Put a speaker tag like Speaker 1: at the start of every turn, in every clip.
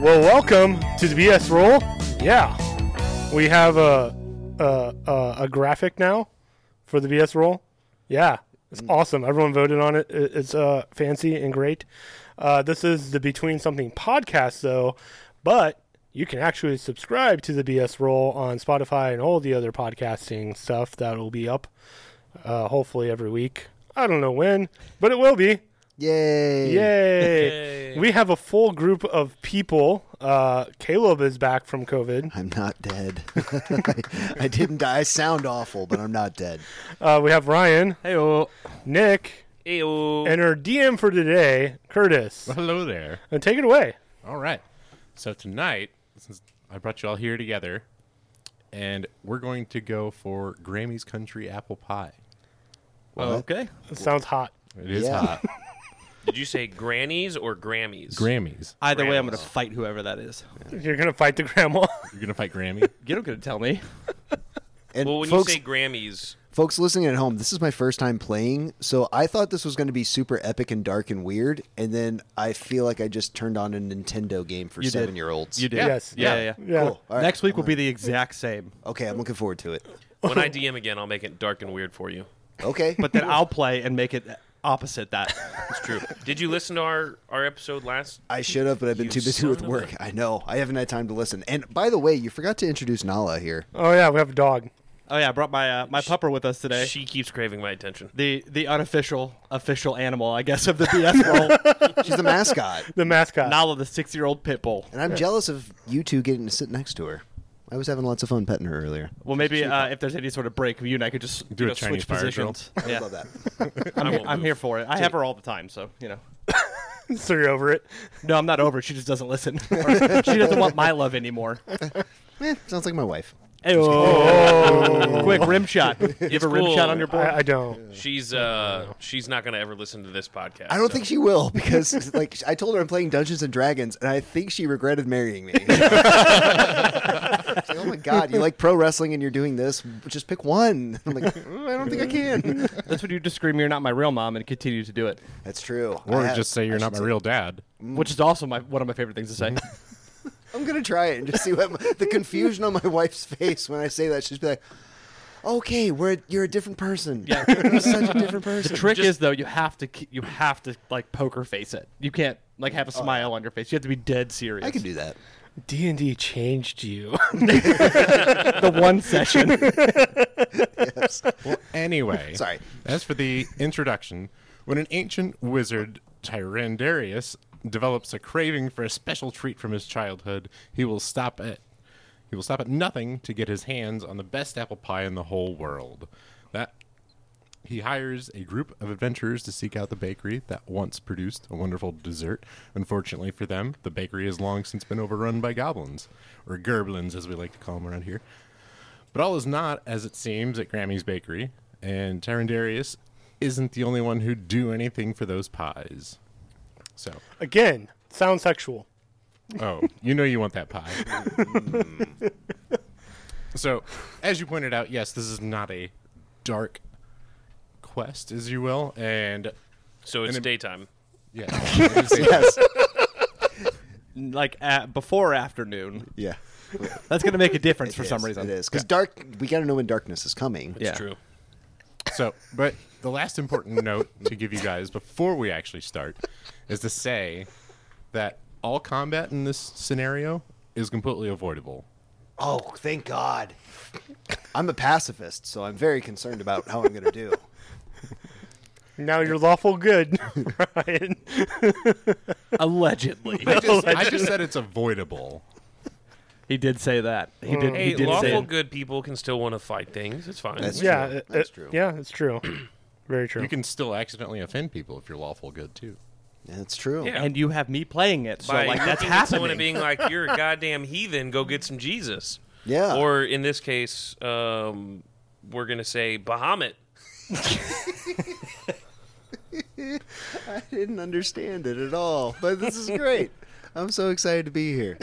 Speaker 1: Well, welcome to the BS roll. Yeah, we have a a, a, a graphic now for the BS roll. Yeah, it's awesome. Everyone voted on it. It- It's uh, fancy and great. Uh, this is the Between Something podcast, though, but you can actually subscribe to the BS roll on Spotify and all the other podcasting stuff that will be up uh, hopefully every week. I don't know when, but it will be.
Speaker 2: Yay.
Speaker 1: Yay. We have a full group of people. Uh, Caleb is back from COVID.
Speaker 2: I'm not dead. I, I didn't die. I sound awful, but I'm not dead.
Speaker 1: Uh, we have Ryan,
Speaker 3: Heyo.
Speaker 1: Nick,
Speaker 3: Heyo.
Speaker 1: and our DM for today, Curtis.
Speaker 3: Hello there.
Speaker 1: And take it away.
Speaker 3: All right. So tonight, since I brought you all here together, and we're going to go for Grammy's Country Apple Pie.
Speaker 4: Okay.
Speaker 1: It sounds hot.
Speaker 3: It is
Speaker 2: Yeah.
Speaker 3: hot.
Speaker 5: Did you say grannies or Grammys?
Speaker 3: Grammys.
Speaker 4: Either way, I'm going
Speaker 5: Grandma's.
Speaker 4: to fight whoever that is.
Speaker 1: You're going to fight the grandma.
Speaker 3: You're gonna fight Grammy.
Speaker 4: You don't going to tell me.
Speaker 2: And
Speaker 5: well, when
Speaker 2: folks,
Speaker 5: you say Grammys,
Speaker 2: folks listening at home, this is my first time playing, so I thought this was going to be super epic and dark and weird, and then I feel like I just turned on a Nintendo game for
Speaker 4: You did.
Speaker 2: seven-year-olds.
Speaker 4: You do.
Speaker 1: Yes.
Speaker 4: Yeah. Yeah. yeah.
Speaker 1: Yeah.
Speaker 2: Cool. All right.
Speaker 4: Next week will be the exact same,
Speaker 2: Okay, I'm looking forward to it.
Speaker 5: when I DM again, I'll make it dark and weird for you.
Speaker 2: Okay.
Speaker 4: but then I'll play and make it opposite that.
Speaker 5: It's true. Did you listen to our, our episode last?
Speaker 2: I should have, but I've been
Speaker 5: You
Speaker 2: too busy
Speaker 5: son
Speaker 2: with
Speaker 5: of a-
Speaker 2: work. I know. I haven't had time to listen. And by the way, you forgot to introduce Nala here.
Speaker 1: Oh, yeah. We have a dog.
Speaker 4: Oh yeah, I brought my uh, my pupper with us today.
Speaker 5: She keeps craving my attention.
Speaker 4: the the unofficial official animal, I guess, of the BS world.
Speaker 2: She's the mascot,
Speaker 1: The mascot.
Speaker 4: Nala, the six year old pit bull.
Speaker 2: and I'm jealous of you two getting to sit next to her. I was having lots of fun petting her earlier.
Speaker 4: Well, maybe uh, if there's any sort of break, you and I could just
Speaker 3: Do
Speaker 4: you
Speaker 3: a
Speaker 4: know,
Speaker 3: Chinese
Speaker 4: switch
Speaker 3: fire drill.
Speaker 4: positions.
Speaker 2: I
Speaker 4: Yeah,
Speaker 2: love that.
Speaker 4: I'm, here,
Speaker 5: won't
Speaker 4: I'm
Speaker 5: move.
Speaker 4: here for it. I have her all the time, so you know.
Speaker 1: so you're over it.
Speaker 4: No, I'm not over. it. She just doesn't listen. Or she doesn't want my love anymore.
Speaker 2: Eh, sounds like my wife.
Speaker 4: Oh. Quick rim shot. You have a rim
Speaker 5: cool.
Speaker 4: shot on your board.
Speaker 1: I, I don't.
Speaker 5: She's uh she's not gonna ever listen to this podcast.
Speaker 2: I don't think she will because, like, I told her I'm playing Dungeons and Dragons, and I think she regretted marrying me. She's like, oh my god, you like pro wrestling and you're doing this? Just pick one. I'm like, "Mm, I don't think I can.
Speaker 4: That's when you just scream, "You're not my real mom," and continue to do it,
Speaker 2: That's true.
Speaker 3: Or
Speaker 2: I have-
Speaker 3: just say
Speaker 2: I
Speaker 3: you're not
Speaker 2: should
Speaker 3: my real dad.
Speaker 4: which is also my one of my favorite things to say.
Speaker 2: I'm gonna try it and just see what my- the confusion on my wife's face when I say that. She's be like, "Okay, we're you're a different person.
Speaker 4: Yeah.
Speaker 2: you're such a different person."
Speaker 4: the trick is though, you have to keep, you have to like poker face it. You can't like have a smile on your face. You have to be dead serious.
Speaker 2: Oh. I could do that.
Speaker 1: D&D changed you.
Speaker 4: the one session.
Speaker 3: Well, anyway.
Speaker 2: Sorry.
Speaker 3: As for the introduction, when an ancient wizard, Tyrandarius, develops a craving for a special treat from his childhood, he will stop at he will stop at nothing to get his hands on the best apple pie in the whole world. That he hires a group of adventurers to seek out the bakery that once produced a wonderful dessert. Unfortunately for them, the bakery has long since been overrun by goblins, or gerblins as we like to call them around here. But all is not as it seems at Grammy's Bakery, and Tyrandarius isn't the only one who'd do anything for those pies. So,
Speaker 1: Again, sounds sexual.
Speaker 3: oh, you know you want that pie. so, as you pointed out, yes, this is not a dark quest, as you will, and
Speaker 5: so it's
Speaker 3: And it-
Speaker 5: daytime.
Speaker 3: yeah,
Speaker 2: Yes.
Speaker 4: like at, before afternoon.
Speaker 2: Yeah.
Speaker 4: That's gonna make a difference for some
Speaker 2: Yes,
Speaker 4: reason.
Speaker 2: it is because dark. We gotta know when darkness is coming.
Speaker 4: Yeah.
Speaker 5: It's true.
Speaker 3: So, but the last important note to give you guys before we actually start is to say that all combat in this scenario is completely avoidable.
Speaker 2: Oh, thank God. I'm a pacifist, so I'm very concerned about how I'm going to do.
Speaker 1: Now you're lawful good, Ryan.
Speaker 4: Allegedly,
Speaker 3: Oh, I just, I just said it's avoidable.
Speaker 4: he did say that. He did. he
Speaker 5: Hey,
Speaker 4: did say
Speaker 5: lawful
Speaker 4: it.
Speaker 5: good people can still want to fight things. It's fine.
Speaker 2: That's-
Speaker 1: yeah,
Speaker 2: true.
Speaker 1: it-
Speaker 2: That's
Speaker 1: it-
Speaker 2: true.
Speaker 1: Yeah, it's true. Very true.
Speaker 3: You can still accidentally offend people if you're lawful good too.
Speaker 2: That's true.
Speaker 5: Yeah.
Speaker 4: And you have me playing it, so
Speaker 5: By
Speaker 4: like that's
Speaker 5: looking at someone
Speaker 4: happening.
Speaker 5: and being like, "You're a goddamn heathen. Go get some Jesus."
Speaker 2: Yeah.
Speaker 5: Or in this case, um, we're gonna say Bahamut.
Speaker 2: I didn't understand it at all, but this is great. I'm so excited to be here.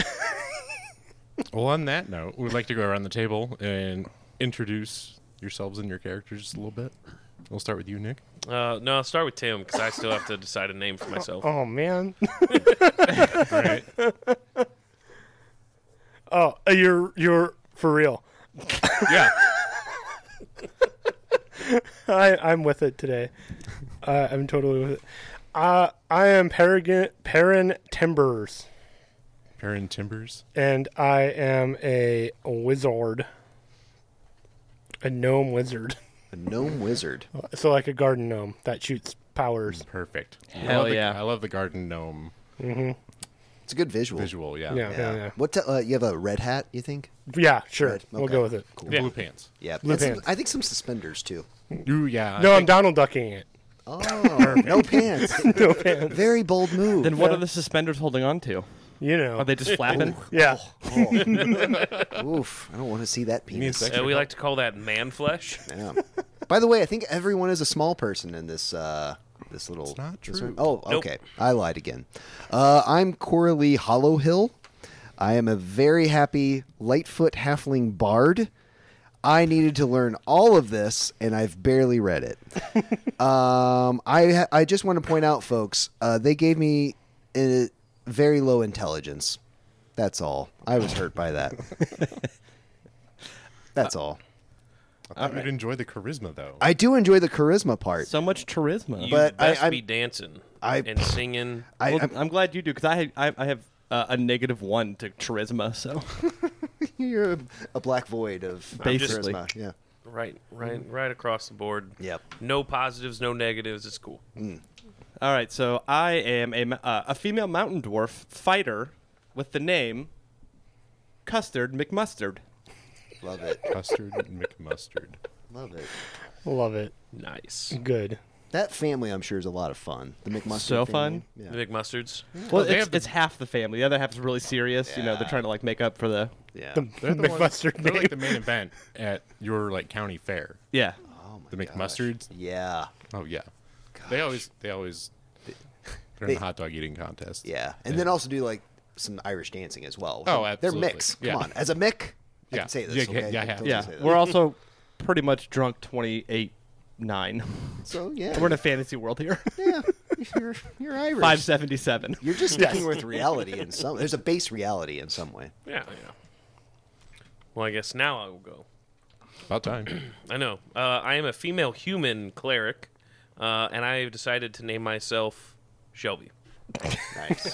Speaker 3: Well, on that note, we'd like to go around the table and introduce yourselves and your characters just a little bit. We'll start with you, Nick.
Speaker 5: Uh, no, I'll start with Tim because I still have to decide a name for myself.
Speaker 1: oh, man. Oh, you're you're for real.
Speaker 3: Yeah.
Speaker 1: I, I'm with it today. Uh, I'm totally with it. Uh, I am Peregrine Perrin Timbers,
Speaker 3: Perrin Timbers.
Speaker 1: and I am a wizard, a gnome wizard.
Speaker 2: A gnome wizard.
Speaker 1: So like a garden gnome that shoots powers.
Speaker 3: Perfect. I
Speaker 4: Hell
Speaker 3: love the-
Speaker 4: yeah.
Speaker 3: I love the garden gnome
Speaker 2: It's a good visual.
Speaker 3: visual. Oh, Yeah.
Speaker 1: Yeah, yeah, yeah.
Speaker 2: Yeah. What? T- uh, you have a red hat? You think?
Speaker 1: Yeah, sure.
Speaker 2: Red,
Speaker 1: We'll
Speaker 2: okay.
Speaker 1: go with it.
Speaker 2: Cool.
Speaker 3: Blue pants.
Speaker 2: Yeah.
Speaker 1: Blue
Speaker 2: and some-
Speaker 1: pants.
Speaker 2: I think some suspenders too.
Speaker 3: Ooh, yeah. I
Speaker 1: No, I'm
Speaker 3: think-
Speaker 1: Donald ducking it.
Speaker 2: Oh, no pants.
Speaker 1: No pants.
Speaker 2: Very bold move.
Speaker 4: Then what are the suspenders holding on to?
Speaker 1: You know.
Speaker 4: Are they just flapping?
Speaker 1: yeah.
Speaker 3: Oh.
Speaker 2: Oof! I don't want to see that
Speaker 3: need
Speaker 2: penis.
Speaker 3: sex.
Speaker 5: Uh, we like to call that man flesh.
Speaker 2: Yeah. By the way, I think everyone is a small person in this uh, this little. It's
Speaker 3: not true.
Speaker 2: Oh,
Speaker 5: Nope.
Speaker 2: okay. I lied again. Uh, I'm Coralie Hollowhill. I am a very happy Lightfoot halfling bard. I needed to learn all of this, and I've barely read it. um, I ha- I just want to point out, folks, uh, they gave me a very low intelligence. That's all. I was hurt by that. That's all.
Speaker 3: I thought you'd enjoy the charisma though.
Speaker 2: I do enjoy the charisma part.
Speaker 4: So much charisma.
Speaker 5: You
Speaker 2: But I-
Speaker 5: best
Speaker 2: I'm-
Speaker 5: be dancing
Speaker 2: I-
Speaker 5: and singing.
Speaker 2: I,
Speaker 4: well,
Speaker 2: I'm-
Speaker 4: I'm, glad you do because I, had- I I have uh, a negative one to charisma. So
Speaker 2: You're a, a black void of
Speaker 4: Basically.
Speaker 2: charisma. Yeah.
Speaker 5: Right, right, right across the board.
Speaker 2: Yep.
Speaker 5: No positives, no negatives. It's cool.
Speaker 4: all right, so I am a ma- uh, a female mountain dwarf fighter with the name Custard McMustard.
Speaker 2: Love it.
Speaker 3: Custard McMustard.
Speaker 2: Love it.
Speaker 1: Love it.
Speaker 5: Nice.
Speaker 1: Good.
Speaker 2: That family, I'm sure, is a lot of fun. The McMustard.
Speaker 4: So
Speaker 2: family.
Speaker 4: fun.
Speaker 5: The
Speaker 2: Yeah. Hmm.
Speaker 5: big mustards.
Speaker 4: Well,
Speaker 3: they
Speaker 4: it's,
Speaker 3: have the-
Speaker 4: it's half the family. The other half is really serious. You know, they're
Speaker 2: Yeah.
Speaker 4: trying to like make up for the
Speaker 2: yeah.
Speaker 3: They're the ones,
Speaker 1: McMustard
Speaker 3: They're
Speaker 1: name.
Speaker 3: like the main event at your like county fair.
Speaker 4: yeah.
Speaker 2: Oh
Speaker 3: The
Speaker 2: my
Speaker 3: McMustards.
Speaker 2: gosh. Yeah.
Speaker 3: Oh yeah. They always. They always. They're in the hot dog eating contest.
Speaker 2: Yeah. And then also do like some Irish dancing as well.
Speaker 3: Oh,
Speaker 2: They're
Speaker 3: absolutely.
Speaker 2: mix.
Speaker 3: Yeah.
Speaker 2: Come on. As a Mick, I
Speaker 3: Yeah.
Speaker 2: can say this.
Speaker 3: Yeah,
Speaker 2: okay?
Speaker 3: yeah,
Speaker 2: I can
Speaker 3: yeah.
Speaker 2: totally
Speaker 4: Yeah,
Speaker 2: say that.
Speaker 4: we're also pretty much drunk twenty eight nine.
Speaker 2: So, yeah.
Speaker 4: We're in a fantasy world here.
Speaker 2: yeah. You're, you're Irish.
Speaker 4: Five seventy seven.
Speaker 2: You're just sticking with reality in some There's a base reality in some way.
Speaker 5: Yeah, yeah. Well, I guess now I will go.
Speaker 3: About time.
Speaker 5: I know. Uh, I am a female human cleric, uh, and I have decided to name myself Shelby.
Speaker 2: Nice.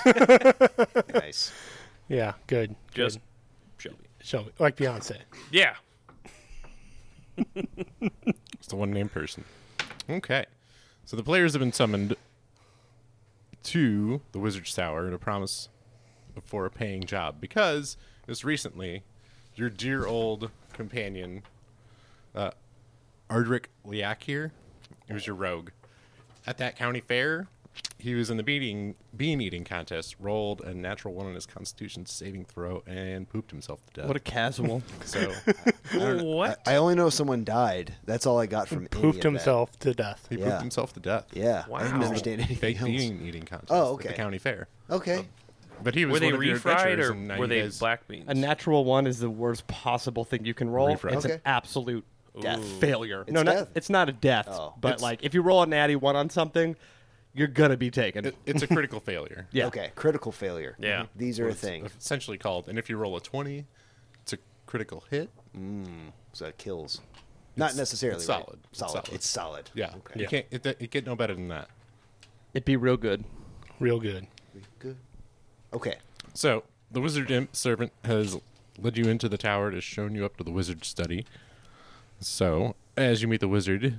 Speaker 2: nice.
Speaker 1: Yeah, good.
Speaker 5: Just
Speaker 1: good.
Speaker 5: Shelby.
Speaker 1: Shelby. Like Beyonce.
Speaker 5: Yeah.
Speaker 3: It's the one named person. Okay. So the players have been summoned to the Wizard's Tower to promise for a paying job because just recently, your dear old companion, uh, Ardric Liakir, he was your rogue. At that county fair, he was in the beating, bean eating contest, rolled a natural one on his constitution saving throw, and pooped himself to death.
Speaker 4: What a casual.
Speaker 3: so
Speaker 5: What?
Speaker 2: I only know someone died. That's all I got from any
Speaker 1: Poofed
Speaker 2: of that.
Speaker 1: himself to death.
Speaker 3: he
Speaker 2: Yeah.
Speaker 3: pooped himself to death.
Speaker 2: Yeah. I didn't
Speaker 5: Wow.
Speaker 2: understand anything
Speaker 3: Fake
Speaker 2: else.
Speaker 3: bean eating contest
Speaker 2: Oh,
Speaker 3: at
Speaker 2: okay.
Speaker 3: the county fair.
Speaker 2: Okay.
Speaker 3: But he was
Speaker 5: were they
Speaker 3: one of your
Speaker 5: refried
Speaker 3: adventurers, and now
Speaker 5: or were
Speaker 3: you
Speaker 5: they
Speaker 3: guys-
Speaker 5: black beans?
Speaker 4: A natural one is the worst possible thing you can roll.
Speaker 3: Refresh.
Speaker 4: It's an
Speaker 2: Okay.
Speaker 4: absolute death failure.
Speaker 2: It's
Speaker 4: no,
Speaker 2: death.
Speaker 4: Not, it's not a death,
Speaker 2: Oh.
Speaker 4: but
Speaker 2: It's-
Speaker 4: like if you roll a natty one on something, you're gonna be taken.
Speaker 3: It- it's a critical failure.
Speaker 4: yeah.
Speaker 2: Okay. Critical failure. Mm-hmm.
Speaker 5: Yeah.
Speaker 2: These are a
Speaker 3: It's
Speaker 2: thing.
Speaker 3: Essentially called, and if you roll a twenty, it's a critical hit.
Speaker 2: So it kills. Not necessarily.
Speaker 3: it's
Speaker 2: right?
Speaker 3: solid. It's
Speaker 2: Solid.
Speaker 3: solid.
Speaker 2: It's solid.
Speaker 3: Yeah,
Speaker 2: Okay.
Speaker 3: you can't. It, it get no better than that.
Speaker 4: It'd be real good.
Speaker 1: Real good.
Speaker 2: Good. Okay.
Speaker 3: So the wizard imp servant has led you into the tower, has shown you up to the wizard study. So as you meet the wizard,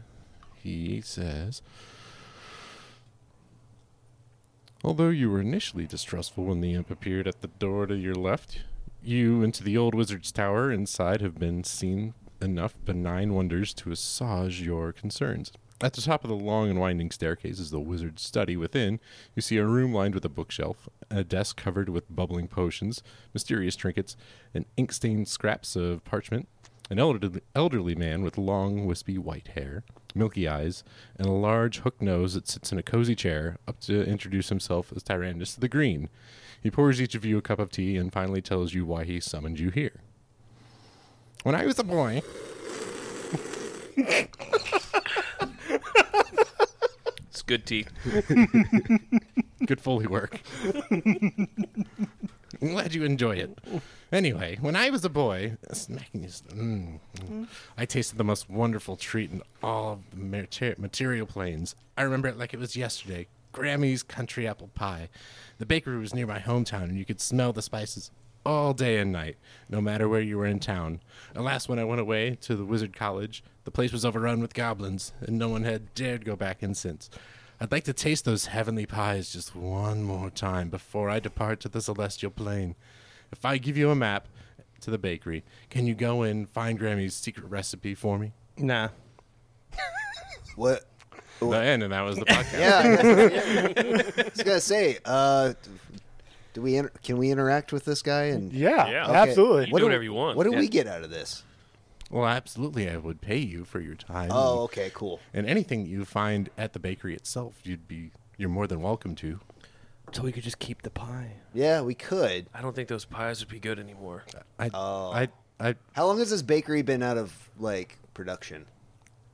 Speaker 3: he says. Although you were initially distrustful when the imp appeared at the door to your left, you into the old wizard's tower inside have been seen enough benign wonders to assuage your concerns. At the top of the long and winding staircase is the wizard's study. Within, you see a room lined with a bookshelf, a desk covered with bubbling potions, mysterious trinkets, and ink stained scraps of parchment, an elderly, elderly man with long, wispy white hair, milky eyes, and a large hook nose that sits in a cozy chair up to introduce himself as Tyrannus the Green. He pours each of you a cup of tea and finally tells you why he summoned you here. When I was a boy.
Speaker 5: It's good tea.
Speaker 3: Good Foley work. I'm glad you enjoy it. Anyway, when I was a boy, smacking is. Mm, mm. I tasted the most wonderful treat in all of the mater- material planes. I remember it like it was yesterday. Grammy's country apple pie. The bakery was near my hometown, and you could smell the spices all day and night, no matter where you were in town. Alas, when I went away to the wizard college, the place was overrun with goblins, and no one had dared go back in since. I'd like to taste those heavenly pies just one more time before I depart to the celestial plane. If I give you a map to the bakery, can you go and find Grammy's secret recipe for me?
Speaker 4: Nah.
Speaker 2: What?
Speaker 3: The end, and that was the podcast.
Speaker 2: Yeah, I was gonna say. Uh, do we inter- can we interact with this guy and
Speaker 1: Yeah,
Speaker 5: Yeah.
Speaker 2: Okay.
Speaker 1: absolutely.
Speaker 5: You do whatever you want.
Speaker 2: What do
Speaker 5: Yeah.
Speaker 2: we get out of this?
Speaker 3: Well, absolutely, I would pay you for your time.
Speaker 2: Oh, okay, cool.
Speaker 3: And anything you find at the bakery itself, you'd be you're more than welcome to.
Speaker 4: So we could just keep the pie.
Speaker 2: Yeah, we could.
Speaker 5: I don't think those pies would be good anymore.
Speaker 3: I,
Speaker 2: Oh.
Speaker 3: I, I,
Speaker 2: How long has this bakery been out of like production?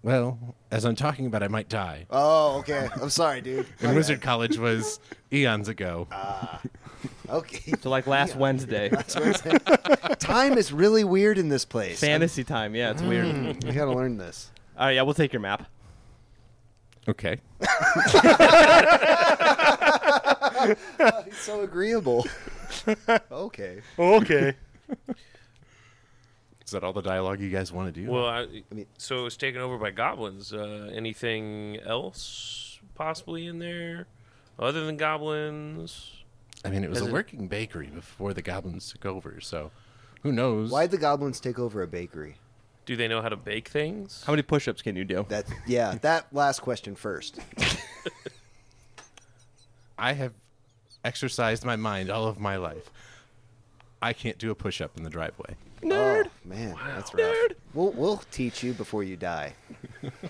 Speaker 3: well, as I'm talking about, I might die.
Speaker 2: Oh, okay. I'm sorry, dude. My
Speaker 3: And
Speaker 2: bad.
Speaker 3: Wizard College was eons ago.
Speaker 2: Uh. Okay.
Speaker 4: So like last Wednesday,
Speaker 2: Time is really weird in this place.
Speaker 4: fantasy time. Yeah, it's
Speaker 2: Mm.
Speaker 4: weird.
Speaker 2: We gotta learn this.
Speaker 4: All right, yeah, we'll take your map.
Speaker 3: okay.
Speaker 2: It's so agreeable. okay.
Speaker 1: Okay.
Speaker 3: Is that all the dialogue you guys want to do?
Speaker 5: Well, I,
Speaker 2: mean-
Speaker 5: so it was taken over by goblins. Uh, anything else possibly in there other than goblins?
Speaker 3: I mean, it was
Speaker 5: Has
Speaker 3: a
Speaker 5: it-
Speaker 3: working bakery before the goblins took over, so who knows?
Speaker 2: Why'd the goblins take over a bakery?
Speaker 5: Do they know how to bake things?
Speaker 4: How many push-ups can you do?
Speaker 2: That yeah, that last question first.
Speaker 3: I have exercised my mind all of my life. I can't do a push up in the driveway.
Speaker 2: Nerd. Oh, man, that's rough. We'll we'll teach you before you die.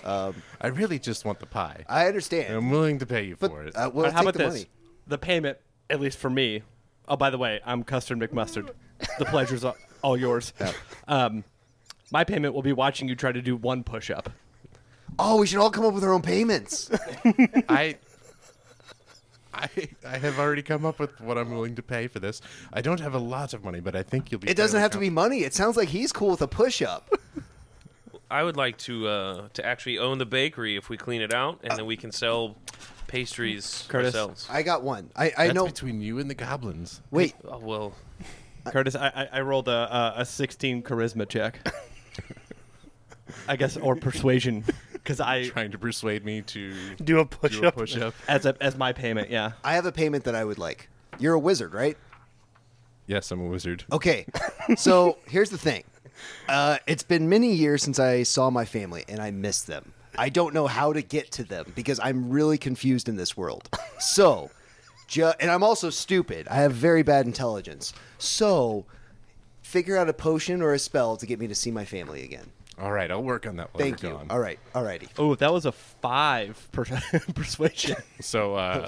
Speaker 3: I really just want the pie.
Speaker 2: I
Speaker 3: and
Speaker 2: understand.
Speaker 3: I'm willing to pay you
Speaker 2: but
Speaker 3: for it.
Speaker 2: uh, we'll
Speaker 4: But how
Speaker 2: take
Speaker 4: about
Speaker 2: the
Speaker 4: this?
Speaker 2: money.
Speaker 4: The payment, at least for me. Oh, by the way, I'm Custard McMustard. the pleasure's all- all yours. Um, my payment will be watching you try to do one push-up.
Speaker 2: Oh, we should all come up with our own payments.
Speaker 3: I, I, I have already come up with what I'm willing to pay for this. I don't have a lot of money, but I think you'll be.
Speaker 2: It doesn't
Speaker 3: fairly
Speaker 2: have to be
Speaker 3: com-
Speaker 2: money. It sounds like he's cool with a push up.
Speaker 5: I would like to uh, to actually own the bakery if we clean it out, and then we can sell pastries
Speaker 4: Curtis,
Speaker 5: ourselves.
Speaker 2: I got one. I, I
Speaker 3: That's
Speaker 2: know
Speaker 3: between you and the goblins.
Speaker 2: wait,
Speaker 5: oh, well,
Speaker 4: Curtis, I, I, I rolled a, a, a 16 charisma check. I guess, or persuasion, because I
Speaker 3: Trying to persuade me to
Speaker 1: Do a push
Speaker 3: do a
Speaker 1: up.
Speaker 3: push up.
Speaker 4: as a, as my payment. Yeah,
Speaker 2: I have a payment that I would like. You're a wizard, right?
Speaker 3: Yes, I'm a wizard.
Speaker 2: Okay. So here's the thing. Uh, it's been many years since I saw my family, and I miss them. I don't know how to get to them because I'm really confused in this world. So, ju- and I'm also stupid. I have very bad intelligence. So, figure out a potion or a spell to get me to see my family again.
Speaker 3: All right, I'll work on that while
Speaker 2: Thank
Speaker 3: you're
Speaker 2: you.
Speaker 3: gone.
Speaker 2: All right. All righty.
Speaker 4: Oh, that was a five per- persuasion.
Speaker 3: So uh,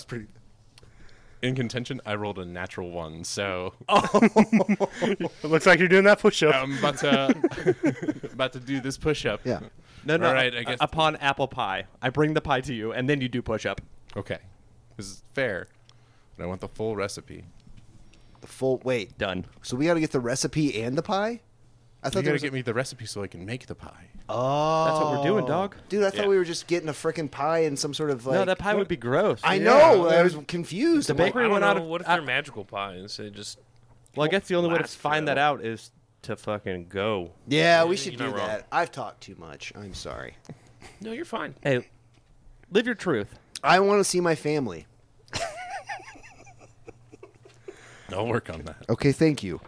Speaker 3: in contention, I rolled a natural one. So
Speaker 1: It looks like you're doing that push up.
Speaker 2: Um,
Speaker 3: I'm about to about to do this push up.
Speaker 2: Yeah.
Speaker 4: No, no.
Speaker 3: All right,
Speaker 4: u-
Speaker 3: I guess-
Speaker 4: upon apple pie, I bring the pie to you, and then you do push up.
Speaker 3: Okay. This is fair. But I want the full recipe.
Speaker 2: The full wait.
Speaker 4: Done.
Speaker 2: So we got to get the recipe and the pie. I thought
Speaker 3: You
Speaker 2: there
Speaker 3: gotta
Speaker 2: was a-
Speaker 3: get me the recipe so I can make the pie.
Speaker 2: Oh,
Speaker 4: That's what we're doing, dog.
Speaker 2: Dude, I thought
Speaker 3: Yeah.
Speaker 2: we were just getting a freaking pie and some sort of like.
Speaker 4: no, that pie would be gross.
Speaker 2: I
Speaker 4: Yeah.
Speaker 2: know. I was confused.
Speaker 4: The
Speaker 2: I'm like,
Speaker 4: bakery
Speaker 5: I don't
Speaker 4: went out
Speaker 5: know.
Speaker 4: of-
Speaker 5: what if
Speaker 4: I-
Speaker 5: they're magical pies? They just
Speaker 4: Well, I guess the only way to
Speaker 5: Last
Speaker 4: find that
Speaker 5: trail.
Speaker 4: out is to fucking go.
Speaker 2: yeah, we
Speaker 5: You're
Speaker 2: should
Speaker 5: not
Speaker 2: do
Speaker 5: wrong.
Speaker 2: that. I've talked too much. I'm sorry.
Speaker 5: no, you're fine.
Speaker 4: Hey, live your truth.
Speaker 2: I want to see my family.
Speaker 3: I'll work on that.
Speaker 2: Okay, thank you.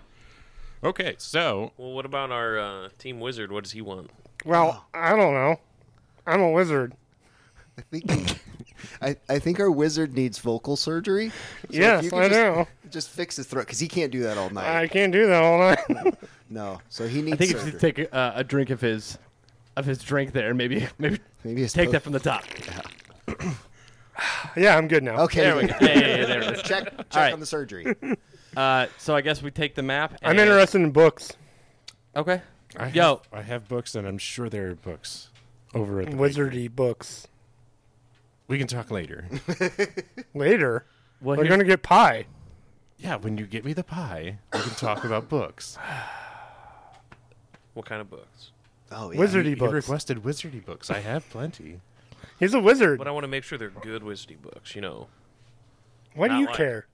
Speaker 3: Okay, so
Speaker 5: Well, what about our uh, team wizard? What does he want?
Speaker 1: Well,
Speaker 2: uh,
Speaker 1: I don't know. I'm a wizard.
Speaker 2: I think, I, I think our wizard needs vocal surgery. So if
Speaker 1: Yes,
Speaker 2: you could
Speaker 1: I
Speaker 2: just,
Speaker 1: know.
Speaker 2: Just fix his throat because he can't do that all night.
Speaker 1: I can't do that all night.
Speaker 2: no, so he
Speaker 4: I
Speaker 2: needs
Speaker 4: think you
Speaker 2: surgery.
Speaker 4: should take a, uh, a drink of his, of his drink there. Maybe, maybe,
Speaker 2: Maybe his
Speaker 4: take
Speaker 2: toe-
Speaker 4: that from the top.
Speaker 1: yeah, I'm good now.
Speaker 2: Okay,
Speaker 4: There we go. Yeah, yeah, yeah, there it is.
Speaker 2: Check, check
Speaker 4: right.
Speaker 2: on the surgery.
Speaker 4: Uh, so I guess we take the map.
Speaker 1: I'm
Speaker 4: and-
Speaker 1: interested in books.
Speaker 4: Okay.
Speaker 3: I have,
Speaker 4: Yo.
Speaker 3: I have books and I'm sure there are books over at the bakery.
Speaker 1: Wizardy books.
Speaker 3: We can talk later.
Speaker 1: Later.
Speaker 4: Well,
Speaker 1: We're
Speaker 4: here's-
Speaker 1: going to get pie.
Speaker 3: Yeah, when you get me the pie, we can talk about books.
Speaker 5: What kind of books?
Speaker 2: Oh, yeah.
Speaker 1: Wizardy
Speaker 3: You
Speaker 1: books.
Speaker 3: requested wizardy books. I have plenty.
Speaker 1: He's a wizard.
Speaker 5: But I want to make sure they're good wizardy books. You know,
Speaker 1: Why do
Speaker 5: not
Speaker 1: you
Speaker 5: like-
Speaker 1: care
Speaker 4: Uh,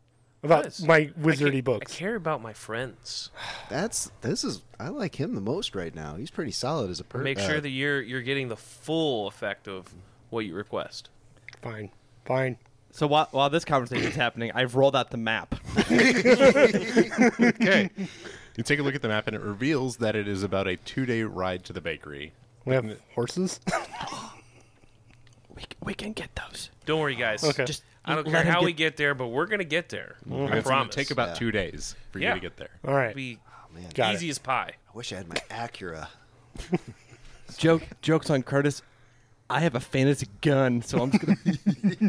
Speaker 1: about
Speaker 5: Because
Speaker 1: my
Speaker 5: I ca-
Speaker 1: wizardy books?
Speaker 5: I care about my friends.
Speaker 2: That's this is I like him the most right now. He's pretty solid as a uh, person.
Speaker 5: Make sure that you're you're getting the full effect of what you request.
Speaker 1: Fine, fine.
Speaker 4: So while, while this conversation is happening, I've rolled out the map.
Speaker 3: Okay. you take a look at the map, and it reveals that it is about a two day ride to the bakery.
Speaker 1: We have horses.
Speaker 4: We, we can get those.
Speaker 5: Don't worry, guys.
Speaker 1: Okay.
Speaker 5: Just I don't
Speaker 4: let
Speaker 5: care
Speaker 4: him
Speaker 5: how
Speaker 4: get-
Speaker 5: we get there, but we're gonna get there. I
Speaker 3: it's going
Speaker 5: promise.
Speaker 3: to take about Oh,
Speaker 2: Yeah.
Speaker 3: two days for
Speaker 5: Yeah.
Speaker 3: you to get there.
Speaker 1: All right.
Speaker 5: be
Speaker 2: man.
Speaker 1: Got it.
Speaker 5: easy as pie.
Speaker 2: I wish I had my Acura.
Speaker 4: Joke jokes on Curtis. I have a fantasy gun, so I'm just gonna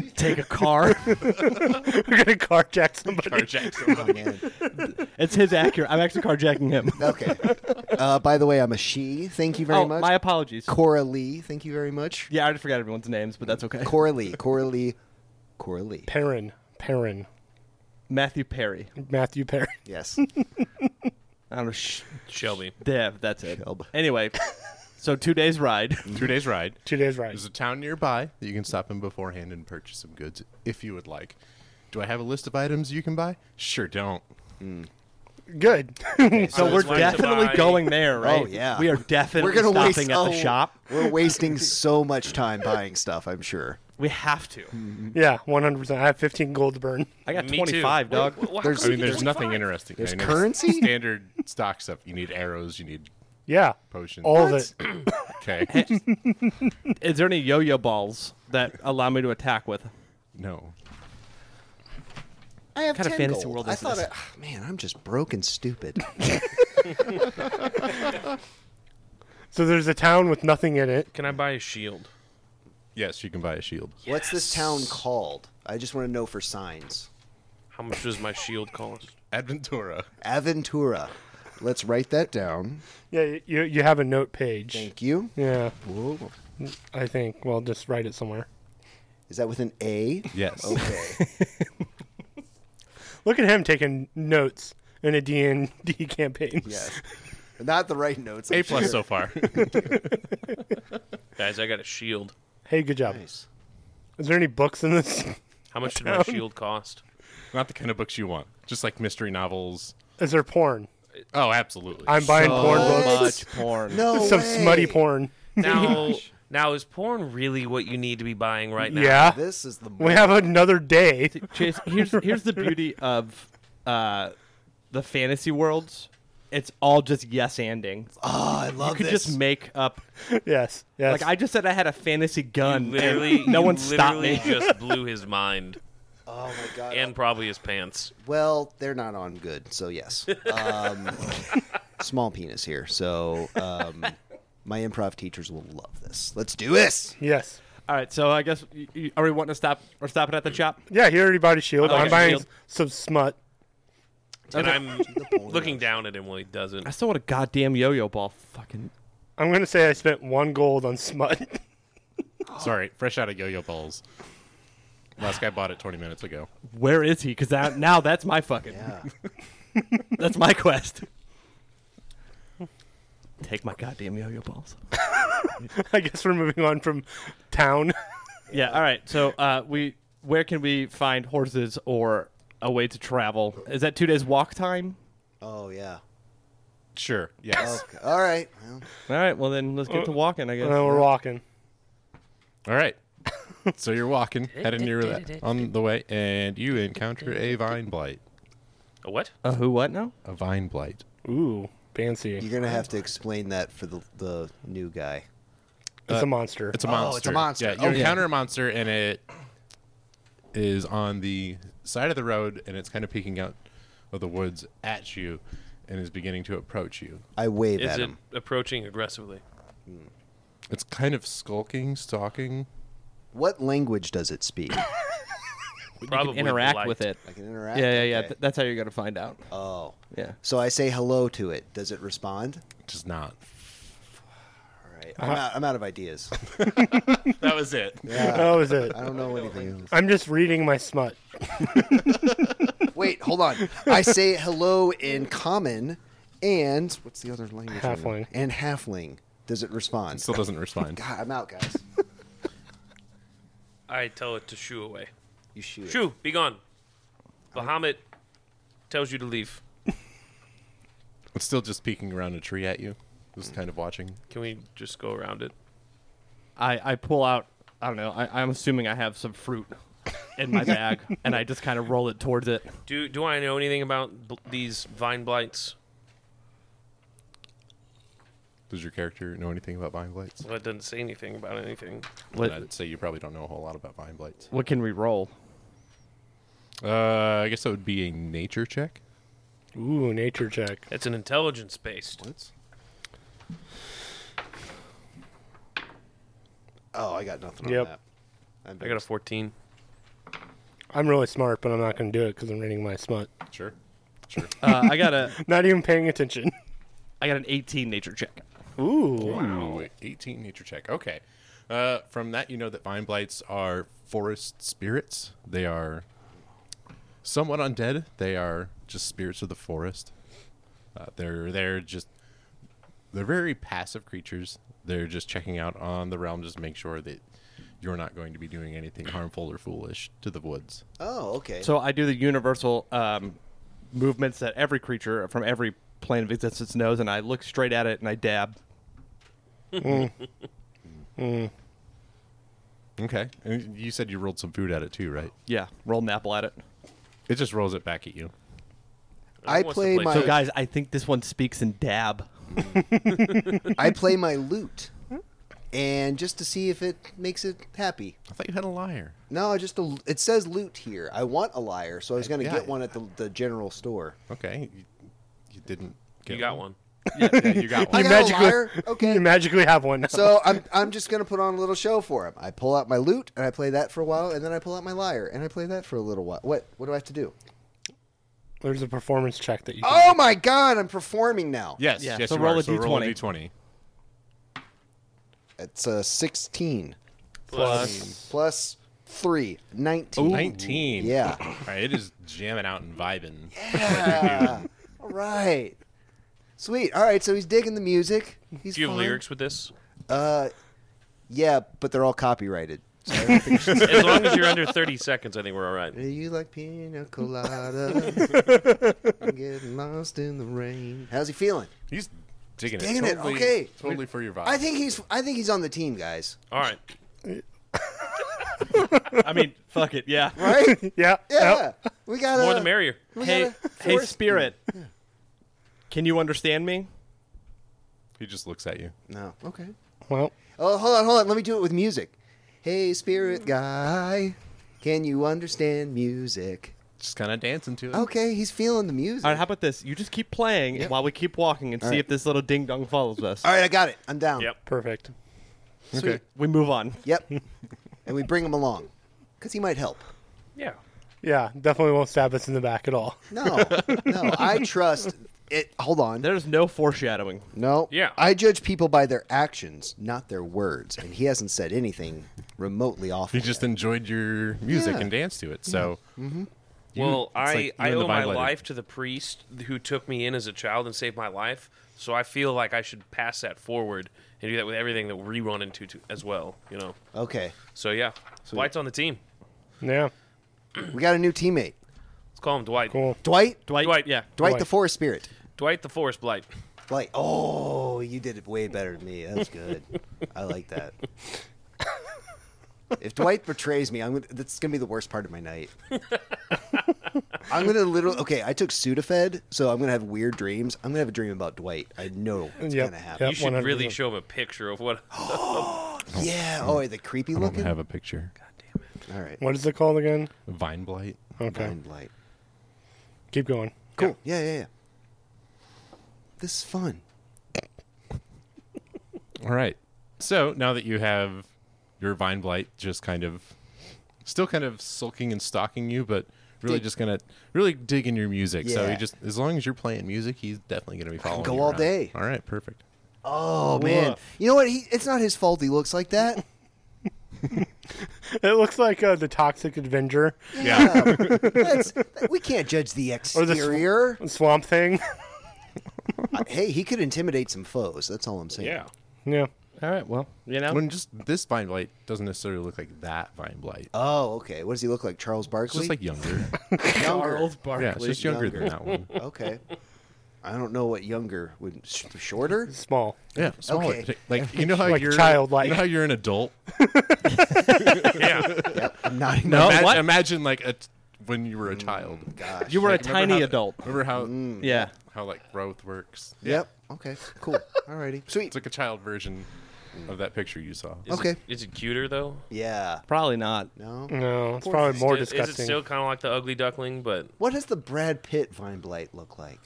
Speaker 4: take a car.
Speaker 1: We're gonna carjack somebody.
Speaker 3: Carjack somebody.
Speaker 2: Oh, man.
Speaker 4: It's his accurate. I'm actually carjacking him.
Speaker 2: Okay. Uh, by the way, I'm a she. Thank you very
Speaker 4: oh,
Speaker 2: much.
Speaker 4: my apologies.
Speaker 2: Cora Lee. Thank you very much.
Speaker 4: yeah, I already forgot everyone's names, but that's okay.
Speaker 2: Cora Lee. Cora Lee. Cora Lee.
Speaker 1: Perrin, Perrin,
Speaker 4: Matthew Perry.
Speaker 1: Matthew Perrin.
Speaker 2: Yes.
Speaker 4: I don't know. Sh-
Speaker 5: Shelby.
Speaker 4: Dev. That's it.
Speaker 2: Shelb.
Speaker 4: Anyway, so two days ride.
Speaker 3: two days ride.
Speaker 1: Two days right.
Speaker 3: There's a town nearby that you can stop in beforehand and purchase some goods if you would like. Do I have a list of items you can buy? Sure, don't.
Speaker 1: Good.
Speaker 4: So
Speaker 5: So
Speaker 4: we're
Speaker 5: it's like
Speaker 4: definitely
Speaker 5: Dubai.
Speaker 4: going there, right?
Speaker 2: Oh yeah.
Speaker 4: We are definitely
Speaker 2: We're gonna
Speaker 4: stopping
Speaker 2: waste,
Speaker 4: at the
Speaker 2: oh,
Speaker 4: shop.
Speaker 2: We're wasting so much time buying stuff. I'm sure.
Speaker 4: We have to.
Speaker 1: yeah, 100. percent I have 15 gold to burn.
Speaker 4: I got
Speaker 5: Me
Speaker 4: 25,
Speaker 5: too.
Speaker 4: dog.
Speaker 5: Wait, wh- wh- how
Speaker 2: There's-
Speaker 5: come
Speaker 3: I mean,
Speaker 5: you
Speaker 3: there's
Speaker 5: get
Speaker 3: nothing
Speaker 5: 25?
Speaker 3: interesting.
Speaker 2: There's
Speaker 3: I know
Speaker 2: currency?
Speaker 3: standard stock stuff. You need arrows. You need
Speaker 1: Yeah.
Speaker 3: potions.
Speaker 1: All of it.
Speaker 3: Okay.
Speaker 4: Is there any yo-yo balls that allow me to attack with?
Speaker 3: no.
Speaker 2: I have
Speaker 4: Kind of
Speaker 2: 10
Speaker 4: fantasy
Speaker 2: gold.
Speaker 4: world
Speaker 2: I
Speaker 4: is
Speaker 2: thought,
Speaker 4: this?
Speaker 2: I, ah, man, I'm just broke and stupid.
Speaker 1: So there's a town with nothing in it.
Speaker 5: Can I buy a shield?
Speaker 3: Yes, you can buy a shield.
Speaker 2: What's this town called? I just want to know for signs.
Speaker 5: How much does my shield cost?
Speaker 3: Adventura.
Speaker 2: Aventura. Let's write that down.
Speaker 1: Yeah, y- you you have a note page.
Speaker 2: Thank you.
Speaker 1: Yeah,
Speaker 2: Whoa.
Speaker 1: I think. Well, just write it somewhere.
Speaker 2: Is that with an A?
Speaker 3: Yes.
Speaker 2: Okay.
Speaker 1: Look at him taking notes in a D&D campaign.
Speaker 2: yes. Not the right notes. I'm
Speaker 3: A plus
Speaker 2: sure.
Speaker 3: so far.
Speaker 5: Guys, I got a shield.
Speaker 1: Hey, good job.
Speaker 2: Nice.
Speaker 1: Is there any books in this?
Speaker 5: How much did
Speaker 4: Um,
Speaker 5: my shield cost?
Speaker 3: Not the kind of books you want. Just like mystery novels.
Speaker 1: Is there porn?
Speaker 3: Oh, absolutely.
Speaker 1: I'm buying porn
Speaker 4: So
Speaker 1: books.
Speaker 4: much porn.
Speaker 2: No
Speaker 1: Some
Speaker 2: way.
Speaker 1: smutty porn.
Speaker 5: Now, now is porn really what you need to be buying right now?
Speaker 1: Yeah.
Speaker 2: This is the.
Speaker 1: We have another day.
Speaker 4: Chase, here's here's the beauty of uh, the fantasy worlds. It's all just yes anding.
Speaker 2: Oh, I love
Speaker 4: You could
Speaker 2: this.
Speaker 4: just make up.
Speaker 1: Yes. Yes.
Speaker 4: Like I just said, I had a fantasy gun.
Speaker 5: Literally,
Speaker 4: and no
Speaker 5: you
Speaker 4: one stopped
Speaker 5: literally
Speaker 4: me.
Speaker 5: just blew his mind
Speaker 2: oh my god.
Speaker 5: and probably his pants.
Speaker 2: well, they're not on good. So yes. Um, small penis here. So um, my improv teachers will love this. Let's do this.
Speaker 1: yes.
Speaker 4: All right, so I guess you, you, are we wanting to stop? We're stopping at the shop.
Speaker 1: Yeah, he already bought a shield.
Speaker 4: Okay.
Speaker 1: I'm buying
Speaker 4: Shield.
Speaker 1: some smut.
Speaker 5: And I'm
Speaker 2: porn.
Speaker 5: looking down at him while he doesn't.
Speaker 4: I still want a goddamn yo-yo ball. Fucking
Speaker 1: I'm gonna say I spent one gold on smut.
Speaker 3: Oh. Sorry, fresh out of yo-yo balls. Last guy bought it 20 minutes ago.
Speaker 4: where is he? Because that, now that's my fucking.
Speaker 2: Yeah.
Speaker 4: That's my quest. Take my goddamn yo-yo balls.
Speaker 1: I guess we're moving on from town.
Speaker 4: Yeah. All right. So, uh, we where can we find horses or a way to travel? Is that two days walk time?
Speaker 2: Oh yeah.
Speaker 3: Sure. Yes.
Speaker 2: Okay. All right. Well,
Speaker 4: All right. Well, then let's get to walking. I guess.
Speaker 1: and uh, we're walking.
Speaker 3: Oh. All right. So you're walking, heading near that on the way, and you encounter a vine blight.
Speaker 5: A what?
Speaker 4: Uh, who? What now?
Speaker 3: A vine blight.
Speaker 1: Ooh, fancy.
Speaker 2: you're gonna have to explain that for the the new guy.
Speaker 1: Uh, It's a monster.
Speaker 3: It's a
Speaker 2: Oh,
Speaker 3: monster.
Speaker 2: it's a monster.
Speaker 3: Yeah, you
Speaker 2: Okay.
Speaker 3: encounter a monster, and it is on the side of the road, and it's kind of peeking out of the woods at you, and is beginning to approach you.
Speaker 2: I wave
Speaker 5: Is
Speaker 2: at
Speaker 5: it
Speaker 2: him.
Speaker 5: approaching aggressively?
Speaker 3: It's kind of skulking, stalking.
Speaker 2: What language does it speak?
Speaker 5: Probably
Speaker 4: Interact
Speaker 5: polite.
Speaker 4: with it.
Speaker 2: I can interact.
Speaker 4: Yeah, yeah, yeah.
Speaker 2: Okay.
Speaker 4: Th- that's how you're gonna find out.
Speaker 2: oh.
Speaker 4: Yeah.
Speaker 2: So I say hello to it. Does it respond?
Speaker 3: Just not.
Speaker 2: All right. I'm, out, I'm out of ideas.
Speaker 3: That was it.
Speaker 1: that was Uh, it.
Speaker 2: I don't know anything else.
Speaker 1: I'm just reading my smut.
Speaker 2: Wait, hold on. I say hello in common, and what's the other language? I know?
Speaker 1: Halfling.
Speaker 2: And halfling. Does it respond?
Speaker 3: Still doesn't respond.
Speaker 2: God, I'm out, guys.
Speaker 5: I tell it to shoo away.
Speaker 2: You shoot.
Speaker 5: Shoo, be gone. Bahamut tells you to leave.
Speaker 3: It's still just peeking around a tree at you. Just kind of watching.
Speaker 5: Can we just go around it?
Speaker 4: I, I pull out, I don't know, I, I'm assuming I have some fruit in my bag, and I just kind of roll it towards it.
Speaker 5: Do do I know anything about bl- these vine blights?
Speaker 3: Does your character know anything about vine blights?
Speaker 5: Well, it doesn't say anything about anything.
Speaker 3: And
Speaker 4: What,
Speaker 3: I'd say you probably don't know a whole lot about vine blights.
Speaker 4: what can we roll?
Speaker 3: Uh, I guess that would be a nature check.
Speaker 1: Ooh, nature check.
Speaker 5: It's an intelligence based.
Speaker 3: What?
Speaker 2: Oh, I got nothing on
Speaker 1: Yep.
Speaker 2: that. I'm
Speaker 5: I got a 14.
Speaker 1: I'm really smart, but I'm not going to do it because I'm reading my smut.
Speaker 3: Sure. Sure.
Speaker 4: Uh, I got a
Speaker 1: Not even paying attention.
Speaker 4: I got an 18 nature check.
Speaker 1: Ooh.
Speaker 3: Wow. 18 nature check. Okay. Uh, from that, you know that vine blights are forest spirits. They are somewhat undead. They are just spirits of the forest. Uh, they're they're just they're very passive creatures. They're just checking out on the realm, just make sure that you're not going to be doing anything harmful or foolish to the woods.
Speaker 2: Oh, okay.
Speaker 4: So I do the universal um, movements that every creature from every plane of existence knows, and I look straight at it and I dab.
Speaker 3: Okay. And you said you rolled some food at it too, right?
Speaker 4: Yeah, roll an apple at it.
Speaker 3: It just rolls it back at you.
Speaker 2: I
Speaker 5: Who wants to
Speaker 2: play my-
Speaker 4: So
Speaker 5: this?
Speaker 4: guys, I think this one speaks in dab.
Speaker 2: I play my lute, and just to see if it makes it happy.
Speaker 3: I thought you had a liar.
Speaker 2: No, just a, it says loot here. I want a liar, so I was going to
Speaker 3: Yeah.
Speaker 2: get one at the, the general store.
Speaker 3: Okay. You, you didn't get
Speaker 5: You got one.
Speaker 3: Yeah, you got
Speaker 2: I
Speaker 3: one.
Speaker 2: got a liar. Okay.
Speaker 1: You magically have one. now.
Speaker 2: So I'm I'm just gonna put on a little show for him. I pull out my lute and I play that for a while, and then I pull out my lyre and I play that for a little while. What what do I have to do?
Speaker 1: There's a performance check that you. Can
Speaker 2: Oh my god, I'm performing now.
Speaker 3: Yes,
Speaker 4: Yeah,
Speaker 3: yes,
Speaker 4: so
Speaker 3: you
Speaker 4: roll
Speaker 3: are.
Speaker 4: a
Speaker 3: so roll a
Speaker 4: D20.
Speaker 3: d20.
Speaker 2: It's a 16
Speaker 5: Plus.
Speaker 2: plus three, 19.
Speaker 3: 19.
Speaker 2: Yeah.
Speaker 3: All right, it is jamming out and vibing.
Speaker 2: Yeah. All right. Sweet. All right. So he's digging the music. He's
Speaker 5: Do you have
Speaker 2: fine.
Speaker 5: lyrics with this?
Speaker 2: Uh, yeah, but they're all copyrighted.
Speaker 5: As long as you're under 30 seconds, I think we're all right.
Speaker 2: Do you like pina colada? I'm getting lost in the rain. How's he feeling?
Speaker 3: He's digging it.
Speaker 2: Digging it,
Speaker 3: Totally-
Speaker 2: okay.
Speaker 3: Totally for your vibe.
Speaker 2: I think he's. I think he's on the team, guys.
Speaker 5: All right.
Speaker 4: I mean, fuck it, yeah.
Speaker 2: Right?
Speaker 1: yeah. oh,
Speaker 2: Yeah. We got
Speaker 5: More the merrier.
Speaker 4: Hey, hey, spirit. Can you understand me?
Speaker 3: he just looks at you.
Speaker 2: No. Okay.
Speaker 1: Well,
Speaker 2: Oh, hold on, hold on. Let me do it with music. Hey, spirit guy, can you understand music?
Speaker 3: Just kind of dancing to it.
Speaker 2: Okay, he's feeling the music.
Speaker 4: All right, how about this? You just keep playing while we keep walking and see
Speaker 2: right.
Speaker 4: if this little ding dong follows us.
Speaker 2: All right, I got it. I'm down.
Speaker 5: Yep.
Speaker 1: perfect.
Speaker 2: Sweet.
Speaker 4: We move on.
Speaker 2: Yep. and we bring him along because he might help.
Speaker 5: Yeah.
Speaker 1: Yeah, definitely won't stab us in the back at all.
Speaker 2: No, no, I trust it. Hold on.
Speaker 4: There's no foreshadowing.
Speaker 2: no.
Speaker 5: Yeah.
Speaker 2: I judge people by their actions, not their words. And he hasn't said anything remotely awful.
Speaker 3: He just enjoyed your music
Speaker 2: Yeah.
Speaker 3: and danced to it. So, you-
Speaker 5: Well,
Speaker 3: it's
Speaker 5: I,
Speaker 3: like you
Speaker 5: I
Speaker 3: and the
Speaker 5: owe my
Speaker 3: vine lighter.
Speaker 5: life to the priest who took me in as a child and saved my life. So I feel like I should pass that forward and do that with everything that we run into to, as well. You know.
Speaker 2: yet. Okay.
Speaker 5: So yeah, Dwight's on the team.
Speaker 1: Yeah.
Speaker 2: We got a new teammate.
Speaker 5: Let's call him Dwight.
Speaker 1: Cool.
Speaker 2: Dwight? Dwight,
Speaker 4: Dwight,
Speaker 5: Dwight.
Speaker 4: yeah.
Speaker 2: the
Speaker 1: Dwight.
Speaker 2: Forest Spirit.
Speaker 5: Dwight the Forest Blight.
Speaker 2: Like, oh, you did it way better than me. That's good. I like that. If Dwight betrays me, I'm gonna, that's gonna be the worst part of my night. I'm gonna literally okay. I took Sudafed, so I'm gonna have weird dreams. I'm gonna have a dream about Dwight. I know it's
Speaker 1: Yep,
Speaker 2: gonna happen.
Speaker 5: You should really
Speaker 1: 100%.
Speaker 5: show him a picture of what.
Speaker 2: Yeah. Oh, the creepy
Speaker 3: I don't
Speaker 2: looking.
Speaker 3: have a picture.
Speaker 2: All right.
Speaker 1: What is it called again?
Speaker 3: Vine blight.
Speaker 1: Okay.
Speaker 2: Blind light.
Speaker 1: Keep going.
Speaker 2: Cool. Yeah. yeah, yeah, This is fun.
Speaker 3: All right. So now that you have your vine blight, just kind of, still kind of sulking and stalking you, but really
Speaker 2: Dig-
Speaker 3: just gonna really dig in your music. So
Speaker 2: Yeah.
Speaker 3: he just, as long as you're playing music, he's definitely gonna be following.
Speaker 2: go
Speaker 3: you
Speaker 2: all
Speaker 3: around.
Speaker 2: day.
Speaker 3: All right. Perfect.
Speaker 2: Oh man. You know what? He, it's not his fault. He looks like that.
Speaker 1: It looks like uh, the Toxic Avenger
Speaker 3: Yeah.
Speaker 2: Um, That's, we can't judge the
Speaker 1: the sw-
Speaker 2: exterior. Uh,
Speaker 1: Swamp Thing.
Speaker 2: hey, he could intimidate some foes. That's all I'm saying.
Speaker 3: yeah.
Speaker 1: yeah.
Speaker 4: All right. Well, you know,
Speaker 3: When just this Vine Blight doesn't necessarily look like that Vine Blight.
Speaker 2: Oh, okay. What does he look like? Charles
Speaker 3: It's
Speaker 2: Barkley?
Speaker 3: just like younger.
Speaker 2: younger.
Speaker 4: Charles Barkley.
Speaker 3: yeah, it's just younger, than that one.
Speaker 2: Okay. I don't know what younger would sh- shorter.
Speaker 1: Small.
Speaker 3: Yeah, smaller.
Speaker 2: Okay.
Speaker 3: Like you know how
Speaker 1: Like
Speaker 3: you're
Speaker 1: childlike.
Speaker 3: You know how you're an adult.
Speaker 5: Yeah.
Speaker 2: I'm not even.
Speaker 4: No,
Speaker 3: Imagine,
Speaker 4: what?
Speaker 3: imagine like a t- when you were a child.
Speaker 2: Gosh.
Speaker 4: you were
Speaker 3: Mm, Like,
Speaker 4: a
Speaker 3: remember
Speaker 4: tiny
Speaker 3: how-
Speaker 4: adult.
Speaker 3: Remember how
Speaker 4: Yeah.
Speaker 3: how like growth works?
Speaker 2: Yep. Okay. Cool. Alrighty. Sweet.
Speaker 3: It's like a child version of that picture you saw.
Speaker 5: Is
Speaker 2: Okay.
Speaker 5: It, is it cuter though?
Speaker 2: Yeah.
Speaker 4: Probably not.
Speaker 2: No.
Speaker 1: No, it's probably more
Speaker 5: is, it-
Speaker 1: disgusting.
Speaker 5: Is it still kind of like the ugly duckling, but
Speaker 2: What does the Brad Pitt Vine Blight look like?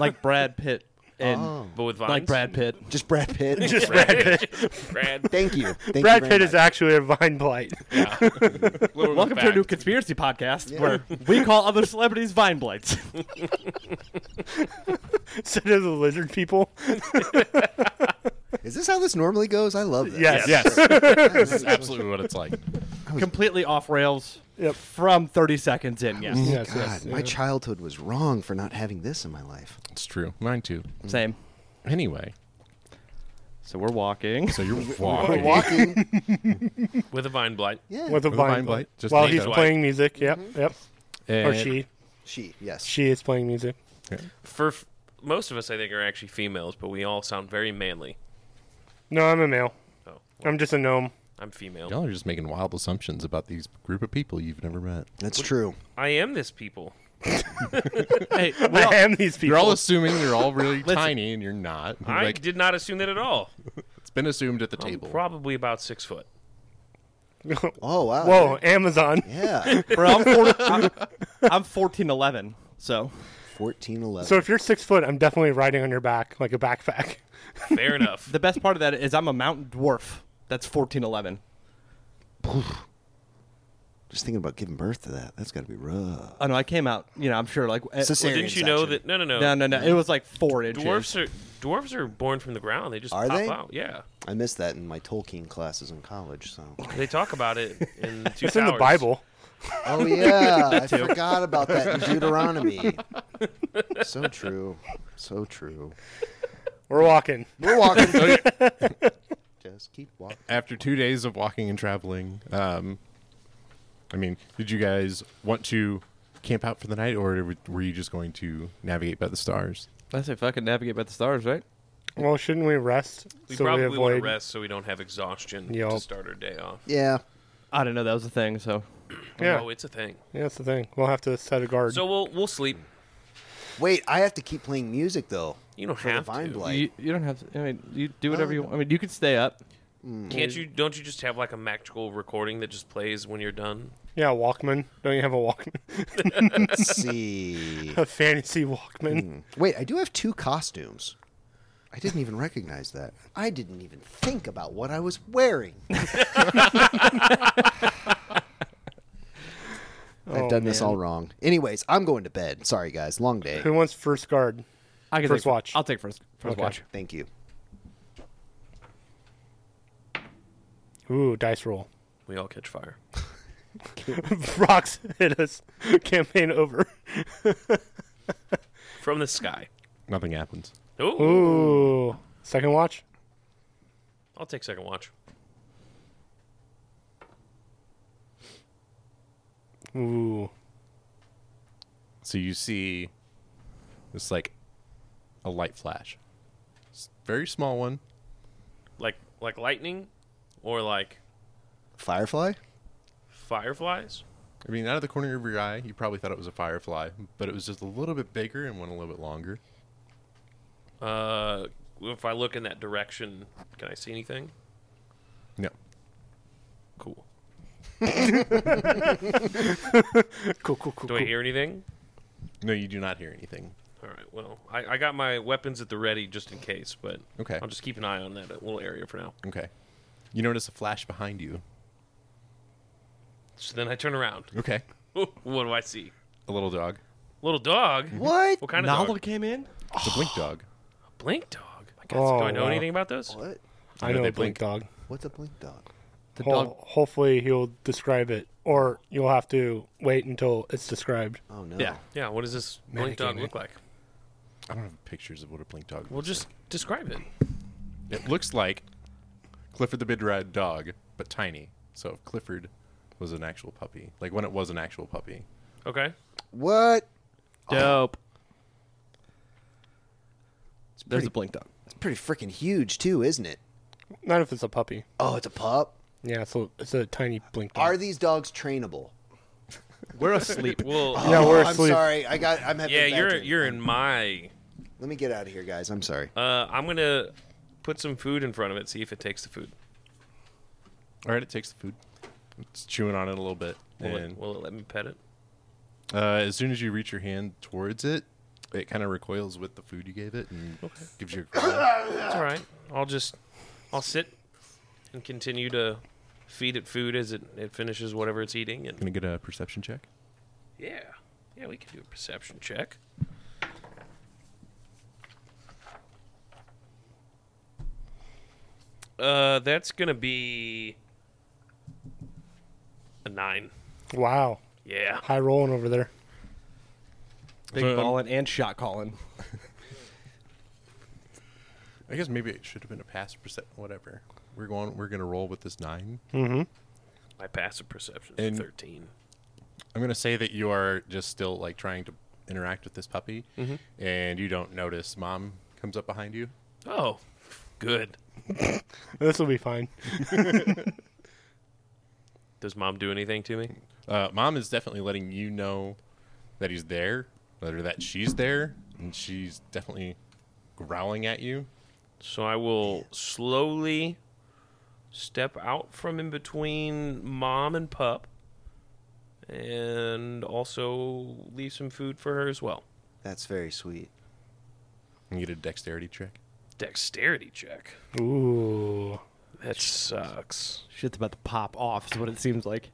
Speaker 4: Like Brad Pitt and
Speaker 5: but with vines?
Speaker 4: like Brad Pitt.
Speaker 2: Just Brad Pitt.
Speaker 1: Just
Speaker 5: Brad
Speaker 1: Brad Pitt.
Speaker 5: Pitt. Brad.
Speaker 2: Thank you. Thank you
Speaker 1: Brad
Speaker 2: very
Speaker 1: Pitt
Speaker 2: much.
Speaker 1: is actually a vine blight.
Speaker 5: Little
Speaker 4: Welcome to
Speaker 5: fact.
Speaker 4: a new conspiracy podcast where we call other celebrities vine blights.
Speaker 1: Instead of the lizard people.
Speaker 2: Is this how this normally goes? I love this.
Speaker 1: Yes.
Speaker 3: Yes, this is absolutely what it's like.
Speaker 4: Completely off rails
Speaker 1: Yep.
Speaker 3: Oh
Speaker 4: from 30 seconds in. Yes.
Speaker 1: Yes,
Speaker 2: God,
Speaker 1: yes,
Speaker 2: my childhood was wrong for not having this in my life.
Speaker 3: It's true. Mine too.
Speaker 4: Same.
Speaker 3: Anyway,
Speaker 4: So we're walking.
Speaker 3: so you're walking.
Speaker 2: Walking.
Speaker 5: with a vine blight.
Speaker 2: Yeah.
Speaker 1: With a
Speaker 3: With a
Speaker 1: vine,
Speaker 3: vine
Speaker 1: blight.
Speaker 3: blight, just
Speaker 1: While
Speaker 3: named
Speaker 1: he's
Speaker 5: that.
Speaker 1: playing music. Yep.
Speaker 5: Mm-hmm.
Speaker 1: Yep. Or
Speaker 3: And-
Speaker 1: she.
Speaker 2: she. Yes.
Speaker 1: She is playing music.
Speaker 5: For f- most of us, I think are actually females, but we all sound very manly.
Speaker 1: No, I'm a male.
Speaker 5: Oh, well,
Speaker 1: I'm just a gnome.
Speaker 5: I'm female.
Speaker 3: Y'all are just making wild assumptions about these group of people you've never met.
Speaker 2: That's true.
Speaker 5: I am this people.
Speaker 4: hey, we all-
Speaker 1: I am these people.
Speaker 3: You're all assuming you're all really tiny, and you're not.
Speaker 5: I
Speaker 3: Hmm, like
Speaker 5: did not assume that at all.
Speaker 3: it's been assumed at the
Speaker 5: I'm
Speaker 3: table.
Speaker 5: probably about six foot.
Speaker 2: Oh wow.
Speaker 1: Whoa, Amazon.
Speaker 2: Yeah.
Speaker 4: bro, I'm, 40, I'm, I'm 1411. So
Speaker 2: Fourteen eleven.
Speaker 1: So if you're six foot, I'm definitely riding on your back like a backpack.
Speaker 5: Fair enough.
Speaker 4: the best part of that is I'm a mountain dwarf. That's 1411.
Speaker 2: Just thinking about giving birth to that. That's got to be rough.
Speaker 4: Oh, no, I came out, you know, I'm sure like. At,
Speaker 5: Well,
Speaker 2: Cesarean
Speaker 5: didn't you know
Speaker 2: section.
Speaker 5: that? No, no, no.
Speaker 4: no, no, no. It was like four inches.
Speaker 5: Dwarfs are dwarfs are born from the ground. They just
Speaker 2: Are
Speaker 5: pop
Speaker 2: they?
Speaker 5: out. Yeah,
Speaker 2: I missed that in my Tolkien classes in college. So.
Speaker 5: they talk about it in the two
Speaker 1: It's in the
Speaker 5: Towers.
Speaker 1: Bible.
Speaker 2: Oh yeah, I forgot about that in Deuteronomy. so true. So true.
Speaker 1: We're walking.
Speaker 2: We're walking. Just keep walking.
Speaker 3: after two days of walking and traveling, um, I mean, did you guys want to camp out for the night, or were you just going to navigate by the stars?
Speaker 4: I say fucking navigate by the stars, right?
Speaker 1: Well, shouldn't we rest?
Speaker 5: We probably want to rest so we don't have exhaustion to
Speaker 1: Yup.
Speaker 5: start our day off.
Speaker 2: Yeah.
Speaker 4: I didn't know that was a thing, so.
Speaker 1: Yeah.
Speaker 5: No, it's a thing.
Speaker 1: Yeah, that's the thing. We'll have to set a guard.
Speaker 5: So we'll we'll sleep.
Speaker 2: Wait, I have to keep playing music though.
Speaker 5: You don't
Speaker 2: for the
Speaker 5: have
Speaker 2: Vine
Speaker 5: to.
Speaker 2: Blight.
Speaker 4: You, you don't have to. I mean, you do whatever you want. I mean, you could stay up.
Speaker 5: Can't you? Don't you just have like a magical recording that just plays when you're done?
Speaker 1: yeah, Walkman. Don't you have a Walkman?
Speaker 2: Let's see.
Speaker 1: a fantasy
Speaker 3: Mm.
Speaker 1: Walkman.
Speaker 2: Wait, I do have two costumes. I didn't even recognize that. I didn't even think about what I was wearing.
Speaker 1: Oh,
Speaker 2: I've done this all wrong. Anyways, I'm going to bed. Sorry, guys. Long day.
Speaker 1: Oh, Who wants first guard?
Speaker 4: I can
Speaker 1: First
Speaker 4: take,
Speaker 1: watch.
Speaker 4: I'll take first. First
Speaker 1: Okay.
Speaker 4: watch.
Speaker 2: Thank you.
Speaker 1: Ooh, dice roll.
Speaker 5: We all catch fire.
Speaker 1: Rocks hit us. Campaign over.
Speaker 5: From the sky.
Speaker 3: Nothing happens.
Speaker 5: Ooh.
Speaker 1: Ooh. Second watch?
Speaker 5: I'll take second watch.
Speaker 1: Ooh.
Speaker 3: So you see, it's like a light flash, it's a very small one.
Speaker 5: Like like lightning, or like
Speaker 2: Firefly?
Speaker 5: fireflies.
Speaker 3: I mean, out of the corner of your eye, you probably thought it was a firefly, but it was just a little bit bigger and went a little bit longer.
Speaker 5: Uh, if I look in that direction, can I see anything?
Speaker 3: No,
Speaker 5: Cool.
Speaker 1: Cool, cool, cool.
Speaker 5: Do I hear anything?
Speaker 3: no, you do not hear anything.
Speaker 5: All right. Well, I, I got my weapons at the ready just in case, but
Speaker 3: Okay.
Speaker 5: I'll just keep an eye on that little area for now.
Speaker 3: Okay, you notice a flash behind you.
Speaker 5: So then I turn around.
Speaker 3: Okay,
Speaker 5: what do I see?
Speaker 3: a little dog,
Speaker 5: Little dog.
Speaker 2: What?
Speaker 5: What kind of
Speaker 4: Novel
Speaker 5: dog?
Speaker 4: came in.
Speaker 3: it's a blink dog.
Speaker 5: Blink dog. My God,
Speaker 1: Oh,
Speaker 5: do I know
Speaker 1: wow.
Speaker 5: anything about those?
Speaker 2: What?
Speaker 1: I
Speaker 3: No,
Speaker 1: know
Speaker 3: they
Speaker 1: a blink
Speaker 3: blink.
Speaker 1: dog.
Speaker 2: What's a blink dog?
Speaker 4: The
Speaker 1: Ho-
Speaker 4: dog.
Speaker 1: hopefully he'll describe it, or you'll have to wait until it's described.
Speaker 2: Oh no.
Speaker 4: Yeah.
Speaker 5: Yeah, what does this blink dog look like?
Speaker 3: I don't have pictures of what a blink dog.
Speaker 5: Well, just describe it.
Speaker 3: It looks like Clifford the Big-Red Dog, but tiny. So if Clifford was an actual puppy, like when it was an actual puppy,
Speaker 5: Okay.
Speaker 2: What?
Speaker 1: Ah.
Speaker 4: Dope. There's a blink dog.
Speaker 2: It's pretty freaking huge too, isn't it?
Speaker 1: Not if it's a puppy.
Speaker 2: Oh, it's a pup.
Speaker 1: Yeah, so it's a tiny blink. dog.
Speaker 2: Are these dogs trainable?
Speaker 4: We're asleep.
Speaker 5: Well,
Speaker 1: yeah, we're
Speaker 2: oh, I'm
Speaker 1: asleep.
Speaker 2: sorry. I got. I'm having.
Speaker 5: yeah,
Speaker 2: bad
Speaker 5: you're
Speaker 2: dreams.
Speaker 5: you're in my.
Speaker 2: Let me get out of here, guys. I'm sorry.
Speaker 5: Uh, I'm gonna put some food in front of it. See if it takes the food.
Speaker 3: all right, it takes the food. It's chewing on it a little bit,
Speaker 5: Will,
Speaker 3: and
Speaker 5: it, will it let me pet it?
Speaker 3: uh, as soon as you reach your hand towards it, it kind of recoils with the food you gave it and gives you a growl.
Speaker 5: It's all right. I'll just I'll sit and continue to feed it food as it, it finishes whatever it's eating. And
Speaker 3: Gonna get a perception check.
Speaker 5: yeah, yeah, we can do a perception check. Uh, that's gonna be a nine.
Speaker 1: Wow,
Speaker 5: Yeah.
Speaker 1: high rolling over there.
Speaker 4: Big
Speaker 3: So-
Speaker 4: ballin' and shot calling.
Speaker 3: I guess maybe it should have been a pass percent. Whatever. We're going. We're gonna roll with this nine.
Speaker 5: My passive perception
Speaker 3: And-
Speaker 5: is thirteen.
Speaker 3: I'm gonna say that you are just still like trying to interact with this puppy,
Speaker 5: Mm-hmm.
Speaker 3: and you don't notice mom comes up behind you.
Speaker 5: Oh, good.
Speaker 1: This will be fine.
Speaker 5: Does mom do anything to me?
Speaker 3: Uh, mom is definitely letting you know that he's there, or that she's there, and she's definitely growling at you.
Speaker 5: So I will slowly step out from in between mom and pup and also leave some food for her as well.
Speaker 2: That's very sweet.
Speaker 3: And you get a dexterity check.
Speaker 5: Dexterity check.
Speaker 1: Ooh,
Speaker 5: That sucks.
Speaker 4: Shit's about to pop off, is what it seems like.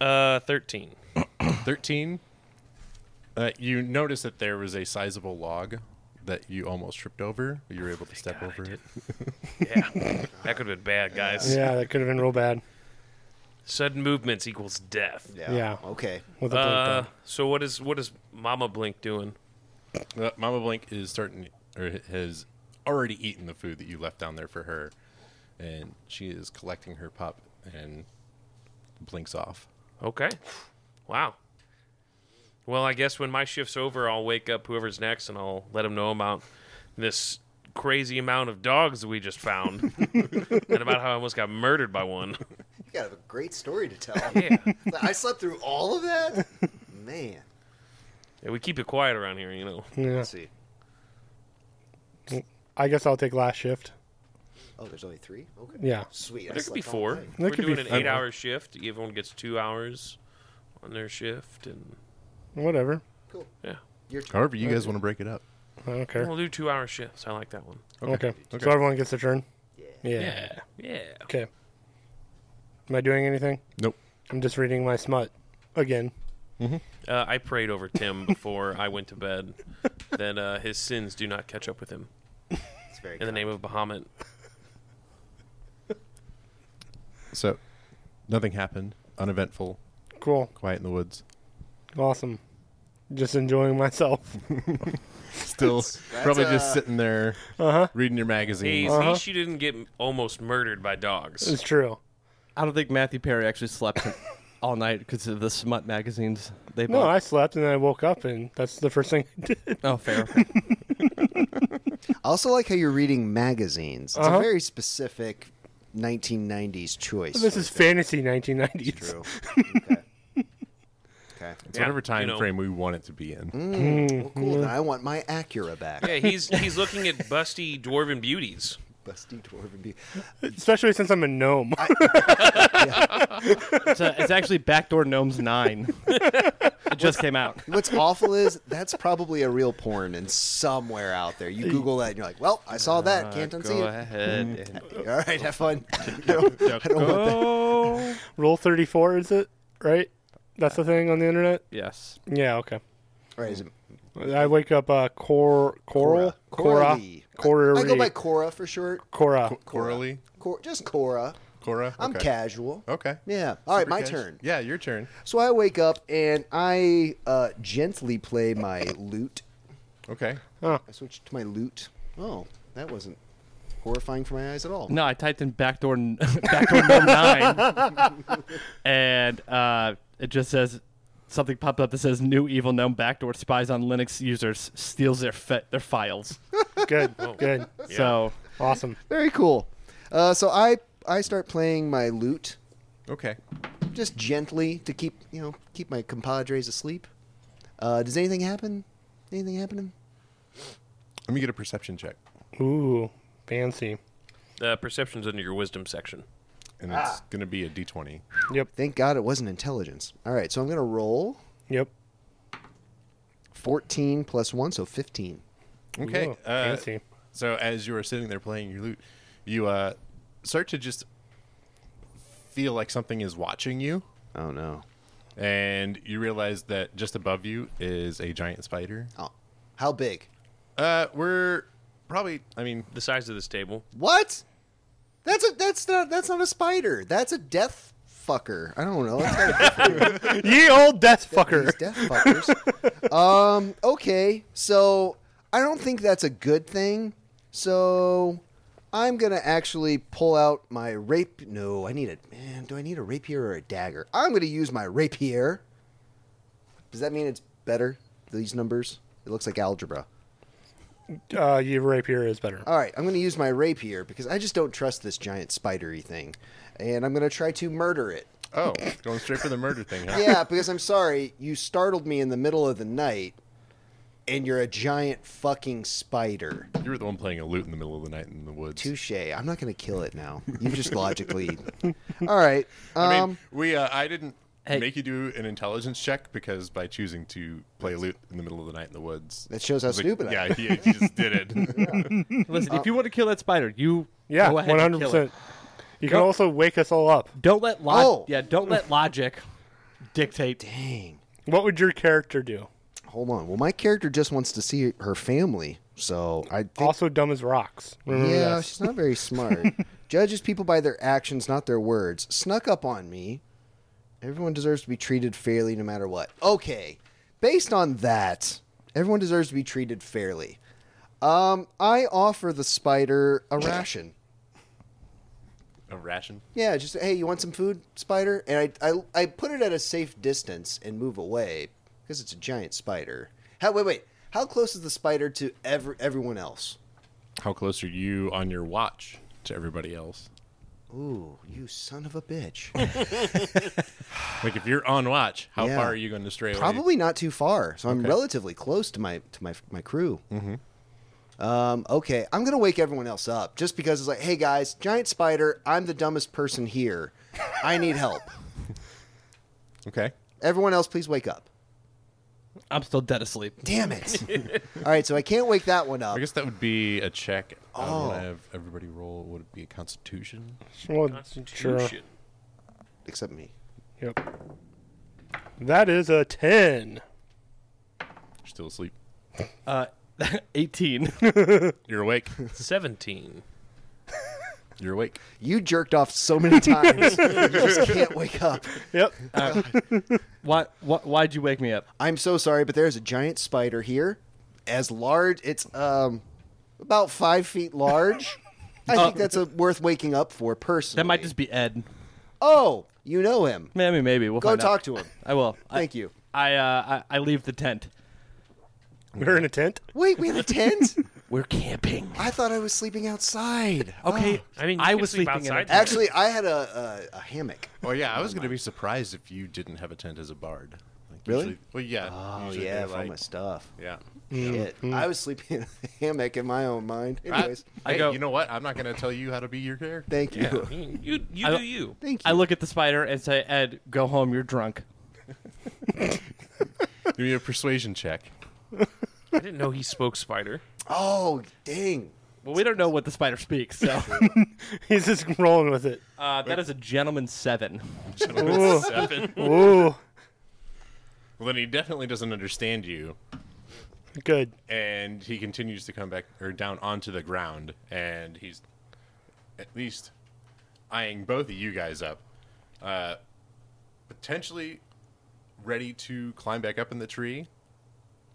Speaker 5: Uh 13.
Speaker 3: Thirteen. Uh, you notice that there was a sizable log that you almost tripped over. but You were able to step
Speaker 5: Oh God, I
Speaker 3: over it.
Speaker 5: Yeah. that could have been bad, guys.
Speaker 1: yeah, that could have been real bad
Speaker 5: Sudden movements equals death.
Speaker 2: Yeah.
Speaker 1: Yeah.
Speaker 2: Okay.
Speaker 1: with a
Speaker 5: Uh,
Speaker 1: blink
Speaker 5: so what is what is Mama Blink doing?
Speaker 3: Uh, Mama Blink is starting, or has already eaten the food that you left down there for her, and she is collecting her pup and blinks off.
Speaker 5: Okay. Wow. Well, I guess when my shift's over, I'll wake up whoever's next and I'll let them know about this crazy amount of dogs we just found and about how I almost got murdered by one.
Speaker 2: You got a great story to tell.
Speaker 5: Yeah.
Speaker 2: I slept through all of that. Man.
Speaker 5: Yeah, we keep it quiet around here, you know.
Speaker 1: dog. Yeah.
Speaker 2: Let's see.
Speaker 1: I guess I'll take last shift.
Speaker 2: Oh, there's only three. Okay.
Speaker 1: Yeah.
Speaker 2: Sweet. I
Speaker 5: There could be
Speaker 2: slept all
Speaker 5: four.
Speaker 2: night.
Speaker 1: There
Speaker 5: We're
Speaker 1: could be
Speaker 5: doing an
Speaker 1: five.
Speaker 5: eight-hour shift. Everyone gets two hours on their shift, and
Speaker 1: Whatever.
Speaker 2: Cool.
Speaker 5: yeah,
Speaker 2: Your turn.
Speaker 3: However, you guys want to break it up.
Speaker 1: I don't care.
Speaker 5: we'll do two-hour shifts. I like that one.
Speaker 1: Okay.
Speaker 3: Okay.
Speaker 1: So everyone gets a turn.
Speaker 2: Yeah.
Speaker 1: Yeah.
Speaker 5: yeah.
Speaker 1: Okay. Am I doing anything?
Speaker 3: Nope.
Speaker 1: I'm just reading my smut again.
Speaker 5: Uh, I prayed over Tim before I went to bed that uh, his sins do not catch up with him.
Speaker 2: It's very.
Speaker 5: In the
Speaker 2: kind.
Speaker 5: name of Bahamut,
Speaker 3: So, nothing happened. Uneventful.
Speaker 1: Cool.
Speaker 3: Quiet in the woods.
Speaker 1: Awesome. Just enjoying myself.
Speaker 3: Still,
Speaker 2: that's,
Speaker 3: probably
Speaker 2: uh,
Speaker 3: just sitting there
Speaker 1: Uh-huh.
Speaker 3: reading your
Speaker 5: Hey,
Speaker 3: magazine.
Speaker 5: at
Speaker 1: Uh-huh.
Speaker 5: least you didn't get m- almost murdered by dogs.
Speaker 1: It's true.
Speaker 4: I don't think Matthew Perry actually slept all night because of the smut magazines they
Speaker 1: No, I
Speaker 4: bought.
Speaker 1: slept and then I woke up and that's the first thing I did.
Speaker 4: oh, fair.
Speaker 2: I also like how you're reading magazines. It's
Speaker 1: Uh-huh.
Speaker 2: a very specific 1990s choice.
Speaker 1: This is fantasy 1990s.
Speaker 2: true. okay. Okay.
Speaker 3: It's whatever
Speaker 5: Yeah,
Speaker 3: time
Speaker 5: you know.
Speaker 3: frame we want it to be in.
Speaker 2: Well, cool. Then I want my Acura back.
Speaker 5: Yeah, he's he's looking at busty dwarven beauties.
Speaker 2: Busty dwarven bee.
Speaker 1: Especially since I'm a gnome.
Speaker 4: it's, uh, it's actually Backdoor Gnomes 9. it just came out.
Speaker 2: What's awful is that's probably a real porn and somewhere out there. You Google that and you're like, well, I saw
Speaker 5: Uh,
Speaker 2: that. Can't unsee
Speaker 4: Go
Speaker 2: it.
Speaker 4: ahead. and-
Speaker 2: All right, have fun. No, I don't want that.
Speaker 4: Oh.
Speaker 1: Roll 34, is it? Right? That's the thing on the internet?
Speaker 4: Yes.
Speaker 1: Yeah, okay.
Speaker 2: All right, is it
Speaker 1: I wake up uh, Cor- Coral?
Speaker 2: Cora? Cora Lee. I-
Speaker 1: Cora.
Speaker 2: I go by Cora for short.
Speaker 1: Cora.
Speaker 3: Corally.
Speaker 2: Cor- just Cora.
Speaker 3: Cora?
Speaker 2: I'm
Speaker 3: Okay.
Speaker 2: casual.
Speaker 3: Okay.
Speaker 2: Yeah. All right,
Speaker 3: Super
Speaker 2: my
Speaker 3: cash-
Speaker 2: turn.
Speaker 3: Yeah, your turn.
Speaker 2: So I wake up and I uh, gently play my lute.
Speaker 3: Okay.
Speaker 2: I switch to my lute. Oh, that wasn't horrifying for my eyes at all.
Speaker 4: No, I typed in backdoor n- backdoor gnome nine, and uh, it just says something popped up that says new evil gnome backdoor spies on Linux users, steals their fi- their files.
Speaker 1: Good, good,
Speaker 4: So
Speaker 1: awesome.
Speaker 2: Very cool. Uh, so I I start playing my lute
Speaker 3: Okay.
Speaker 2: just gently to keep you know keep my compadres asleep. Uh, does anything happen? Anything happening?
Speaker 3: Let me get a perception check.
Speaker 1: Ooh, fancy.
Speaker 5: Uh, perception's under your wisdom section.
Speaker 3: And
Speaker 2: Ah.
Speaker 3: it's going to be a d20.
Speaker 1: Yep,
Speaker 2: Thank God it wasn't intelligence. All right, so I'm gonna roll
Speaker 1: yep.
Speaker 2: 14 plus one, so 15.
Speaker 3: Okay.
Speaker 1: Ooh,
Speaker 3: uh,
Speaker 1: fancy.
Speaker 3: so as you are sitting there playing your lute, you uh, start to just feel like something is watching you,
Speaker 2: Oh no.
Speaker 3: and you realize that just above you is a giant spider.
Speaker 2: Oh, how big?
Speaker 3: Uh, we're probably. I mean,
Speaker 5: The size of this table.
Speaker 2: What? That's a that's not that's not a spider. That's a death fucker. I don't know. It's got
Speaker 1: Ye old death
Speaker 2: these
Speaker 1: fucker.
Speaker 2: death fuckers. um. Okay. So I don't think that's a good thing. So I'm gonna actually pull out my rape. No, I need it. Man, do I need a rapier or a dagger? I'm gonna use my rapier. Does that mean it's better? These numbers. It looks like algebra.
Speaker 1: Uh, ye rapier is better.
Speaker 2: All right, I'm going to use my rapier because I just don't trust this giant spidery thing, and I'm going to try to murder it.
Speaker 3: oh, going straight for the murder thing. Huh?
Speaker 2: Yeah, because I'm sorry, you startled me in the middle of the night, and you're a giant fucking spider.
Speaker 3: You were the one playing a lute in the middle of the night in the woods.
Speaker 2: Touche. I'm not going to kill it now. You just logically. All right. Um,
Speaker 3: I mean, we. Uh, I didn't
Speaker 4: Hey.
Speaker 3: make you do an intelligence check because by choosing to play a lute in the middle of the night in the woods,
Speaker 2: that shows how
Speaker 3: Like,
Speaker 2: stupid I
Speaker 3: yeah,
Speaker 2: am.
Speaker 3: he, he just did it.
Speaker 4: listen, if you want to kill that spider, you
Speaker 1: Yeah,
Speaker 4: go ahead and
Speaker 1: one
Speaker 4: kill
Speaker 1: hundred
Speaker 4: it.
Speaker 1: percent. You can
Speaker 4: Go-
Speaker 1: also wake us all up.
Speaker 4: Don't let log-
Speaker 2: Oh.
Speaker 4: yeah, don't let logic dictate.
Speaker 2: Dang.
Speaker 1: What would your character do?
Speaker 2: Hold on. Well, my character just wants to see her family, so I think.
Speaker 1: Also dumb as rocks. Remember
Speaker 2: Yeah,
Speaker 1: that.
Speaker 2: she's not very smart. Judges people by their actions, not their words. Snuck up on me. Everyone deserves to be treated fairly no matter what. Okay. Based on that, everyone deserves to be treated fairly. Um, I offer the spider a ration.
Speaker 3: a ration.
Speaker 2: Yeah, just hey, you want some food, spider? And I, I, I put it at a safe distance and move away because it's a giant spider. How, wait, wait. How close is the spider to every, everyone else?
Speaker 3: How close are you on your watch to everybody else?
Speaker 2: Ooh, you son of a bitch.
Speaker 3: Like if you're on watch, how
Speaker 2: Yeah.
Speaker 3: far are you going to stray away?
Speaker 2: Probably not too far, so I'm relatively close to my to my my crew. Mm-hmm. Um, okay, I'm gonna wake everyone else up just because it's like, hey guys, giant spider, I'm the dumbest person here. I need help.
Speaker 3: Okay.
Speaker 2: Everyone else, please wake up.
Speaker 4: I'm still dead asleep.
Speaker 2: Damn it! All right, so I can't wake that one up.
Speaker 3: I guess that would be a check. I don't want
Speaker 2: Oh.
Speaker 3: to have everybody roll. Would it be a constitution?
Speaker 1: Well, sure.
Speaker 5: Constitution.
Speaker 2: Except me.
Speaker 1: Yep. That is a ten.
Speaker 3: You're still asleep.
Speaker 4: Uh, 18.
Speaker 3: You're awake.
Speaker 5: 17.
Speaker 3: You're awake.
Speaker 2: You jerked off so many times, you just can't wake up.
Speaker 1: Yep.
Speaker 4: why, why why'd you wake me up?
Speaker 2: I'm so sorry, but there's a giant spider here, as large. It's um about five feet large. I think that's a, worth waking up for personally.
Speaker 4: That might just be Ed.
Speaker 2: Oh, you know him.
Speaker 4: Maybe maybe we'll
Speaker 2: Go
Speaker 4: find out.
Speaker 2: talk to him.
Speaker 4: I will.
Speaker 2: Thank
Speaker 4: I,
Speaker 2: you.
Speaker 4: I uh I, I leave the tent.
Speaker 1: We're in a tent.
Speaker 2: Wait, we have a tent?
Speaker 4: We're camping.
Speaker 2: I thought I was sleeping outside. Oh.
Speaker 4: Okay.
Speaker 5: I mean, you
Speaker 4: I
Speaker 5: can
Speaker 4: was
Speaker 5: sleep
Speaker 4: sleeping in a
Speaker 5: outside.
Speaker 4: tent.
Speaker 2: Actually, I had a a, a hammock.
Speaker 3: Oh yeah, I was going to be surprised if you didn't have a tent as a bard. Like
Speaker 2: Really?
Speaker 3: Usually, well, yeah. usually
Speaker 2: Oh, yeah,
Speaker 3: they're
Speaker 2: for all my stuff.
Speaker 3: yeah.
Speaker 2: Shit, I was sleeping in a hammock in my own mind. Anyways,
Speaker 4: I
Speaker 3: I, hey,
Speaker 4: go-
Speaker 3: you know what? I'm not going to tell you how to be your character.
Speaker 2: thank you,
Speaker 5: You, you,
Speaker 4: I
Speaker 5: do
Speaker 4: don't-
Speaker 5: you.
Speaker 2: thank you.
Speaker 4: I look at the spider and say, Ed, go home, you're drunk.
Speaker 3: Give me a persuasion check.
Speaker 5: I didn't know he spoke spider.
Speaker 2: oh, dang.
Speaker 4: Well, we don't know what the spider speaks, so
Speaker 1: He's just rolling with it.
Speaker 4: uh, that is a gentleman seven.
Speaker 1: Ooh.
Speaker 5: Seven.
Speaker 1: Ooh.
Speaker 3: Well, then he definitely doesn't understand you,
Speaker 1: Good.
Speaker 3: and he continues to come back or down onto the ground, and he's at least eyeing both of you guys up. Uh, potentially ready to climb back up in the tree,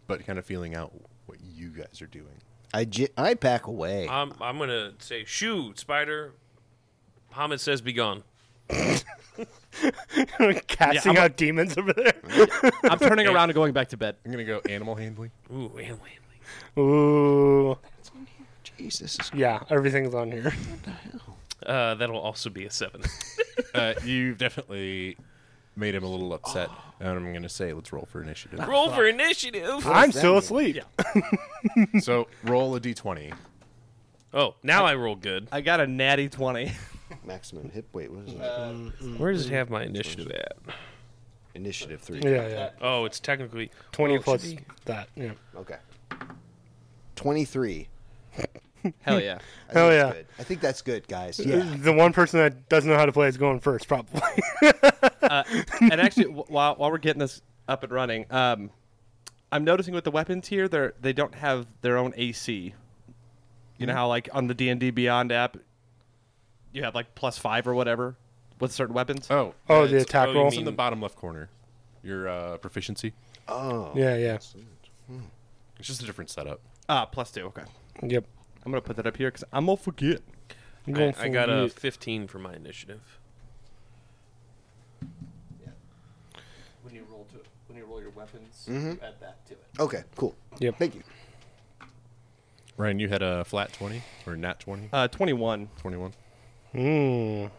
Speaker 3: but kind of feeling out what you guys are doing.
Speaker 2: I, j- I pack away.
Speaker 5: I'm, I'm going to say, shoo, spider. Hamid says, be gone.
Speaker 1: Casting out demons over there.
Speaker 4: I'm turning around and going back to bed.
Speaker 3: I'm going to go animal handling.
Speaker 5: Ooh, and
Speaker 1: Ooh.
Speaker 2: Jesus.
Speaker 1: Yeah, everything's on here.
Speaker 5: Uh, that'll also be a seven.
Speaker 3: Uh, you've definitely made him a little upset. And I'm going to say, let's roll for initiative.
Speaker 5: Roll for initiative.
Speaker 1: I'm
Speaker 2: that
Speaker 1: still
Speaker 2: mean?
Speaker 1: asleep.
Speaker 3: so roll a d20.
Speaker 5: Oh, now I roll good.
Speaker 4: I got a natty 20.
Speaker 2: Maximum hip weight. What is it?
Speaker 1: Uh,
Speaker 5: Where does it have my initiative at?
Speaker 2: Initiative three.
Speaker 1: Yeah, yeah.
Speaker 5: Oh, it's technically
Speaker 1: 20
Speaker 5: well, Oh, it
Speaker 1: plus
Speaker 5: should be-
Speaker 1: that. Yeah.
Speaker 2: Okay. 23.
Speaker 4: Hell yeah.
Speaker 2: I
Speaker 1: Hell yeah.
Speaker 2: think that's good. I think that's good, guys. Yeah.
Speaker 1: The one person that doesn't know how to play is going first, probably.
Speaker 4: and actually, wh- while, while we're getting this up and running, um, I'm noticing with the weapons here, they are they don't have their own AC. You know how like on the D and D Beyond app, you have like plus five or whatever with certain weapons.
Speaker 3: Oh,
Speaker 1: Oh,
Speaker 3: uh,
Speaker 1: the
Speaker 3: it's-
Speaker 1: attack
Speaker 5: oh, you
Speaker 1: roll.
Speaker 3: It's in the bottom left corner. Your uh, proficiency.
Speaker 2: Oh.
Speaker 1: Yeah, yeah.
Speaker 3: It's just a different setup.
Speaker 4: Ah, plus two. Okay,
Speaker 1: Yep.
Speaker 4: I'm gonna put that up here because I'm gonna forget.
Speaker 1: I'm
Speaker 5: I,
Speaker 1: going
Speaker 5: I got
Speaker 1: for
Speaker 5: a
Speaker 1: it.
Speaker 5: 15 for my initiative.
Speaker 4: When you roll to when you roll your weapons, add that to it.
Speaker 2: Okay, cool.
Speaker 1: Yep.
Speaker 2: Thank you.
Speaker 3: Ryan, you had a flat 20 or nat 20?
Speaker 4: Uh, 21.
Speaker 3: 21. Hmm.
Speaker 1: Mm.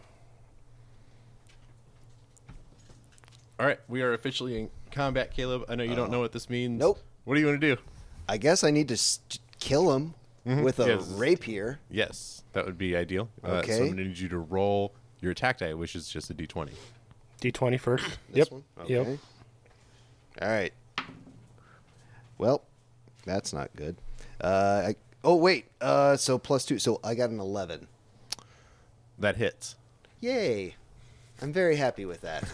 Speaker 3: All right, we are officially in combat, Caleb. I know you don't know what this means.
Speaker 2: Nope.
Speaker 3: What do you want to do?
Speaker 2: I guess I need to st- kill him with a
Speaker 3: Yes.
Speaker 2: rapier.
Speaker 3: Yes, that would be ideal. Uh, so
Speaker 2: Okay.
Speaker 3: I'm going to need you to roll your attack die, which is just a d20.
Speaker 1: D20 first. yep. Yep.
Speaker 2: All right. Well, that's not good. Uh, I, oh wait. Uh, so plus two. So I got an eleven.
Speaker 3: That hits.
Speaker 2: Yay! I'm very happy with that.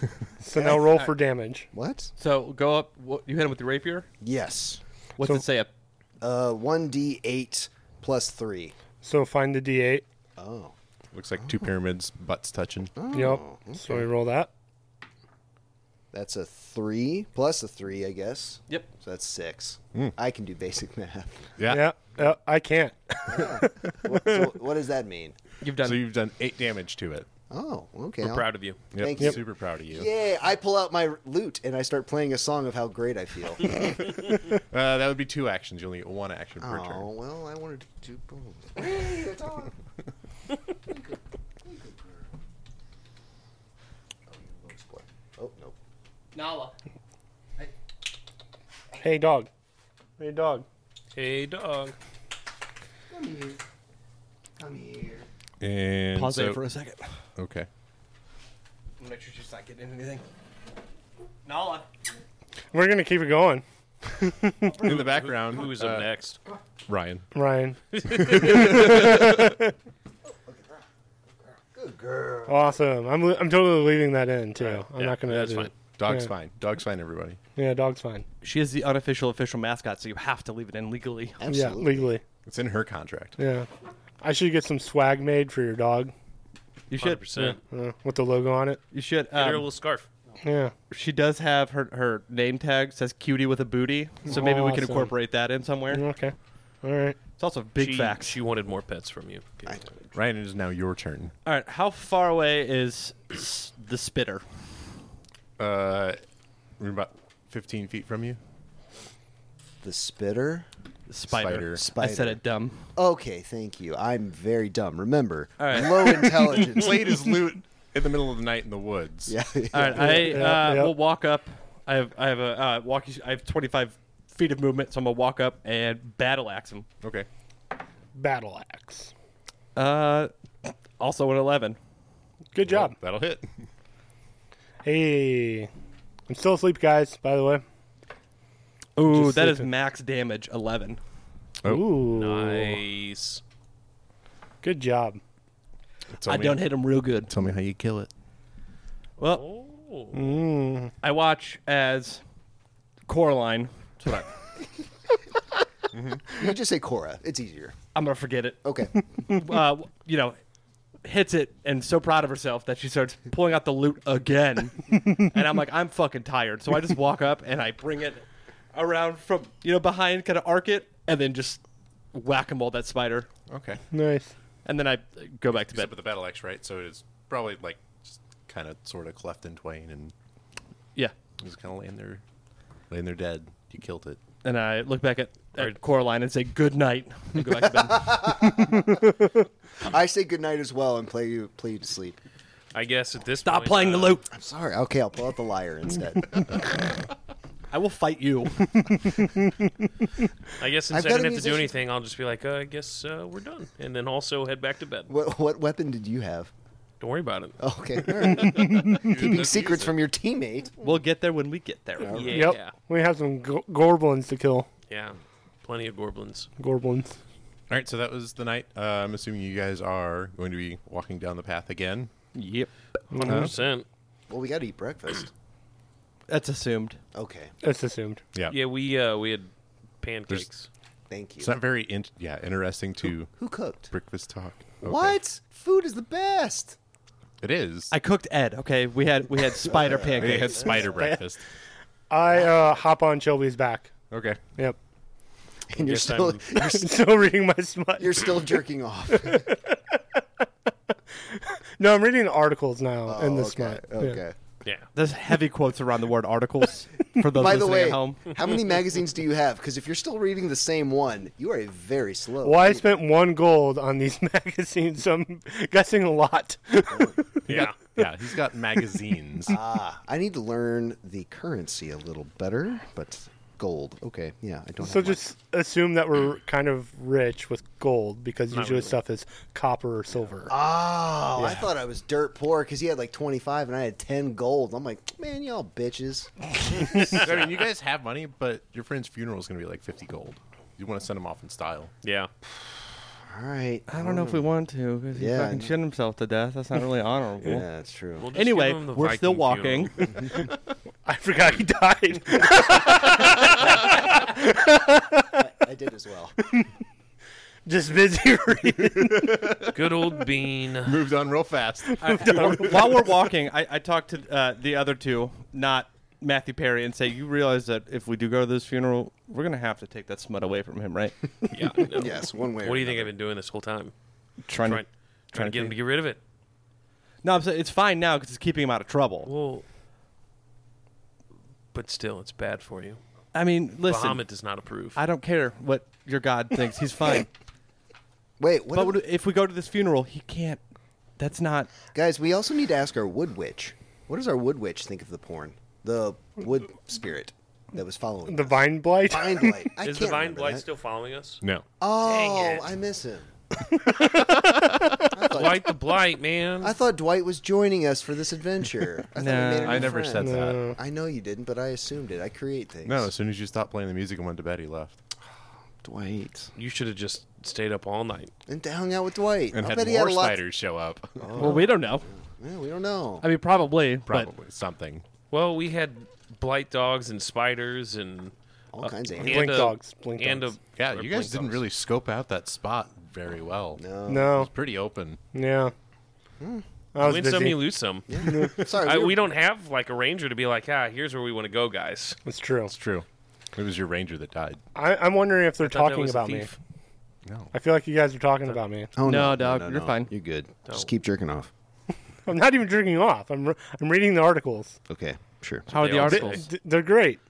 Speaker 1: So now roll for damage.
Speaker 2: what?
Speaker 4: So go up. wh- You hit him with your rapier.
Speaker 2: Yes.
Speaker 4: What's
Speaker 1: So-
Speaker 4: it say? Up?
Speaker 2: Uh, one d eight plus three.
Speaker 1: So find the D8.
Speaker 2: Oh.
Speaker 3: Looks like two pyramids, butts touching.
Speaker 1: Yep. So we roll that.
Speaker 2: That's a three plus a three, I guess.
Speaker 4: Yep.
Speaker 2: So that's six. I can do basic math.
Speaker 3: Yeah.
Speaker 1: Yeah. Uh, I can't.
Speaker 2: what, so what does that mean?
Speaker 4: You've done.
Speaker 3: So you've done eight damage to it.
Speaker 2: Oh, okay.
Speaker 5: We're
Speaker 2: I'll-
Speaker 5: proud of you.
Speaker 3: Yep.
Speaker 2: Thank you.
Speaker 3: Super proud of you.
Speaker 2: Yay! I pull out my lute and I start playing a song of how great I feel.
Speaker 3: Uh, that would be two actions. You only get one action per
Speaker 2: oh
Speaker 3: turn.
Speaker 2: well, I wanted to do both. Oh no!
Speaker 4: Nala.
Speaker 1: Hey, dog. Hey, dog.
Speaker 5: Hey, dog.
Speaker 2: Come here, come here.
Speaker 3: And
Speaker 4: Pause
Speaker 3: so,
Speaker 4: there for a second.
Speaker 3: Okay.
Speaker 4: Make sure she's not getting anything. Nala.
Speaker 1: We're going to keep it going,
Speaker 3: In the background,
Speaker 5: Who is up
Speaker 3: uh,
Speaker 5: next?
Speaker 3: Ryan.
Speaker 1: Ryan.
Speaker 2: Good girl.
Speaker 1: Awesome. I'm, li- I'm totally leaving that in, too. I'm
Speaker 5: Yeah,
Speaker 1: not going to
Speaker 5: that's
Speaker 1: edit
Speaker 5: fine.
Speaker 1: it.
Speaker 3: Dog's
Speaker 1: Yeah.
Speaker 3: fine. Dog's fine, everybody.
Speaker 1: Yeah, dog's fine.
Speaker 4: She is the unofficial official mascot, so you have to leave it in legally.
Speaker 1: Yeah, legally.
Speaker 3: It's in her contract.
Speaker 1: Yeah. I should get some swag made for your dog
Speaker 4: You should.
Speaker 5: 100%.
Speaker 1: uh, with the logo on it.
Speaker 4: You should.
Speaker 5: Get her a
Speaker 4: Um,
Speaker 5: little scarf.
Speaker 1: Yeah.
Speaker 4: she does have her her name tag says "cutie with a booty," so maybe we can
Speaker 1: Awesome.
Speaker 4: incorporate that in somewhere.
Speaker 1: Okay. All right.
Speaker 4: It's also big
Speaker 5: she,
Speaker 4: facts.
Speaker 5: She wanted more pets from you.
Speaker 3: Ryan, it is now your turn.
Speaker 4: All right, how far away is s- the spitter?
Speaker 3: Uh, we're about 15 feet from you.
Speaker 2: The spitter.
Speaker 4: Spider.
Speaker 2: Spider.
Speaker 4: I said it dumb.
Speaker 2: Okay, thank you. I'm very dumb. Remember,
Speaker 4: All right.
Speaker 2: low intelligence.
Speaker 3: Played his loot in the middle of the night in the woods.
Speaker 2: yeah.
Speaker 4: All right, I
Speaker 1: yeah,
Speaker 4: uh,
Speaker 1: yeah.
Speaker 4: will walk up. I have I have a uh, walkie. I have 25 feet of movement, so I'm gonna walk up and battle axe him.
Speaker 3: Okay.
Speaker 1: Battle axe.
Speaker 4: Uh, also an 11.
Speaker 1: Good job.
Speaker 3: That'll hit.
Speaker 1: Hey. I'm still asleep, guys, by the way.
Speaker 4: Ooh,
Speaker 1: Just
Speaker 4: that is
Speaker 1: sleeping.
Speaker 4: max damage 11.
Speaker 3: Oh.
Speaker 1: Ooh.
Speaker 5: Nice.
Speaker 1: Good job.
Speaker 3: Tell
Speaker 4: I
Speaker 3: me-
Speaker 4: don't hit him real good.
Speaker 3: Tell me how you kill it.
Speaker 4: Well,
Speaker 5: Oh.
Speaker 4: I watch as Coraline. That's what I,
Speaker 2: you just say Cora. It's easier.
Speaker 4: I'm gonna forget it.
Speaker 2: Okay.
Speaker 4: Uh, you know, hits it and so proud of herself that she starts pulling out the loot again. and I'm like, I'm fucking tired. So I just walk up and I bring it around from, you know, behind, kind of arc it, and then just whack and mole that spider.
Speaker 3: Okay.
Speaker 1: Nice.
Speaker 4: And then I go back to bed.
Speaker 3: Except with the battle axe, right? So it's probably like just kind of sort of cleft in twain and
Speaker 4: Yeah.
Speaker 3: just kind of laying there, laying there dead. You killed it.
Speaker 4: And I look back at, at Coraline and say, good night. And go back to bed.
Speaker 2: I say goodnight as well and play you play you to sleep.
Speaker 5: I guess at this
Speaker 4: Stop
Speaker 5: point,
Speaker 4: playing the
Speaker 5: uh,
Speaker 4: loot.
Speaker 2: I'm sorry. Okay, I'll pull out the liar instead.
Speaker 4: I will fight you.
Speaker 5: I guess
Speaker 2: I've got a
Speaker 5: since I didn't have to do
Speaker 2: musician-
Speaker 5: anything, I'll just be like, uh, I guess uh, we're done, and then also head back to bed.
Speaker 2: what what weapon did you have?
Speaker 5: Don't worry about it.
Speaker 2: Okay, all right. keeping secrets from your teammate.
Speaker 4: We'll get there when we get there.
Speaker 5: Yeah,
Speaker 1: Yep. We have some go- gorblins to kill.
Speaker 5: yeah, plenty of goblins.
Speaker 1: Gorblins.
Speaker 3: All right. So that was the night. Uh, I'm assuming you guys are going to be walking down the path again.
Speaker 4: Yep.
Speaker 5: One
Speaker 2: Uh-huh.
Speaker 5: hundred percent.
Speaker 2: Well, we got to eat breakfast.
Speaker 4: That's assumed.
Speaker 2: Okay,
Speaker 1: That's assumed.
Speaker 3: Yeah.
Speaker 5: Yeah, we uh, we had pancakes.
Speaker 2: thank you.
Speaker 3: It's not very in- yeah interesting to
Speaker 2: Who cooked?
Speaker 3: breakfast talk. Okay.
Speaker 2: What? Food is the best.
Speaker 3: It is.
Speaker 4: I cooked Ed. Okay, we had we had spider
Speaker 3: they
Speaker 4: pancakes.
Speaker 3: had spider breakfast.
Speaker 1: I uh, hop on Shelby's back.
Speaker 3: Okay.
Speaker 1: Yep.
Speaker 2: And you're
Speaker 5: Guess
Speaker 2: still
Speaker 5: I'm-
Speaker 2: you're, s-
Speaker 1: Still reading my smut.
Speaker 2: you're still jerking off. Oh,
Speaker 1: No, I'm reading articles now in the
Speaker 2: Oh, okay.
Speaker 1: smut. Yeah.
Speaker 2: Okay.
Speaker 5: Yeah,
Speaker 4: There's heavy quotes around the word articles for those
Speaker 2: By
Speaker 4: listening
Speaker 2: the way,
Speaker 4: at home.
Speaker 2: how many magazines do you have? Because if you're still reading the same one, you are a very slow.
Speaker 1: Well, I spent one gold on these magazines, so I'm guessing a lot.
Speaker 5: yeah.
Speaker 3: Yeah. He's got magazines.
Speaker 2: Ah, I need to learn the currency a little better, but gold. Okay, yeah, I don't.
Speaker 1: so
Speaker 2: have much.
Speaker 1: just assume that we're kind of rich with gold because usually
Speaker 5: really.
Speaker 1: stuff is copper or silver.
Speaker 2: Oh, I thought I was dirt poor because he had like 25 and I had 10 gold. I'm like, man, y'all bitches.
Speaker 3: I mean, you guys have money, but your friend's funeral is going to be like 50 gold. You want to send him off in style.
Speaker 5: yeah.
Speaker 2: All right.
Speaker 4: I don't know if we want to because he
Speaker 2: Yeah, I
Speaker 4: fucking
Speaker 2: know.
Speaker 4: shit himself to death. That's not really honorable.
Speaker 2: Yeah, that's true.
Speaker 5: We'll just
Speaker 4: Anyway,
Speaker 5: give 'em the
Speaker 4: we're still
Speaker 5: Viking funeral.
Speaker 4: walking.
Speaker 1: I forgot he died.
Speaker 2: I did as well.
Speaker 1: just busy reading.
Speaker 5: Good old Bean.
Speaker 3: Moved on real fast.
Speaker 4: While we're walking, I, I talked to uh, the other two, not Matthew Perry, and say, "You realize that if we do go to this funeral, we're gonna have to take that smut away from him, right?
Speaker 5: Yeah. I know.
Speaker 2: yes, one way.
Speaker 5: What do you think I've been doing this whole time?
Speaker 4: trying,
Speaker 5: Trying, trying to get him to get rid of it.
Speaker 4: No, I'm saying it's fine now because it's keeping him out of trouble.
Speaker 5: Well, but still, it's bad for you.
Speaker 4: I mean, listen,
Speaker 5: Bahamut does not approve.
Speaker 4: I don't care what your God thinks. He's fine.
Speaker 2: Wait, what
Speaker 4: but
Speaker 2: if-
Speaker 4: would- if we go to this funeral, he can't. That's not.
Speaker 2: guys, we also need to ask our wood witch. What does our wood witch think of the porn? The wood spirit that was following
Speaker 1: the
Speaker 2: us.
Speaker 1: vine blight.
Speaker 2: Vine Blight. I
Speaker 5: Is
Speaker 2: can't
Speaker 5: the Vine
Speaker 2: remember
Speaker 5: Blight
Speaker 2: that.
Speaker 5: still following us?
Speaker 3: No.
Speaker 2: Oh,
Speaker 5: Dang it.
Speaker 2: I miss him.
Speaker 5: Blight the Blight, man.
Speaker 2: I thought Dwight was joining us for this adventure. I thought we
Speaker 4: Nah,
Speaker 2: made a new
Speaker 3: I never
Speaker 2: friend.
Speaker 3: said that.
Speaker 1: No.
Speaker 2: I know you didn't, but I assumed it. I create things.
Speaker 3: No, as soon as you stopped playing the music and went to bed, he left.
Speaker 2: Dwight.
Speaker 5: You should have just stayed up all night.
Speaker 2: And to hung out with Dwight.
Speaker 3: And
Speaker 2: I
Speaker 3: had
Speaker 2: bet he
Speaker 3: more
Speaker 2: had a lot.
Speaker 3: spiders show up.
Speaker 4: Well, we don't know.
Speaker 2: Yeah, we don't know.
Speaker 4: I mean, probably.
Speaker 3: Probably something.
Speaker 5: Well, we had blight dogs and spiders and
Speaker 2: All kinds of
Speaker 5: and
Speaker 2: animals.
Speaker 1: Blink
Speaker 5: a-
Speaker 1: dogs, blink
Speaker 5: and
Speaker 1: dogs.
Speaker 5: A,
Speaker 3: Yeah,
Speaker 5: or
Speaker 3: you
Speaker 5: blink
Speaker 3: guys didn't
Speaker 5: dogs.
Speaker 3: really scope out that spot very well.
Speaker 2: No.
Speaker 3: It was
Speaker 1: no.
Speaker 3: pretty open.
Speaker 1: Yeah. I was
Speaker 5: win
Speaker 1: busy.
Speaker 5: some, you lose some.
Speaker 2: Sorry,
Speaker 5: I,
Speaker 2: we,
Speaker 5: we don't have like a ranger to be like, ah, here's where we want to go, guys.
Speaker 1: It's true.
Speaker 3: It's true. It was your ranger that died.
Speaker 1: I, I'm wondering if they're
Speaker 5: Thought that
Speaker 1: talking
Speaker 5: was a
Speaker 1: about me.
Speaker 5: thief.
Speaker 3: No.
Speaker 1: I feel like you guys are talking about me.
Speaker 2: Oh,
Speaker 4: No, dog, you're fine.
Speaker 2: You're good.
Speaker 5: Don't.
Speaker 2: Just keep jerking off.
Speaker 1: I'm not even drinking off. I'm re- I'm reading the articles.
Speaker 2: Okay, sure.
Speaker 4: How are
Speaker 5: They
Speaker 4: the
Speaker 5: all-
Speaker 4: articles?
Speaker 1: D- they're great.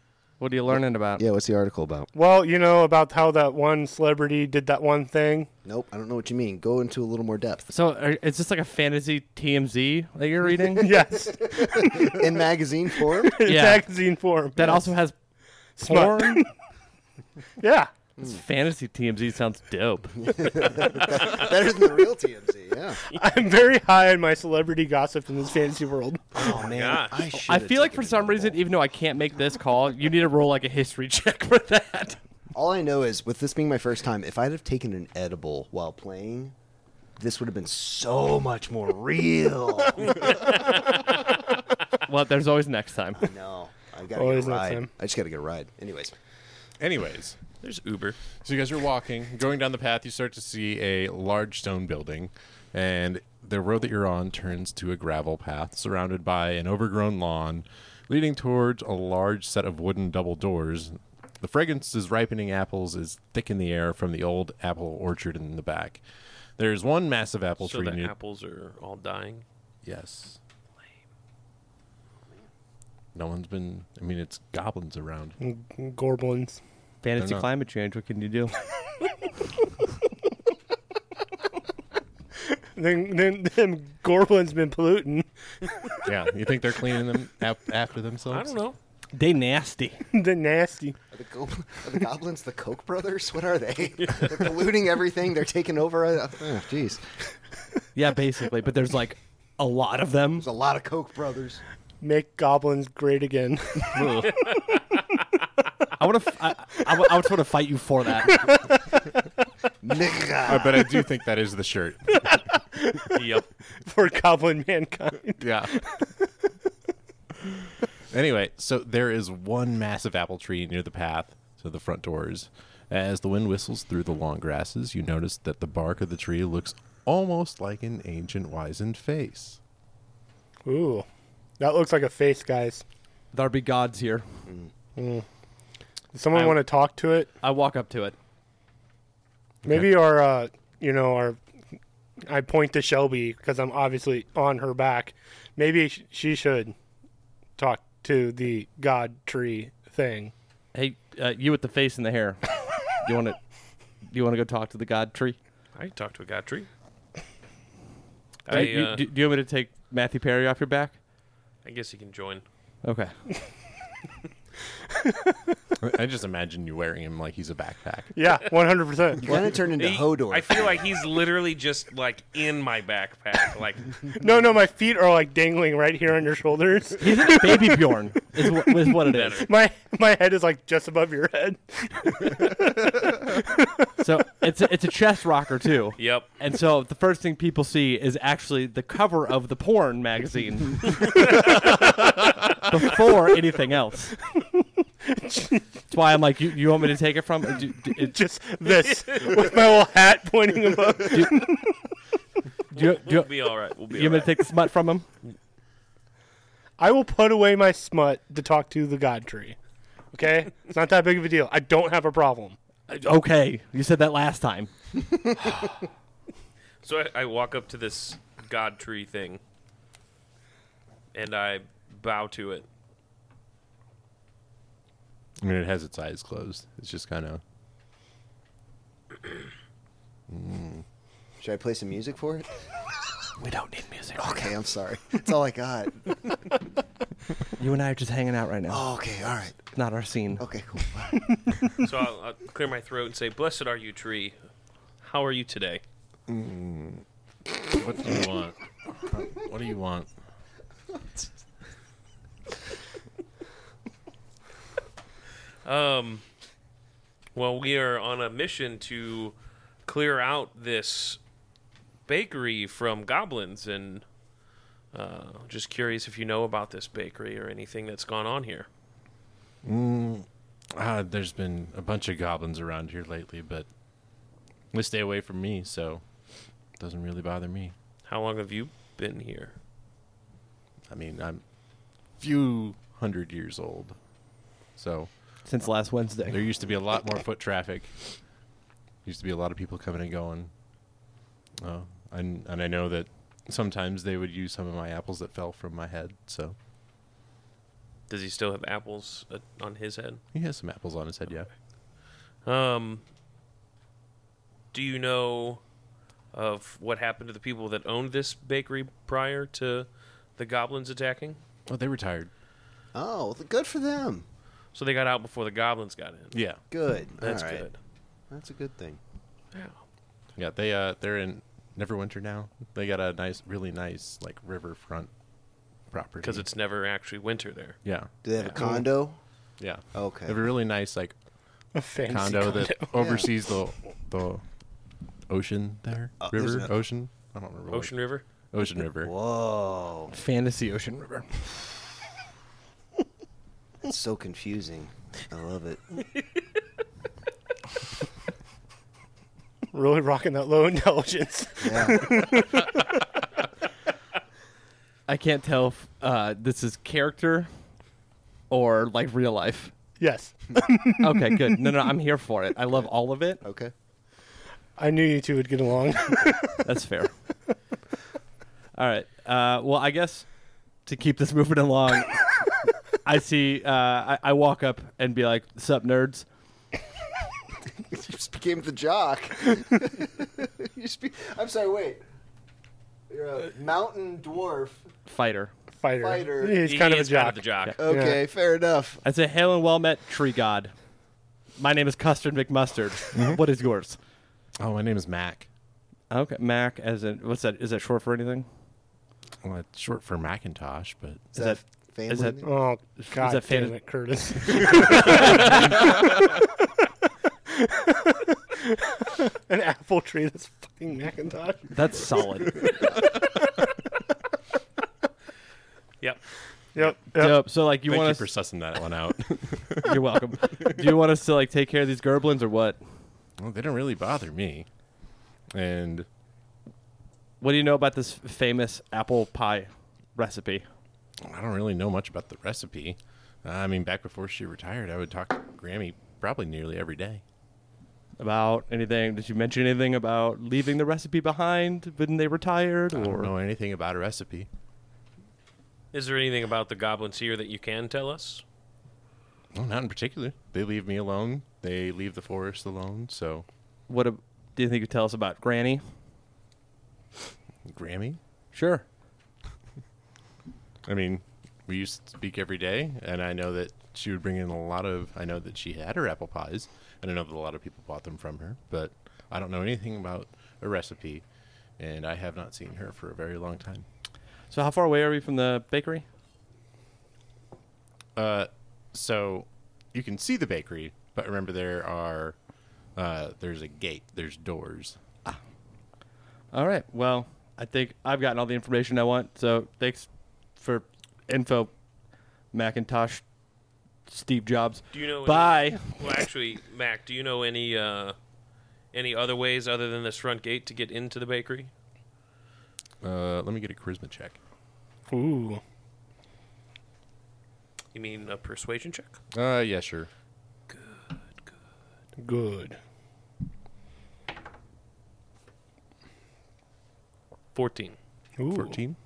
Speaker 4: What are you learning about?
Speaker 2: Yeah, what's the article about?
Speaker 1: Well, you know about how that one celebrity did that one thing.
Speaker 2: Nope, I don't know what you mean. Go into a little more depth.
Speaker 4: So are, is this like a fantasy TMZ that you're reading?
Speaker 1: Yes,
Speaker 2: In magazine form?
Speaker 1: in
Speaker 4: Yeah.
Speaker 1: magazine form.
Speaker 4: that also has
Speaker 1: Smut.
Speaker 4: porn?
Speaker 1: Yeah,
Speaker 4: This fantasy TMZ sounds dope.
Speaker 2: Better than the real TMZ, yeah.
Speaker 1: I'm very high on my celebrity gossip in this fantasy world.
Speaker 2: Oh, man.
Speaker 5: gosh.
Speaker 2: I,
Speaker 4: I
Speaker 2: should've
Speaker 4: feel like
Speaker 2: taken
Speaker 4: for some
Speaker 2: another
Speaker 4: reason,
Speaker 2: poll.
Speaker 4: even though I can't make this call, you need to roll like a history check for that.
Speaker 2: All I know is, with this being my first time, if I'd have taken an edible while playing, this would have been so much more real.
Speaker 4: Well, there's always next time.
Speaker 2: no, I gotta
Speaker 1: Always
Speaker 2: get a
Speaker 1: not
Speaker 2: ride.
Speaker 1: Sam.
Speaker 2: I just gotta get a ride. Anyways,
Speaker 3: Anyways,
Speaker 5: There's Uber.
Speaker 3: so you guys are walking, going down the path. You start to see a large stone building. and the road that you're on turns to a gravel path surrounded by an overgrown lawn leading towards a large set of wooden double doors. The fragrance of ripening apples is thick in the air from the old apple orchard in the back. There's one massive apple
Speaker 5: So
Speaker 3: tree
Speaker 5: the
Speaker 3: near
Speaker 5: apples are all dying.
Speaker 3: Yes. No one's been. I mean, it's goblins around.
Speaker 1: Goblins.
Speaker 4: Fantasy
Speaker 3: not-
Speaker 4: climate change. What can you do?
Speaker 1: Then, then, then Gorblin's been polluting.
Speaker 3: yeah, you think they're cleaning them ap- after themselves?
Speaker 5: I don't know.
Speaker 4: they nasty.
Speaker 1: the nasty.
Speaker 2: Are the, go- are the goblins the Koch brothers? What are they? They're polluting everything. They're taking over. uh, oh, Jeez,
Speaker 4: Yeah, basically. But there's like a lot of them.
Speaker 2: there's a lot of Koch brothers.
Speaker 1: Make goblins great again.
Speaker 4: Ugh. I want to. I, I, wa- I just want to fight you for that.
Speaker 2: Nigga.
Speaker 3: Uh, but I do think that is the shirt.
Speaker 5: yep.
Speaker 1: for goblin mankind.
Speaker 3: yeah. anyway, so there is one massive apple tree near the path to the front doors. As the wind whistles through the long grasses, you notice that the bark of the tree looks almost like an ancient wizened face.
Speaker 1: Ooh, that looks like a face, guys.
Speaker 4: There be gods here.
Speaker 1: Does someone
Speaker 4: I-
Speaker 1: want to talk to it?
Speaker 4: I walk up to it.
Speaker 1: Maybe our, uh, you know, our. I point to Shelby because I'm obviously on her back. Maybe sh- she should talk to the god tree thing.
Speaker 4: Hey, uh, you with the face and the hair. You want to? You want to go talk to the god tree?
Speaker 5: I can talk to a god tree.
Speaker 4: Uh,
Speaker 5: I,
Speaker 4: you-
Speaker 5: uh,
Speaker 4: do, do you want me to take Matthew Perry off your back?
Speaker 5: I guess you can join.
Speaker 4: Okay.
Speaker 3: I just imagine you wearing him like he's a backpack.
Speaker 1: Yeah, 100%.
Speaker 2: Kind of turned into
Speaker 5: He-
Speaker 2: Hodor.
Speaker 5: I feel like he's literally just like in my backpack. Like
Speaker 1: No, no, my feet are like dangling right here on your shoulders.
Speaker 4: He's a baby Bjorn. Is, wh- is what it is.
Speaker 1: My my head is like just above your head.
Speaker 4: So it's a, it's a chest rocker too.
Speaker 5: Yep.
Speaker 4: And so the first thing people see is actually the cover of the porn magazine before anything else. That's why I'm like, you, you want me to take it from? uh, Do, do, do,
Speaker 1: Just this with my little hat pointing above.
Speaker 4: do, do,
Speaker 5: We'll be all right. We'll be
Speaker 4: you want me to
Speaker 5: all right.
Speaker 4: take the smut from him?
Speaker 1: I will put away my smut to talk to the god tree. Okay? It's not that big of a deal. I don't have a problem.
Speaker 4: Okay, you said that last time.
Speaker 5: So I, I walk up to this god tree thing, and I bow to it.
Speaker 3: I mean, it has its eyes closed. It's just kind of.
Speaker 2: Should I play some music for it?
Speaker 4: We don't need music.
Speaker 2: Okay, I'm sorry. That's all I got.
Speaker 4: You and I are just hanging out right now.
Speaker 2: Oh, okay, all right.
Speaker 4: It's Not our scene.
Speaker 2: Okay, cool.
Speaker 5: So I'll, I'll clear my throat and say, "Blessed are you, tree. How are you today?"
Speaker 3: What do you want? What do you want?
Speaker 5: Um, well, we are on a mission to clear out this bakery from goblins, and uh, just curious if you know about this bakery or anything that's gone on here.
Speaker 3: Ah, there's been a bunch of goblins around here lately, but they stay away from me, so it doesn't really bother me.
Speaker 5: How long have you been here?
Speaker 3: I mean, I'm few hundred years old, so
Speaker 4: Since last
Speaker 3: there
Speaker 4: Wednesday.
Speaker 3: used to be a lot more foot traffic. Used to be a lot of people coming and going. Oh, and and I know that sometimes they would use some of my apples that fell from my head. So
Speaker 5: Does he still have apples uh, on his head?
Speaker 3: he has some apples on his head, yeah.
Speaker 5: Um, do you know of what happened to the people that owned this bakery prior to the goblins attacking?
Speaker 3: Oh, they retired.
Speaker 2: Oh, well, good for them.
Speaker 5: So they got out before the goblins got in.
Speaker 3: Yeah.
Speaker 2: Good.
Speaker 5: That's
Speaker 2: all right.
Speaker 5: good.
Speaker 2: That's a good thing.
Speaker 3: Yeah, they uh they're in Neverwinter now. They got a nice, really nice like riverfront property.
Speaker 5: because it's never actually winter there.
Speaker 3: yeah,
Speaker 2: Do they have a condo?
Speaker 3: yeah.
Speaker 2: Okay.
Speaker 3: They have a really nice like
Speaker 1: A fancy
Speaker 3: condo,
Speaker 1: condo.
Speaker 3: that oversees the the ocean there,
Speaker 4: Uh,
Speaker 2: there's
Speaker 3: river,
Speaker 2: no-
Speaker 3: ocean. I don't remember. what-
Speaker 5: Ocean River.
Speaker 3: ocean
Speaker 5: Oh.
Speaker 3: river.
Speaker 2: Whoa.
Speaker 4: Fantasy Ocean River.
Speaker 2: It's so confusing. I love it.
Speaker 1: really rocking that low intelligence.
Speaker 4: I can't tell if uh, this is character or like real life.
Speaker 1: yes,
Speaker 4: Okay, good. No, no, I'm here for it. I love all of it.
Speaker 2: Okay.
Speaker 1: I knew you two would get along.
Speaker 4: That's fair. All right. Uh, well, I guess to keep this moving along, I see. Uh, I, I walk up and be like, "Sup, nerds."
Speaker 2: You just became the jock. you just be- I'm sorry, wait. You're a mountain dwarf.
Speaker 4: Fighter.
Speaker 1: Fighter.
Speaker 2: Fighter.
Speaker 1: He's
Speaker 5: He
Speaker 1: kind of a
Speaker 5: is
Speaker 1: jock.
Speaker 5: the jock.
Speaker 2: Okay, fair enough.
Speaker 4: I say, "Hail and well met, tree god." My name is Custard McMustard. What is yours?
Speaker 3: Oh, my name is Mac.
Speaker 4: Okay, Mac. As in, what's that? Is that short for anything?
Speaker 3: Well, it's short for Macintosh, but
Speaker 4: Is that
Speaker 2: family?
Speaker 4: that-
Speaker 2: name?
Speaker 1: Oh God,
Speaker 4: that
Speaker 1: damn
Speaker 4: fan-
Speaker 1: it, Curtis. An apple tree that's fucking Macintosh.
Speaker 4: that's solid.
Speaker 5: Yep.
Speaker 1: Yep. yep.
Speaker 4: Dope. So, like, you
Speaker 3: thank you
Speaker 4: want
Speaker 3: for
Speaker 4: us?
Speaker 3: sussing that one out.
Speaker 4: You're welcome. Do you want us to like take care of these gerblins or what?
Speaker 3: well, they don't really bother me. And
Speaker 4: What do you know about this famous apple pie recipe?
Speaker 3: I don't really know much about the recipe. Uh, I mean, back before she retired, I would talk to Grammy probably nearly every day.
Speaker 4: About anything? Did you mention anything about leaving the recipe behind when they retired?
Speaker 3: I don't
Speaker 4: Or
Speaker 3: know anything about a recipe.
Speaker 5: Is there anything about the Goblin Seer that you can tell us?
Speaker 3: No, not in particular. They leave me alone. They leave the forest alone. So,
Speaker 4: what ab- do you think you tell us about Granny?
Speaker 3: Grammy?
Speaker 4: Sure.
Speaker 3: I mean, we used to speak every day, and I know that she would bring in a lot of. I know that she had her apple pies, and I know that a lot of people bought them from her, but I don't know anything about a recipe, and I have not seen her for a very long time.
Speaker 4: So, how far away are we from the bakery?
Speaker 3: Uh, So you can see the bakery, but remember there are. Uh, there's a gate, there's doors.
Speaker 4: All right. Well, I think I've gotten all the information I want. So, thanks for info, Macintosh, Steve Jobs.
Speaker 5: Do you know? any-
Speaker 4: Bye.
Speaker 5: well, actually, Mac, do you know any uh, any other ways other than this front gate to get into the bakery?
Speaker 3: Uh, let me get a charisma check.
Speaker 1: Ooh.
Speaker 5: You mean a persuasion check?
Speaker 3: Uh, yeah, sure.
Speaker 1: Good.
Speaker 5: Fourteen.
Speaker 1: Ooh.
Speaker 3: 14. Um,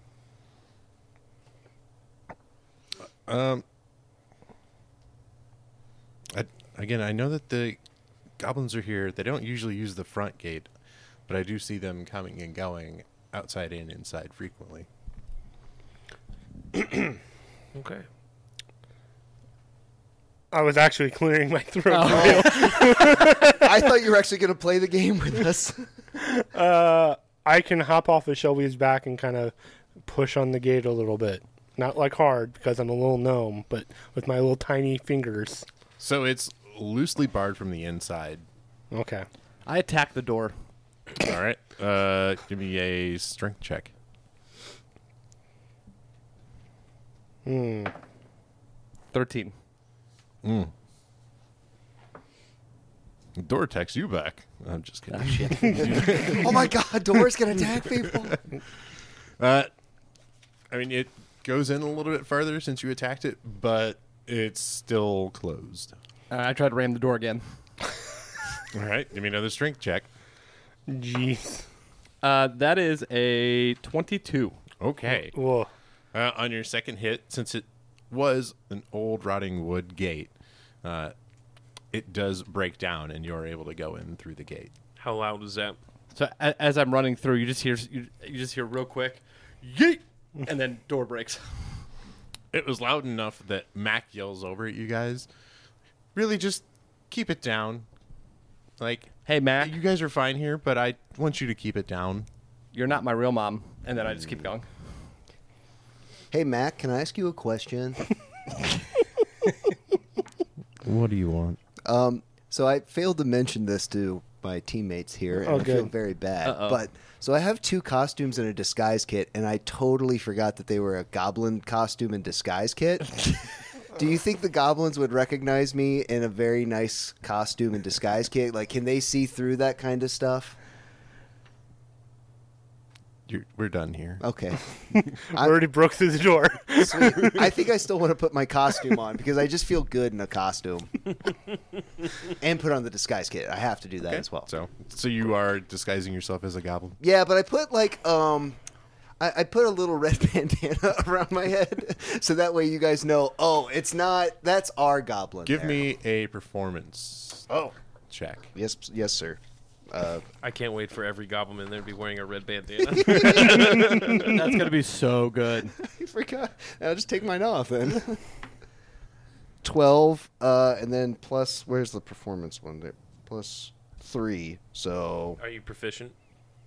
Speaker 3: Uh, um, I, again, I know that the goblins are here. They don't usually use the front gate, but I do see them coming and going outside and inside frequently.
Speaker 5: Okay.
Speaker 1: I was actually clearing my throat.
Speaker 2: I thought you were actually going to play the game with us.
Speaker 1: Uh, I can hop off of Shelby's back and kind of push on the gate a little bit. Not like hard because I'm a little gnome, but with my little tiny fingers.
Speaker 3: So it's loosely barred from the inside.
Speaker 1: Okay.
Speaker 4: I attack the door.
Speaker 3: All right. Uh, give me a strength check.
Speaker 4: Thirteen.
Speaker 3: The door attacks you back. I'm just kidding.
Speaker 2: oh my god, Doris can attack people.
Speaker 3: Uh, I mean, it goes in a little bit further since you attacked it, but it's still closed.
Speaker 4: All right, Uh, I tried to ram the door again.
Speaker 3: All right, give me another strength check.
Speaker 1: Jeez.
Speaker 4: Uh, that is a 22.
Speaker 3: Okay.
Speaker 1: Whoa.
Speaker 3: Uh, on your second hit, since it was an old rotting wood gate, uh, it does break down, and you're able to go in through the gate.
Speaker 5: How loud is that?
Speaker 4: So a- as I'm running through, you just hear you, you just hear real quick, yeet, and then door breaks.
Speaker 3: It was loud enough that Mac yells over at you guys. Really, just keep it down. Like,
Speaker 4: Hey Mac,
Speaker 3: you guys are fine here, but I want you to keep it down.
Speaker 4: you're not my real mom. And then I just keep going.
Speaker 2: Hey, Mac, can I ask you a question?
Speaker 3: What do you want?
Speaker 2: Um, So I failed to mention this to my teammates here, and
Speaker 1: Oh,
Speaker 2: I feel
Speaker 1: good.
Speaker 2: very bad. But so I have two costumes and a disguise kit, and I totally forgot that they were a goblin costume and disguise kit. Do you think the goblins would recognize me in a very nice costume and disguise kit? Like, can they see through that kind of stuff?
Speaker 3: You're, we're done here.
Speaker 2: Okay.
Speaker 1: I already broke through the door.
Speaker 2: Sweet. I think I still want to put my costume on because I just feel good in a costume. and put on the disguise kit. I have to do that as well.
Speaker 3: So, so you are disguising yourself as a goblin.
Speaker 2: Yeah, but I put like um I, I put a little red bandana around my head so that way you guys know, oh, it's not that's our goblin.
Speaker 3: Give
Speaker 2: there.
Speaker 3: me a performance
Speaker 2: Oh.
Speaker 3: check.
Speaker 2: Yes yes, sir. Uh,
Speaker 5: I can't wait for every goblin in there to be wearing a red bandana.
Speaker 4: That's gonna be so good.
Speaker 2: I forgot. I'll just take mine off then. Twelve, uh, and then plus where's the performance one there? Plus three. So
Speaker 5: Are you proficient?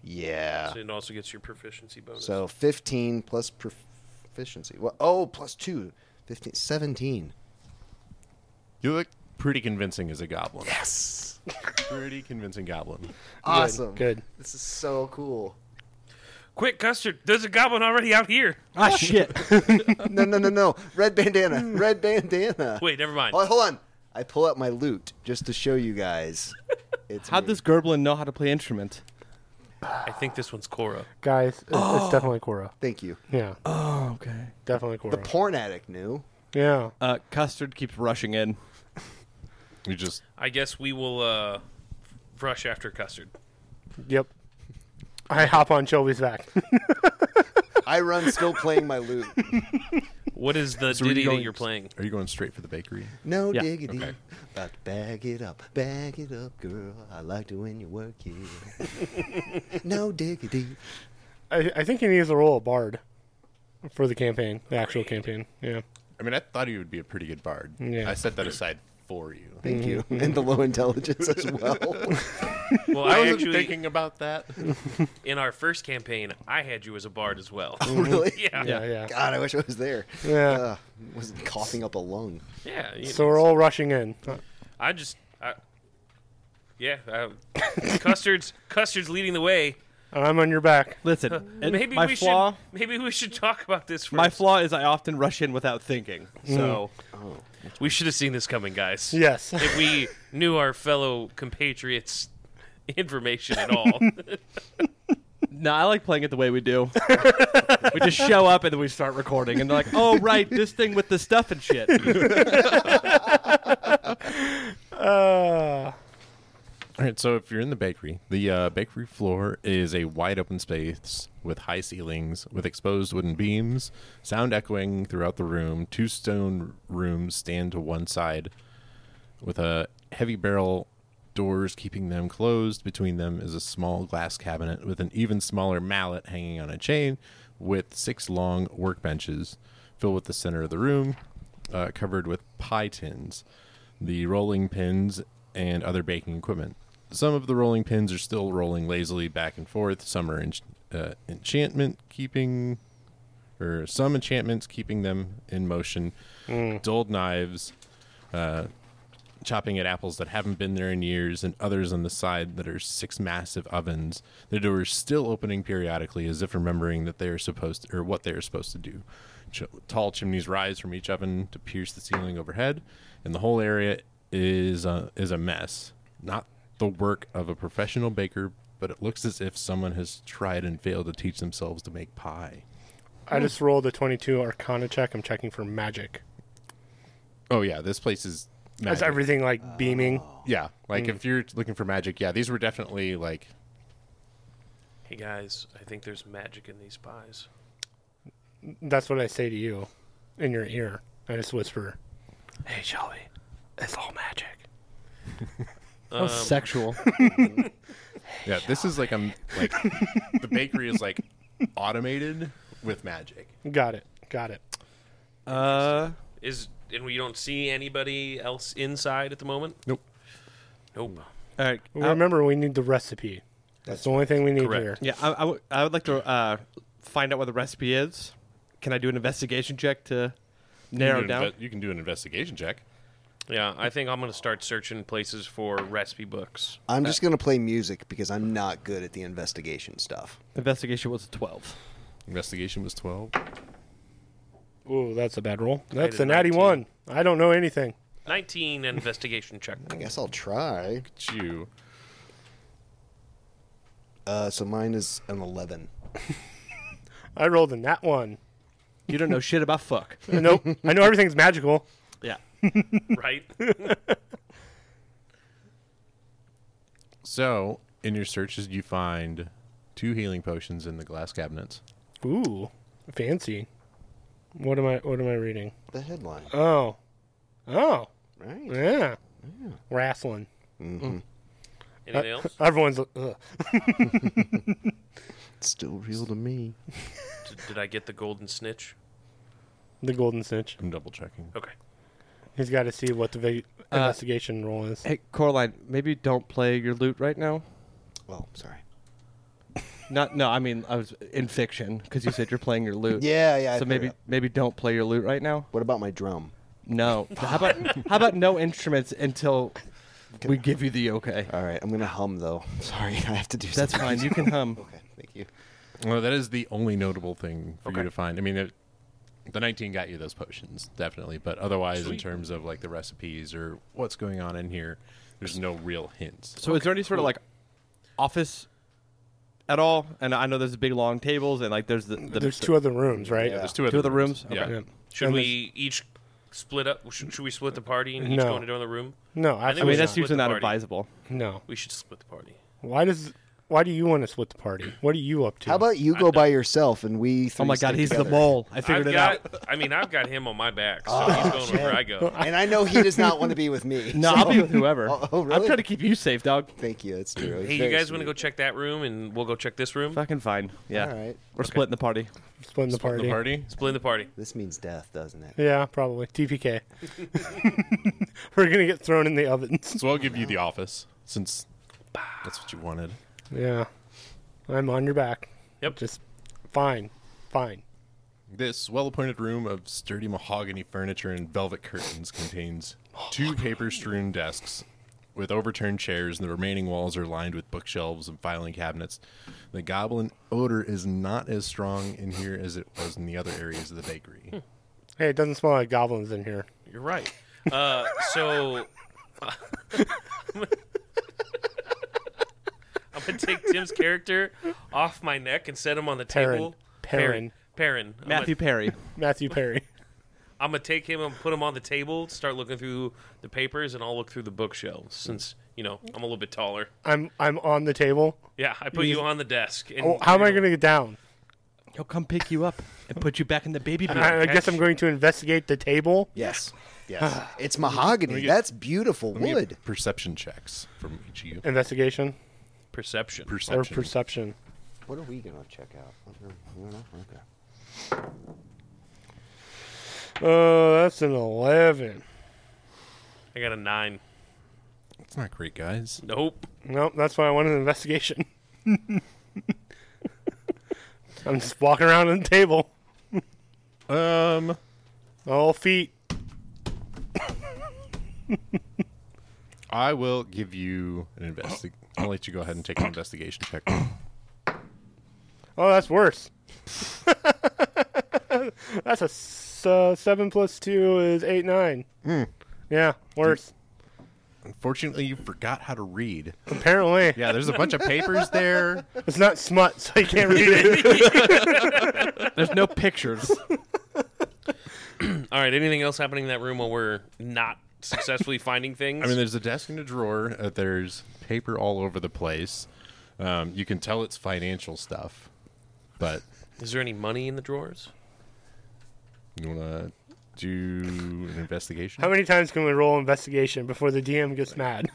Speaker 2: yeah.
Speaker 5: So it also gets your proficiency bonus.
Speaker 2: So 15 plus proficiency. Well, oh, plus 2. 15, 17.
Speaker 3: You look pretty convincing as a goblin.
Speaker 2: Yes.
Speaker 3: Pretty convincing goblin.
Speaker 2: Awesome.
Speaker 1: Good.
Speaker 2: This is so cool.
Speaker 5: Quick, custard! There's a goblin already out here.
Speaker 4: ah shit.
Speaker 2: No, no, no, no. Red bandana. Red bandana.
Speaker 5: Wait, never mind.
Speaker 2: Oh, hold on. I pull out my loot just to show you guys. It's
Speaker 4: How'd
Speaker 2: me.
Speaker 4: this Gerblin know how to play instrument?
Speaker 5: I think this one's Cora.
Speaker 1: Guys, it's, it's definitely Cora.
Speaker 2: Thank you.
Speaker 1: Yeah,
Speaker 4: Oh, okay.
Speaker 1: definitely Cora.
Speaker 2: The porn addict knew.
Speaker 1: yeah.
Speaker 4: Uh, Custard keeps rushing in.
Speaker 3: You just
Speaker 5: I guess we will uh, rush after custard.
Speaker 1: Yep. I hop on Shelby's back.
Speaker 2: I run still playing my loot.
Speaker 5: What is the
Speaker 3: are you
Speaker 5: ditty that
Speaker 3: going-
Speaker 5: you're playing?
Speaker 3: are you going straight for the bakery?
Speaker 2: No
Speaker 4: Yeah,
Speaker 2: diggity.
Speaker 3: okay.
Speaker 2: About to bag it up, bag it up, girl. I like to when you work it. no diggity.
Speaker 1: I, I think he needs to roll a bard for the campaign, the actual campaign. Yeah.
Speaker 3: I mean, I thought he would be a pretty good bard.
Speaker 1: Yeah.
Speaker 3: I set that aside for you.
Speaker 2: Thank you. And the low intelligence as well.
Speaker 5: Well,
Speaker 3: I
Speaker 5: I,
Speaker 3: wasn't
Speaker 5: actually,
Speaker 3: thinking about that.
Speaker 5: in our first campaign, I had you as a bard as well.
Speaker 2: really?
Speaker 5: yeah, yeah.
Speaker 4: Yeah.
Speaker 1: Yeah.
Speaker 2: God, I wish I was there.
Speaker 1: Yeah.
Speaker 2: Uh, was coughing up a lung.
Speaker 5: you
Speaker 1: So
Speaker 5: know,
Speaker 1: we're all rushing in.
Speaker 5: I just, I, yeah, I, custard's custard's leading the way.
Speaker 1: And I'm on your back.
Speaker 4: Listen, and
Speaker 5: Maybe
Speaker 4: my
Speaker 5: we
Speaker 4: flaw.
Speaker 5: should maybe we should talk about this first.
Speaker 4: My flaw is I often rush in without thinking. So
Speaker 5: we should have seen this coming, guys.
Speaker 1: Yes.
Speaker 5: if we knew our fellow compatriots information at all.
Speaker 4: no, I like playing it the way we do. we just show up and then we start recording, and they're like, "Oh right, this thing with the stuff and shit."
Speaker 1: Uh,
Speaker 3: All right, so if you're in the bakery, the uh, bakery floor is a wide open space with high ceilings, with exposed wooden beams, sound echoing throughout the room. Two stone rooms stand to one side with a heavy barrel doors keeping them closed. Between them is a small glass cabinet with an even smaller mallet hanging on a chain with six long workbenches filled with the center of the room, uh, covered with pie tins, the rolling pins, and other baking equipment. Some of the rolling pins are still rolling lazily back and forth. Some are en- uh, enchantment keeping or some enchantments keeping them in motion. Dulled knives, uh, chopping at apples that haven't been there in years, and others on the side that are six massive ovens. The doors still opening periodically, as if remembering that they are supposed to, or what they are supposed to do. Ch- tall chimneys rise from each oven to pierce the ceiling overhead, and the whole area is uh, is a mess. Not the work of a professional baker, but it looks as if someone has tried and failed to teach themselves to make pie.
Speaker 1: I just rolled a 22 Arcana check. I'm checking for magic.
Speaker 3: Oh yeah, this place is
Speaker 1: That's
Speaker 3: magic.
Speaker 1: everything like beaming.
Speaker 3: yeah, like if you're looking for magic, yeah, these were definitely like
Speaker 5: hey guys, I think there's magic in these pies.
Speaker 1: That's what I say to you in your ear. I just whisper, Hey, Shelby, it's all magic.
Speaker 4: How sexual.
Speaker 3: yeah, this is like a like the bakery is like automated with magic.
Speaker 1: Got it. Got it.
Speaker 4: Uh,
Speaker 5: Is and we don't see anybody else inside at the moment.
Speaker 3: Nope.
Speaker 5: Nope.
Speaker 4: all right.
Speaker 1: Well, remember, we need the recipe. That's the only thing we need
Speaker 5: Correct.
Speaker 1: here.
Speaker 4: Yeah, I, I, w- I would like to uh, find out what the recipe is. Can I do an investigation check to narrow
Speaker 3: you can do an
Speaker 4: down?
Speaker 3: inve- you can do an investigation check.
Speaker 5: Yeah, I think I'm gonna start searching places for recipe books.
Speaker 2: I'm
Speaker 4: Uh,
Speaker 2: just going to play music because I'm not good at the investigation stuff.
Speaker 4: investigation was a 12.
Speaker 3: Investigation was twelve.
Speaker 1: Ooh, that's a bad roll. That's
Speaker 5: did
Speaker 1: a natty
Speaker 5: 19.
Speaker 1: one. I don't know anything.
Speaker 5: 19 investigation check.
Speaker 2: I guess I'll try.
Speaker 3: Chew.
Speaker 2: Uh, so mine is an 11.
Speaker 1: I rolled in that one.
Speaker 4: You don't know shit about fuck.
Speaker 1: Nope. I know everything's magical.
Speaker 4: Yeah.
Speaker 5: right?
Speaker 3: So, in your searches, you find two healing potions in the glass cabinets.
Speaker 1: Ooh, fancy. What am I? What am I reading?
Speaker 2: The headline,
Speaker 1: Oh, oh,
Speaker 2: right?
Speaker 1: yeah. Wrestling.
Speaker 5: Anything else?
Speaker 1: Everyone's. uh, Ugh.
Speaker 2: It's still real to me.
Speaker 5: Did, did I get the golden snitch?
Speaker 1: The golden snitch.
Speaker 3: I'm double checking.
Speaker 5: Okay.
Speaker 1: He's got to see what the vig-
Speaker 4: Uh,
Speaker 1: investigation roll is.
Speaker 4: Hey, Coraline, maybe don't play your loot right now.
Speaker 2: Well, sorry.
Speaker 4: Not no, I mean I was in fiction because you said you're playing your loot.
Speaker 2: Yeah, yeah. I
Speaker 4: Uh, So
Speaker 2: figured
Speaker 4: maybe
Speaker 2: out.
Speaker 4: maybe don't play your loot right now.
Speaker 2: What about my drum?
Speaker 4: No. how about how about no instruments until we give you the okay?
Speaker 2: All right, I'm gonna hum though. Sorry, I have to do.
Speaker 4: That's
Speaker 2: something.
Speaker 4: fine. You can hum.
Speaker 2: Okay, thank you.
Speaker 3: Well, that is the only notable thing for
Speaker 5: Okay.
Speaker 3: you to find. I mean, it, the 19 got you those potions, definitely. But otherwise, in
Speaker 5: Sweet.
Speaker 3: terms of like the recipes or what's going on in here, there's no real hints.
Speaker 4: So is there any sort of like office at all? And I know there's the big long tables and like there's the, the
Speaker 1: There's two other rooms, right?
Speaker 2: Yeah.
Speaker 3: There's two,
Speaker 4: two other rooms?
Speaker 3: Yeah.
Speaker 1: Yeah.
Speaker 5: Should
Speaker 1: And
Speaker 5: we each split up? Should, should we split the party and each
Speaker 1: No.
Speaker 5: go into another room?
Speaker 1: No,
Speaker 5: think
Speaker 4: I
Speaker 1: absolutely
Speaker 4: mean
Speaker 5: we
Speaker 4: that's
Speaker 5: should
Speaker 4: usually
Speaker 5: split the
Speaker 4: not
Speaker 5: party.
Speaker 4: advisable.
Speaker 1: not. no.
Speaker 5: We should split the party.
Speaker 1: Why does? Why do you want to split the party? What are you up to?
Speaker 2: How about you go by yourself and we?
Speaker 4: Oh
Speaker 2: three
Speaker 4: my god,
Speaker 2: stay
Speaker 4: he's the
Speaker 2: together?
Speaker 4: mole. I figured
Speaker 5: I've
Speaker 4: it out.
Speaker 5: got, I mean, I've got him on my back, so he's going wherever I go.
Speaker 2: And I know he does not want to be with me.
Speaker 4: No,
Speaker 2: so-
Speaker 4: I'll be with whoever.
Speaker 2: Oh, oh,
Speaker 4: I'm
Speaker 2: really?
Speaker 4: trying to keep you safe, dog.
Speaker 2: Thank you. That's true.
Speaker 5: Hey, you guys want to go check that room, and we'll go check this room?
Speaker 4: Fucking fine. Yeah.
Speaker 2: All right.
Speaker 4: We're splitting the party.
Speaker 1: splitting the
Speaker 3: The
Speaker 1: party?
Speaker 3: party?
Speaker 5: Split the party.
Speaker 2: This means death, doesn't it?
Speaker 1: Yeah, probably TPK. We're gonna get thrown in the ovens.
Speaker 3: So I'll give you the office since that's what you wanted.
Speaker 1: Yeah, I'm on your back.
Speaker 5: Yep.
Speaker 1: Just fine, fine.
Speaker 3: This well appointed room of sturdy mahogany furniture and velvet curtains contains two paper strewn desks with overturned chairs, and the remaining walls are lined with bookshelves and filing cabinets. The goblin odor is not as strong in here as it was in the other areas of the bakery.
Speaker 1: Hey, it doesn't smell like goblins in here.
Speaker 5: You're right. Uh, so. I'm going to take Tim's character off my neck and set him on the
Speaker 1: Perrin.
Speaker 5: table.
Speaker 1: Perrin.
Speaker 5: Perrin. I'm
Speaker 4: Matthew
Speaker 5: gonna-
Speaker 4: Perry.
Speaker 1: Matthew Perry.
Speaker 5: I'm going to take him and put him on the table, start looking through the papers, and I'll look through the bookshelves since, you know, I'm a little bit taller.
Speaker 1: I'm I'm on the table.
Speaker 5: Yeah, I put you on the desk. And
Speaker 1: Oh, how am I gonna get down?
Speaker 4: He'll come pick you up and put you back in the baby bed.
Speaker 1: I, I guess I'm going to investigate the table.
Speaker 2: Yes. Yes. it's mahogany. That's beautiful
Speaker 3: Let me get
Speaker 2: wood.
Speaker 3: Perception checks from each of you.
Speaker 1: Investigation
Speaker 5: Perception.
Speaker 1: or
Speaker 3: Perception.
Speaker 1: perception.
Speaker 2: What are we gonna check out? I don't know. I don't know. Okay.
Speaker 1: Oh, that's an eleven.
Speaker 5: I got a nine.
Speaker 3: it's not great, guys.
Speaker 5: Nope.
Speaker 1: Nope, that's why I wanted an investigation. I'm just walking around on the table,
Speaker 3: Um,
Speaker 1: all feet.
Speaker 3: I will give you an investig. I'll let you go ahead and take an investigation check.
Speaker 1: Oh, that's worse. that's a s- uh, seven plus two is eight nine. Yeah, worse.
Speaker 3: Unfortunately, you forgot how to read.
Speaker 1: Apparently,
Speaker 3: Yeah, there's a bunch of papers there.
Speaker 1: it's not smut, so you can't read it.
Speaker 4: There's no pictures.
Speaker 5: All right. Anything else happening in that room while we're not successfully finding things?
Speaker 3: I mean, there's a desk and a drawer. Uh, there's paper all over the place. Um, you can tell it's financial stuff, but
Speaker 5: is there any money in the drawers?
Speaker 3: you want to do an investigation?
Speaker 1: How many times can we roll investigation before the DM gets mad?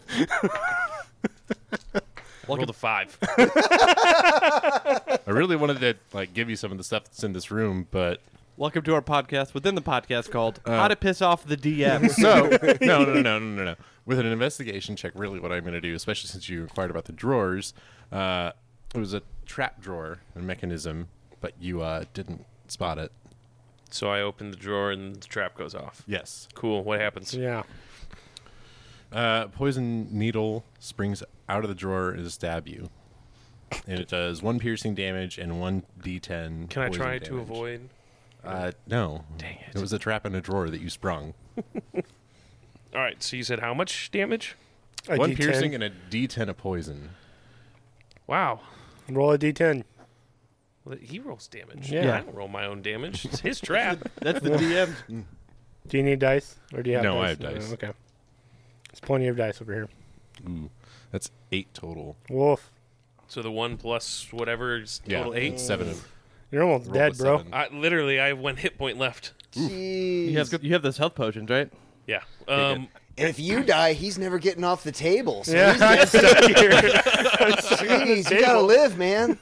Speaker 5: Roll the five.
Speaker 3: I really wanted to like give you some of the stuff that's in this room, but
Speaker 4: Welcome to our podcast within the podcast called How to Piss Off the DM.
Speaker 3: no, no, no, no, no, no, no. With an investigation check, really, what I'm going to do, especially since you inquired about the drawers, uh, it was a trap drawer, a mechanism, but you uh, didn't spot it.
Speaker 5: so I open the drawer and the trap goes off.
Speaker 3: Yes.
Speaker 5: Cool. What happens?
Speaker 1: yeah.
Speaker 3: Uh, poison needle springs out of the drawer to stab you, and it does one piercing damage and one d10.
Speaker 5: Can I
Speaker 3: poison
Speaker 5: try to
Speaker 3: damage.
Speaker 5: avoid?
Speaker 3: Uh, no. Dang
Speaker 5: it.
Speaker 3: it! was a trap in a drawer that you sprung.
Speaker 5: All right. So you said how much damage?
Speaker 1: A
Speaker 3: one
Speaker 1: D10.
Speaker 3: piercing and a d10 of poison.
Speaker 5: Wow.
Speaker 1: roll a D10.
Speaker 5: Well, He rolls damage.
Speaker 1: Yeah.
Speaker 5: I don't roll my own damage. It's his trap.
Speaker 4: That's the DM.
Speaker 1: Do you need dice, or do you have?
Speaker 3: No,
Speaker 1: dice?
Speaker 3: I have dice.
Speaker 1: okay, there's plenty of dice over here.
Speaker 3: That's eight total.
Speaker 1: Wolf,
Speaker 5: so the one plus whatever is total
Speaker 3: eight,
Speaker 4: Uh,
Speaker 5: eight.
Speaker 3: seven of
Speaker 1: you're almost
Speaker 3: roll
Speaker 1: dead,
Speaker 3: a
Speaker 1: bro.
Speaker 3: seven.
Speaker 5: I, literally, I have one hit point left.
Speaker 2: Jeez.
Speaker 4: You have, you have those health potions, right?
Speaker 5: Yeah. Um,
Speaker 2: And if you die, he's never getting off the table. So
Speaker 1: Yeah, I'm stuck here.
Speaker 2: he's, jeez, you gotta live, man.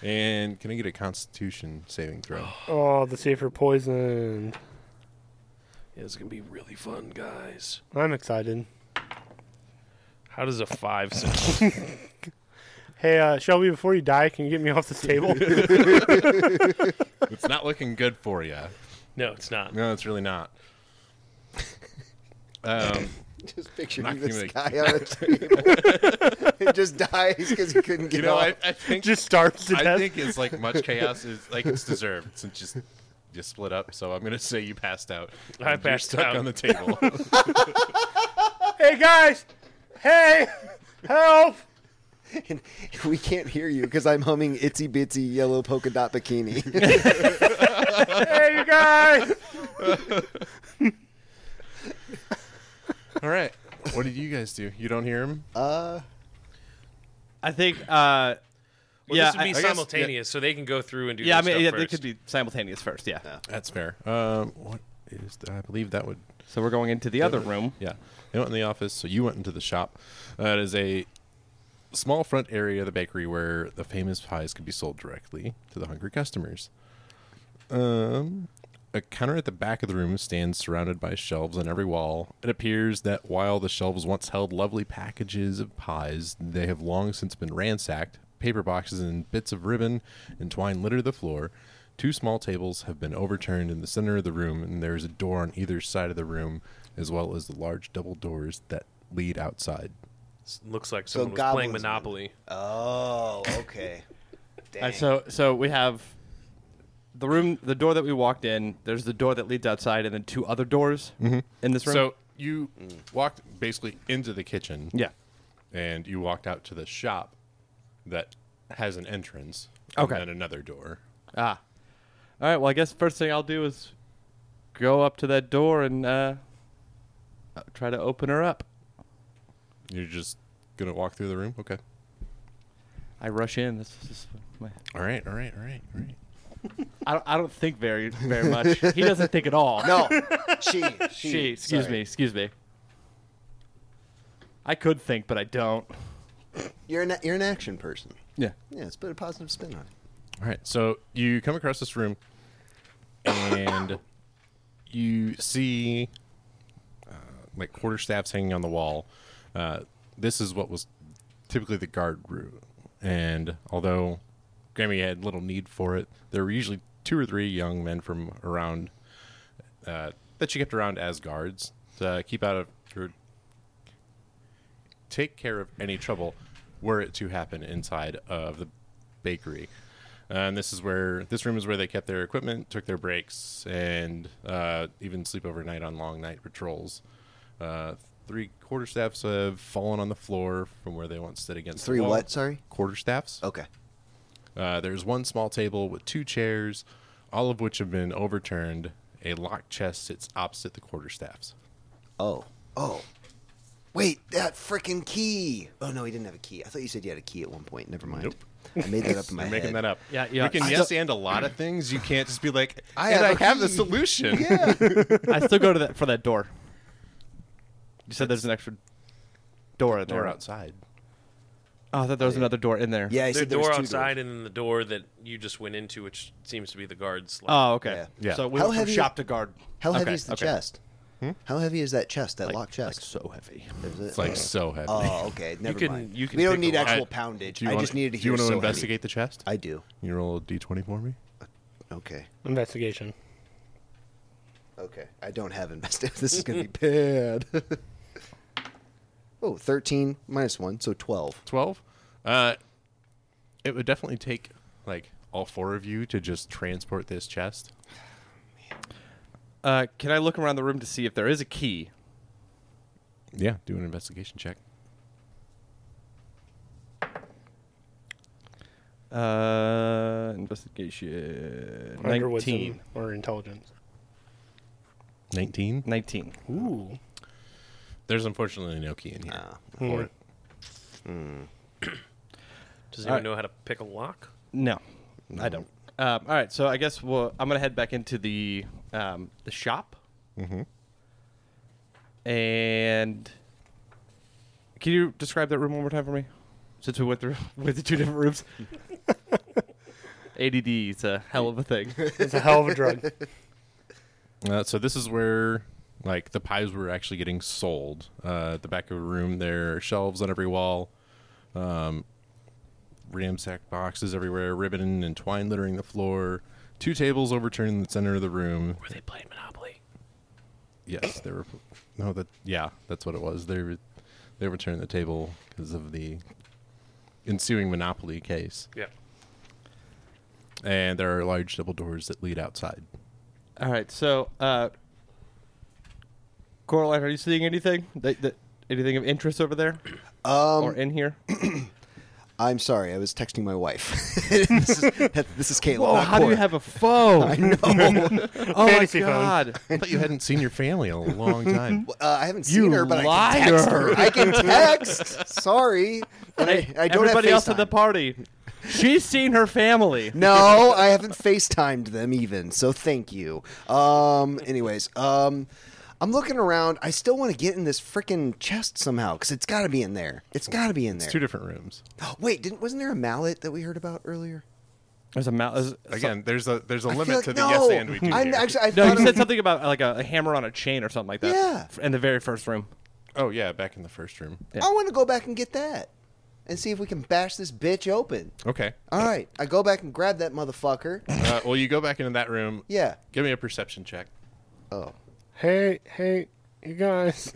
Speaker 3: And can I get a Constitution saving throw?
Speaker 1: Oh, the safer poisoned.
Speaker 5: yeah, this is gonna be really fun, guys.
Speaker 1: I'm excited.
Speaker 5: How does a five sound?
Speaker 1: Hey, uh, Shelby, before you die, can you get me off this table?
Speaker 3: it's not looking good for you.
Speaker 5: no, it's not.
Speaker 3: No, it's really not. um,
Speaker 2: Just picturing
Speaker 3: Knocking
Speaker 2: this
Speaker 3: him
Speaker 2: guy on a table. it just dies because he couldn't get
Speaker 3: you know,
Speaker 2: off.
Speaker 3: I, I think
Speaker 1: Just starves to
Speaker 3: I
Speaker 1: death.
Speaker 3: think as like much chaos is like it's deserved since just just split up. So I'm gonna say you passed out. And
Speaker 5: I
Speaker 3: you're
Speaker 5: passed
Speaker 3: stuck
Speaker 5: out.
Speaker 3: on the table.
Speaker 1: Hey guys, hey, help!
Speaker 2: And we can't hear you because I'm humming "Itsy Bitsy Yellow Polka Dot Bikini."
Speaker 1: Hey, you guys!
Speaker 3: All right. What did you guys do? You don't hear him?
Speaker 2: uh,
Speaker 4: I think. Uh,
Speaker 5: Well,
Speaker 4: yeah,
Speaker 5: this would be
Speaker 4: I- I guess-
Speaker 5: simultaneous, so they can go through and do.
Speaker 4: yeah, I
Speaker 5: their
Speaker 4: mean, yeah,
Speaker 5: stuff
Speaker 4: they could
Speaker 5: first.
Speaker 4: be simultaneous first. Yeah.
Speaker 3: That's fair. Um, what is? The, I believe that would.
Speaker 4: So we're going into the other room.
Speaker 3: Yeah, they went in the office, so you went into the shop. That is a small front area of the bakery where the famous pies could be sold directly to the hungry customers. Um, a counter at the back of the room stands surrounded by shelves on every wall. It appears that while the shelves once held lovely packages of pies, they have long since been ransacked. Paper boxes and bits of ribbon and twine litter the floor. Two small tables have been overturned in the center of the room, and there is a door on either side of the room, as well as the large double doors that lead outside.
Speaker 5: S- Looks like
Speaker 2: So
Speaker 5: someone was playing
Speaker 2: goblins win.
Speaker 5: Monopoly.
Speaker 2: oh, okay. Dang.
Speaker 4: Uh, so so we have the room, the door that we walked in. There's the door that leads outside, and then two other doors in this room.
Speaker 3: So you walked basically into the kitchen.
Speaker 4: yeah.
Speaker 3: and you walked out to the shop that has an entrance
Speaker 4: Okay.
Speaker 3: and then another door.
Speaker 4: Ah. All right. Well, I guess first thing I'll do is go up to that door and uh, uh, try to open her up.
Speaker 3: You're just gonna walk through the room, okay?
Speaker 4: I rush in. This is just my.
Speaker 3: All right, all right, all right, all right.
Speaker 4: I don't, I don't think very very much. he doesn't think at all.
Speaker 2: no, she, she,
Speaker 4: She. Excuse
Speaker 2: sorry.
Speaker 4: me. Excuse me. I could think, but I don't.
Speaker 2: You're an you're an action person.
Speaker 4: Yeah.
Speaker 2: Yeah, let's put a positive spin on it.
Speaker 3: All right. So you come across this room, and you see uh, like quarter staffs hanging on the wall. Uh, this is what was typically the guard room, and although Grammy had little need for it, there were usually two or three young men from around uh, that she kept around as guards to keep out of or take care of any trouble were it to happen inside of the bakery. And this is where this room is where they kept their equipment, took their breaks, and uh, even sleep overnight on long night patrols. Uh, three quarter staffs have fallen on the floor from where they once stood against
Speaker 2: Three
Speaker 3: the wall.
Speaker 2: what? Sorry. Oh,
Speaker 3: Quarter staffs.
Speaker 2: Okay.
Speaker 3: Uh, there's one small table with two chairs, all of which have been overturned. A locked chest sits opposite the quarterstaffs.
Speaker 2: Oh. Oh. Wait, that freaking key. Oh no, he didn't have a key. I thought you said you had a key at one point. Never mind. I made that up in my
Speaker 3: You're
Speaker 2: head.
Speaker 3: making that up.
Speaker 4: Yeah, yeah.
Speaker 3: You can
Speaker 4: I
Speaker 3: yes and a lot of things. You can't just be like,
Speaker 2: I
Speaker 3: and
Speaker 2: have
Speaker 3: I
Speaker 2: a
Speaker 3: have the
Speaker 2: key."
Speaker 3: solution.
Speaker 2: Yeah.
Speaker 4: I still go to that for that door. You said there's an extra door in
Speaker 3: Door
Speaker 4: there.
Speaker 3: outside.
Speaker 4: Oh, I thought there was another door in there.
Speaker 2: Yeah, he
Speaker 5: The
Speaker 2: said there was
Speaker 5: door
Speaker 2: two
Speaker 5: outside
Speaker 2: doors.
Speaker 5: and then the door that you just went into, which seems to be the guards. slot.
Speaker 4: Oh, okay.
Speaker 2: Yeah.
Speaker 3: Yeah.
Speaker 4: So we
Speaker 2: How
Speaker 4: went from
Speaker 2: heavy-
Speaker 4: shop to guard.
Speaker 2: How heavy
Speaker 4: Okay,
Speaker 2: is the
Speaker 4: okay.
Speaker 2: chest? How heavy is that chest? That locked
Speaker 4: Like,
Speaker 2: chest?
Speaker 4: so heavy.
Speaker 2: Is it-
Speaker 3: It's like so heavy.
Speaker 2: Oh, okay. Never
Speaker 5: can-
Speaker 2: mind.
Speaker 5: you can
Speaker 2: we don't
Speaker 5: pick
Speaker 2: need
Speaker 5: a lot.
Speaker 2: actual
Speaker 3: I-
Speaker 2: poundage.
Speaker 3: Do you
Speaker 2: I
Speaker 3: wanna-
Speaker 2: just needed to
Speaker 3: Do
Speaker 2: hear.
Speaker 3: you want to
Speaker 2: so heavy.
Speaker 3: investigate the chest?
Speaker 2: I do.
Speaker 3: Can you roll a d20 for me?
Speaker 2: Okay.
Speaker 1: Investigation.
Speaker 2: Okay. I don't have invested. This is going to be bad. oh, 13 minus 1, so 12.
Speaker 3: 12 uh it would definitely take like all four of you to just transport this chest
Speaker 4: Uh, can I look around the room to see if there is a key?
Speaker 3: yeah do an investigation check
Speaker 4: Uh, investigation.
Speaker 1: Underwood's
Speaker 4: 19.
Speaker 1: in- or intelligence.
Speaker 3: 19.
Speaker 4: 19.
Speaker 1: Ooh.
Speaker 3: There's unfortunately no key in here.
Speaker 2: Ah.
Speaker 1: Hmm.
Speaker 2: Oh,
Speaker 4: All
Speaker 5: Does anyone
Speaker 4: right.
Speaker 5: know how to pick a lock?
Speaker 4: No, I don't. Um, all right, so I guess we'll, I'm gonna head back into the um, the shop. Mm-hmm. And can you describe that room one more time for me? Since we went through with the two different rooms. ADD is a hell of a thing.
Speaker 1: It's a hell of a drug.
Speaker 3: Uh, so this is where like the pies were actually getting sold. Uh, at the back of a room, there are shelves on every wall, um, ramsacked boxes everywhere, ribbon and twine littering the floor. Two tables overturned in the center of the room.
Speaker 5: Where they played Monopoly.
Speaker 3: Yes, they were. No, that yeah, that's what it was. They were, they overturned the table because of the ensuing monopoly case.
Speaker 5: Yeah.
Speaker 3: And there are large double doors that lead outside.
Speaker 4: all right, so uh, Coraline, are you seeing anything? That, that, anything of interest over there
Speaker 2: Um,
Speaker 4: or in here?
Speaker 2: I'm sorry, I was texting my wife. this, is, this is Caleb.
Speaker 4: Whoa,
Speaker 2: not
Speaker 4: how do you
Speaker 2: Cora.
Speaker 4: have a phone? I know. oh
Speaker 1: Fantasy phone.
Speaker 4: my god.
Speaker 3: I thought you hadn't seen your family in a long time.
Speaker 2: Uh, I haven't
Speaker 4: You
Speaker 2: seen her, but I
Speaker 4: liar.
Speaker 2: can text her. I can text. Sorry, but I, I don't
Speaker 4: Everybody
Speaker 2: have
Speaker 4: else at the
Speaker 2: FaceTime.
Speaker 4: party. She's seen her family.
Speaker 2: No, I haven't FaceTimed them even, so thank you. Um, anyways, um, I'm looking around. I still want to get in this freaking chest somehow because it's got to be in there. It's got to be in there.
Speaker 3: Two different rooms.
Speaker 2: Wait, didn't wasn't there a mallet that we heard about earlier?
Speaker 4: There's a mouth.
Speaker 3: Again, there's a there's a
Speaker 2: I feel
Speaker 3: limit
Speaker 2: like-
Speaker 3: to the
Speaker 2: no.
Speaker 3: yes and we do.
Speaker 2: I'm
Speaker 3: here.
Speaker 2: actually I
Speaker 4: no,
Speaker 2: thought
Speaker 4: you
Speaker 2: of-
Speaker 4: said something about like a, a hammer on a chain or something like that.
Speaker 2: Yeah.
Speaker 4: F- In the very first room.
Speaker 3: oh yeah, back in the first room.
Speaker 4: Yeah.
Speaker 2: I want to go back and get that and see if we can bash this bitch open.
Speaker 3: Okay.
Speaker 2: All right, I go back and grab that motherfucker.
Speaker 3: Uh, well, you go back into that room.
Speaker 2: Yeah.
Speaker 3: Give me a perception check.
Speaker 2: Oh.
Speaker 1: Hey, hey, you guys.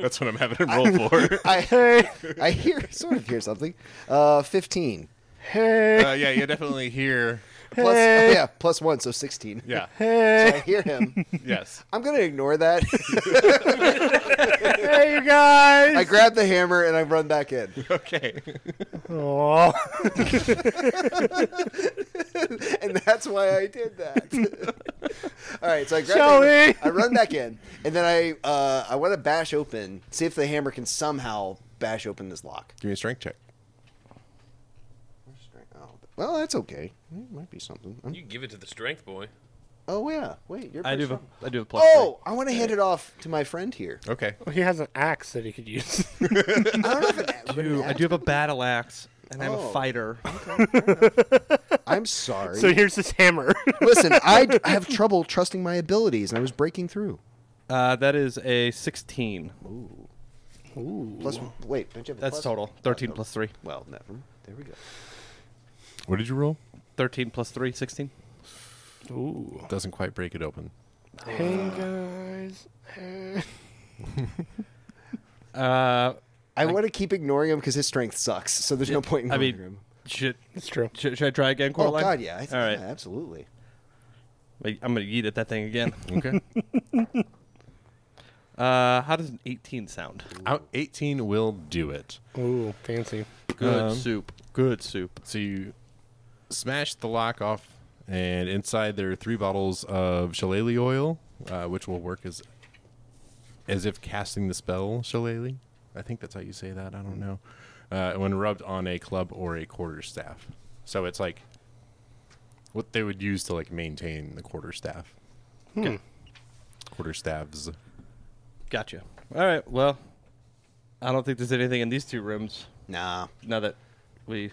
Speaker 3: That's what I'm having him roll for. Uh,
Speaker 2: I
Speaker 1: Hey,
Speaker 2: I hear sort of hear something. Uh, fifteen.
Speaker 1: hey,
Speaker 3: Uh, yeah, you definitely hear.
Speaker 2: Plus, oh,
Speaker 1: Hey.
Speaker 2: yeah, plus one, so sixteen.
Speaker 3: Yeah.
Speaker 2: I
Speaker 1: hey,
Speaker 2: hear him.
Speaker 3: Yes.
Speaker 2: I'm gonna ignore that.
Speaker 1: hey, you guys.
Speaker 2: I grab the hammer and I run back in.
Speaker 3: Okay.
Speaker 1: Aw.
Speaker 2: and that's why I did that. All right, so I grab
Speaker 1: Shall
Speaker 2: the hammer,
Speaker 1: we?
Speaker 2: I run back in, and then I uh, I want to bash open, see if the hammer can somehow bash open this lock.
Speaker 3: Give me a strength check.
Speaker 2: Oh, Well, that's okay. It might be something. I'm-
Speaker 5: You can give it to the strength boy.
Speaker 2: oh yeah, wait, you're.
Speaker 4: I do have
Speaker 2: first
Speaker 4: a, I do have a
Speaker 2: one.
Speaker 4: plus
Speaker 2: Oh, I want to hand it off to my friend here.
Speaker 3: Okay.
Speaker 1: Well, he has an axe that he could use.
Speaker 2: I don't know if it,
Speaker 4: three. Ooh, I do have a battle axe and I'm
Speaker 2: Oh.
Speaker 4: a fighter.
Speaker 2: I'm sorry.
Speaker 1: so here's this hammer.
Speaker 2: Listen, I, d- I have trouble trusting my abilities, and I was breaking through.
Speaker 4: Uh, that is a 16.
Speaker 2: Plus, wait, don't you have a
Speaker 4: That's
Speaker 2: plus?
Speaker 4: total. 13 plus 3.
Speaker 2: Well, never. There we go.
Speaker 3: What did you roll?
Speaker 4: 13 plus 3, 16.
Speaker 1: Ooh.
Speaker 3: Doesn't quite break it open.
Speaker 1: Hey, guys. Hey.
Speaker 4: Uh,
Speaker 2: I want to keep ignoring him because his strength sucks. So there's no point in
Speaker 4: I
Speaker 2: ignoring
Speaker 4: mean,
Speaker 2: him.
Speaker 4: should,
Speaker 1: It's true.
Speaker 4: should, should I try again,
Speaker 2: Oh
Speaker 4: Coraline?
Speaker 2: God, yeah. I th-
Speaker 4: All right.
Speaker 2: yeah, absolutely.
Speaker 4: Wait, I'm going to yeet at that thing again.
Speaker 3: Okay.
Speaker 4: Uh, how does an 18 sound?
Speaker 3: Out 18 will do it.
Speaker 1: Ooh, fancy.
Speaker 4: Good
Speaker 3: Um,
Speaker 4: soup. Good soup.
Speaker 3: So you smash the lock off, and inside there are three bottles of shillelagh oil, uh, which will work as as if casting the spell shillelagh. I think that's how you say that. I don't know. Uh, when rubbed on a club or a quarter staff, so it's like what they would use to like maintain the quarter staff. Quarter staves.
Speaker 4: Gotcha. All right. Well, I don't think there's anything in these two rooms
Speaker 2: Nah,
Speaker 4: now that we.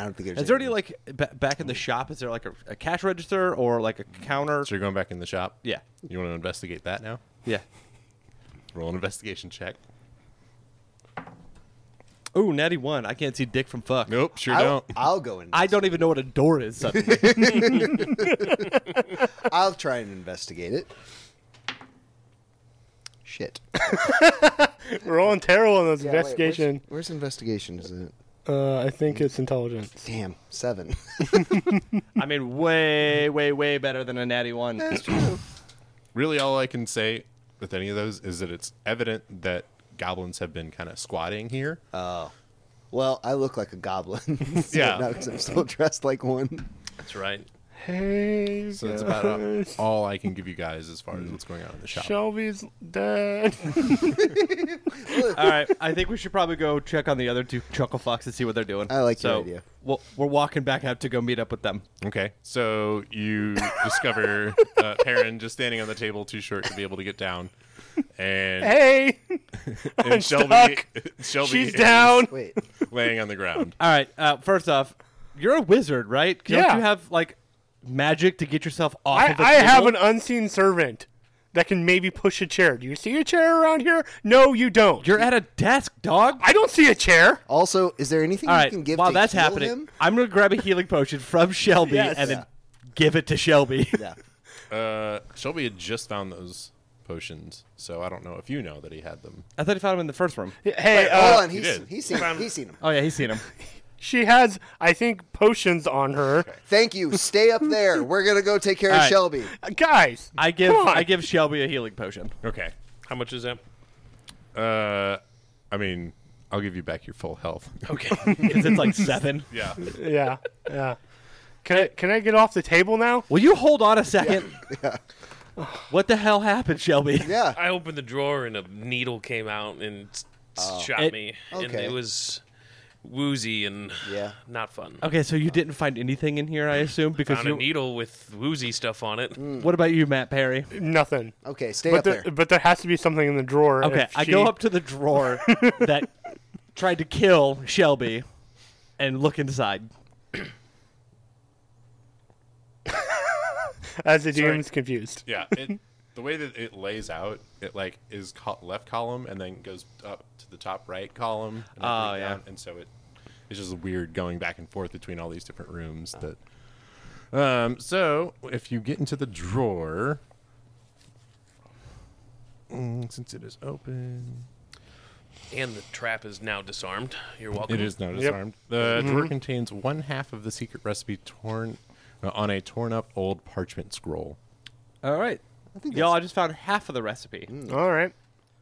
Speaker 2: I don't think there's.
Speaker 4: Is there any
Speaker 2: anything.
Speaker 4: like ba- back in the shop? Is there like a, a cash register or like a counter?
Speaker 3: So you're going back in the shop.
Speaker 4: Yeah.
Speaker 3: You want to investigate that now?
Speaker 4: Yeah.
Speaker 3: Roll an investigation check.
Speaker 4: Ooh, natty one. I can't see dick from fuck.
Speaker 3: Nope, sure
Speaker 2: I'll,
Speaker 3: don't.
Speaker 2: I'll go and
Speaker 4: I don't even know what a door is. Suddenly.
Speaker 2: I'll try and investigate it. Shit.
Speaker 1: We're all in terrible in this
Speaker 2: Yeah, wait, where's-
Speaker 1: investigation.
Speaker 2: Where's, investigation? Is it?
Speaker 1: uh, I think it's intelligence.
Speaker 2: Damn, seven.
Speaker 4: I mean, way, way, way better than a natty one.
Speaker 3: really all I can say with any of those is that it's evident that goblins have been kind of squatting here.
Speaker 2: Oh, Well, I look like a goblin. so
Speaker 3: Yeah.
Speaker 2: now 'cause I'm still dressed like one.
Speaker 5: That's right.
Speaker 1: Hey,
Speaker 3: So that's about uh,
Speaker 4: Oh,
Speaker 3: all I can give you guys as far as what's going on in the shop.
Speaker 1: Shelby's dead.
Speaker 4: All right, I think we should probably go check on the other two Chuckle Fox and see what they're doing.
Speaker 2: I like your
Speaker 4: so
Speaker 2: idea.
Speaker 4: We'll, we're walking back out to go meet up with them.
Speaker 3: Okay, so you discover uh, Perrin just standing on the table, too short to be able to get down, and,
Speaker 1: hey,
Speaker 3: and
Speaker 1: I'm
Speaker 3: Shelby,
Speaker 1: stuck.
Speaker 3: Shelby
Speaker 1: she's
Speaker 3: is
Speaker 1: down.
Speaker 2: Wait,
Speaker 3: laying on the ground.
Speaker 4: All right. Uh, first off, you're a wizard, right? Don't
Speaker 1: Yeah.
Speaker 4: you have like magic to get yourself off?
Speaker 1: I,
Speaker 4: of the
Speaker 1: I have an
Speaker 4: table?
Speaker 1: unseen servant that can maybe push a chair. Do you see a chair around here? No, you don't.
Speaker 4: You're at a desk, dog.
Speaker 1: I don't see a chair.
Speaker 2: also, is there anything
Speaker 4: All
Speaker 2: you
Speaker 4: right.
Speaker 2: can give
Speaker 4: While
Speaker 2: to
Speaker 4: that's
Speaker 2: heal
Speaker 4: happening,
Speaker 2: him?
Speaker 4: I'm gonna grab a healing potion from Shelby
Speaker 1: Yes.
Speaker 4: and then give it to Shelby.
Speaker 2: Yeah.
Speaker 3: Uh, Shelby had just found those potions, so I don't know if you know that he had them.
Speaker 4: I thought he found him in the first room.
Speaker 1: Hey, uh,
Speaker 2: Hold on, he's,
Speaker 3: did.
Speaker 2: he's seen him. He's seen him.
Speaker 4: Oh yeah, he's seen him.
Speaker 1: she has, I think, potions on her.
Speaker 2: Thank you. Stay up there. We're gonna go take care of
Speaker 4: All right.
Speaker 2: Shelby.
Speaker 1: Uh, Guys,
Speaker 4: I give
Speaker 1: come on.
Speaker 4: I give Shelby a healing potion.
Speaker 3: Okay.
Speaker 5: How much is that?
Speaker 3: Uh, I mean, I'll give you back your full health.
Speaker 4: Okay. Because it's like seven.
Speaker 3: yeah.
Speaker 1: Yeah, yeah. Can I, can I get off the table now?
Speaker 4: Will you hold on a second? What the hell happened, Shelby?
Speaker 2: Yeah.
Speaker 5: I opened the drawer and a needle came out and s- s- shot
Speaker 4: It-
Speaker 5: me, and
Speaker 2: Oh. okay.
Speaker 5: it was woozy and
Speaker 2: Yeah. Oh,
Speaker 5: not fun.
Speaker 4: Okay, so you didn't find anything in here, I assume, because
Speaker 5: Found a
Speaker 4: you.
Speaker 5: needle with woozy stuff on it.
Speaker 2: Mm.
Speaker 4: What about you, Matt Perry?
Speaker 1: Nothing.
Speaker 2: Okay. Stay
Speaker 1: But
Speaker 2: up
Speaker 1: there,
Speaker 2: there.
Speaker 1: but there has to be something in the drawer.
Speaker 4: Okay,
Speaker 1: if
Speaker 4: I
Speaker 1: she-
Speaker 4: go up to the drawer that tried to kill Shelby and look inside.
Speaker 1: as the DM's confused.
Speaker 3: Yeah. It, the way that it lays out, it like is co- left column and then goes up to the top right column. And
Speaker 4: Oh,
Speaker 3: then right
Speaker 4: yeah.
Speaker 3: and so it it's just weird going back and forth between all these different rooms. That. Um. So if you get into the drawer, Mm, since it is open,
Speaker 5: And the trap is now disarmed. You're welcome.
Speaker 3: It is now
Speaker 1: Yep.
Speaker 3: disarmed. The drawer contains one half of the secret recipe torn uh, on a torn up old parchment scroll.
Speaker 4: All right. Y'all, I just found half of the recipe.
Speaker 5: Mm.
Speaker 1: All right.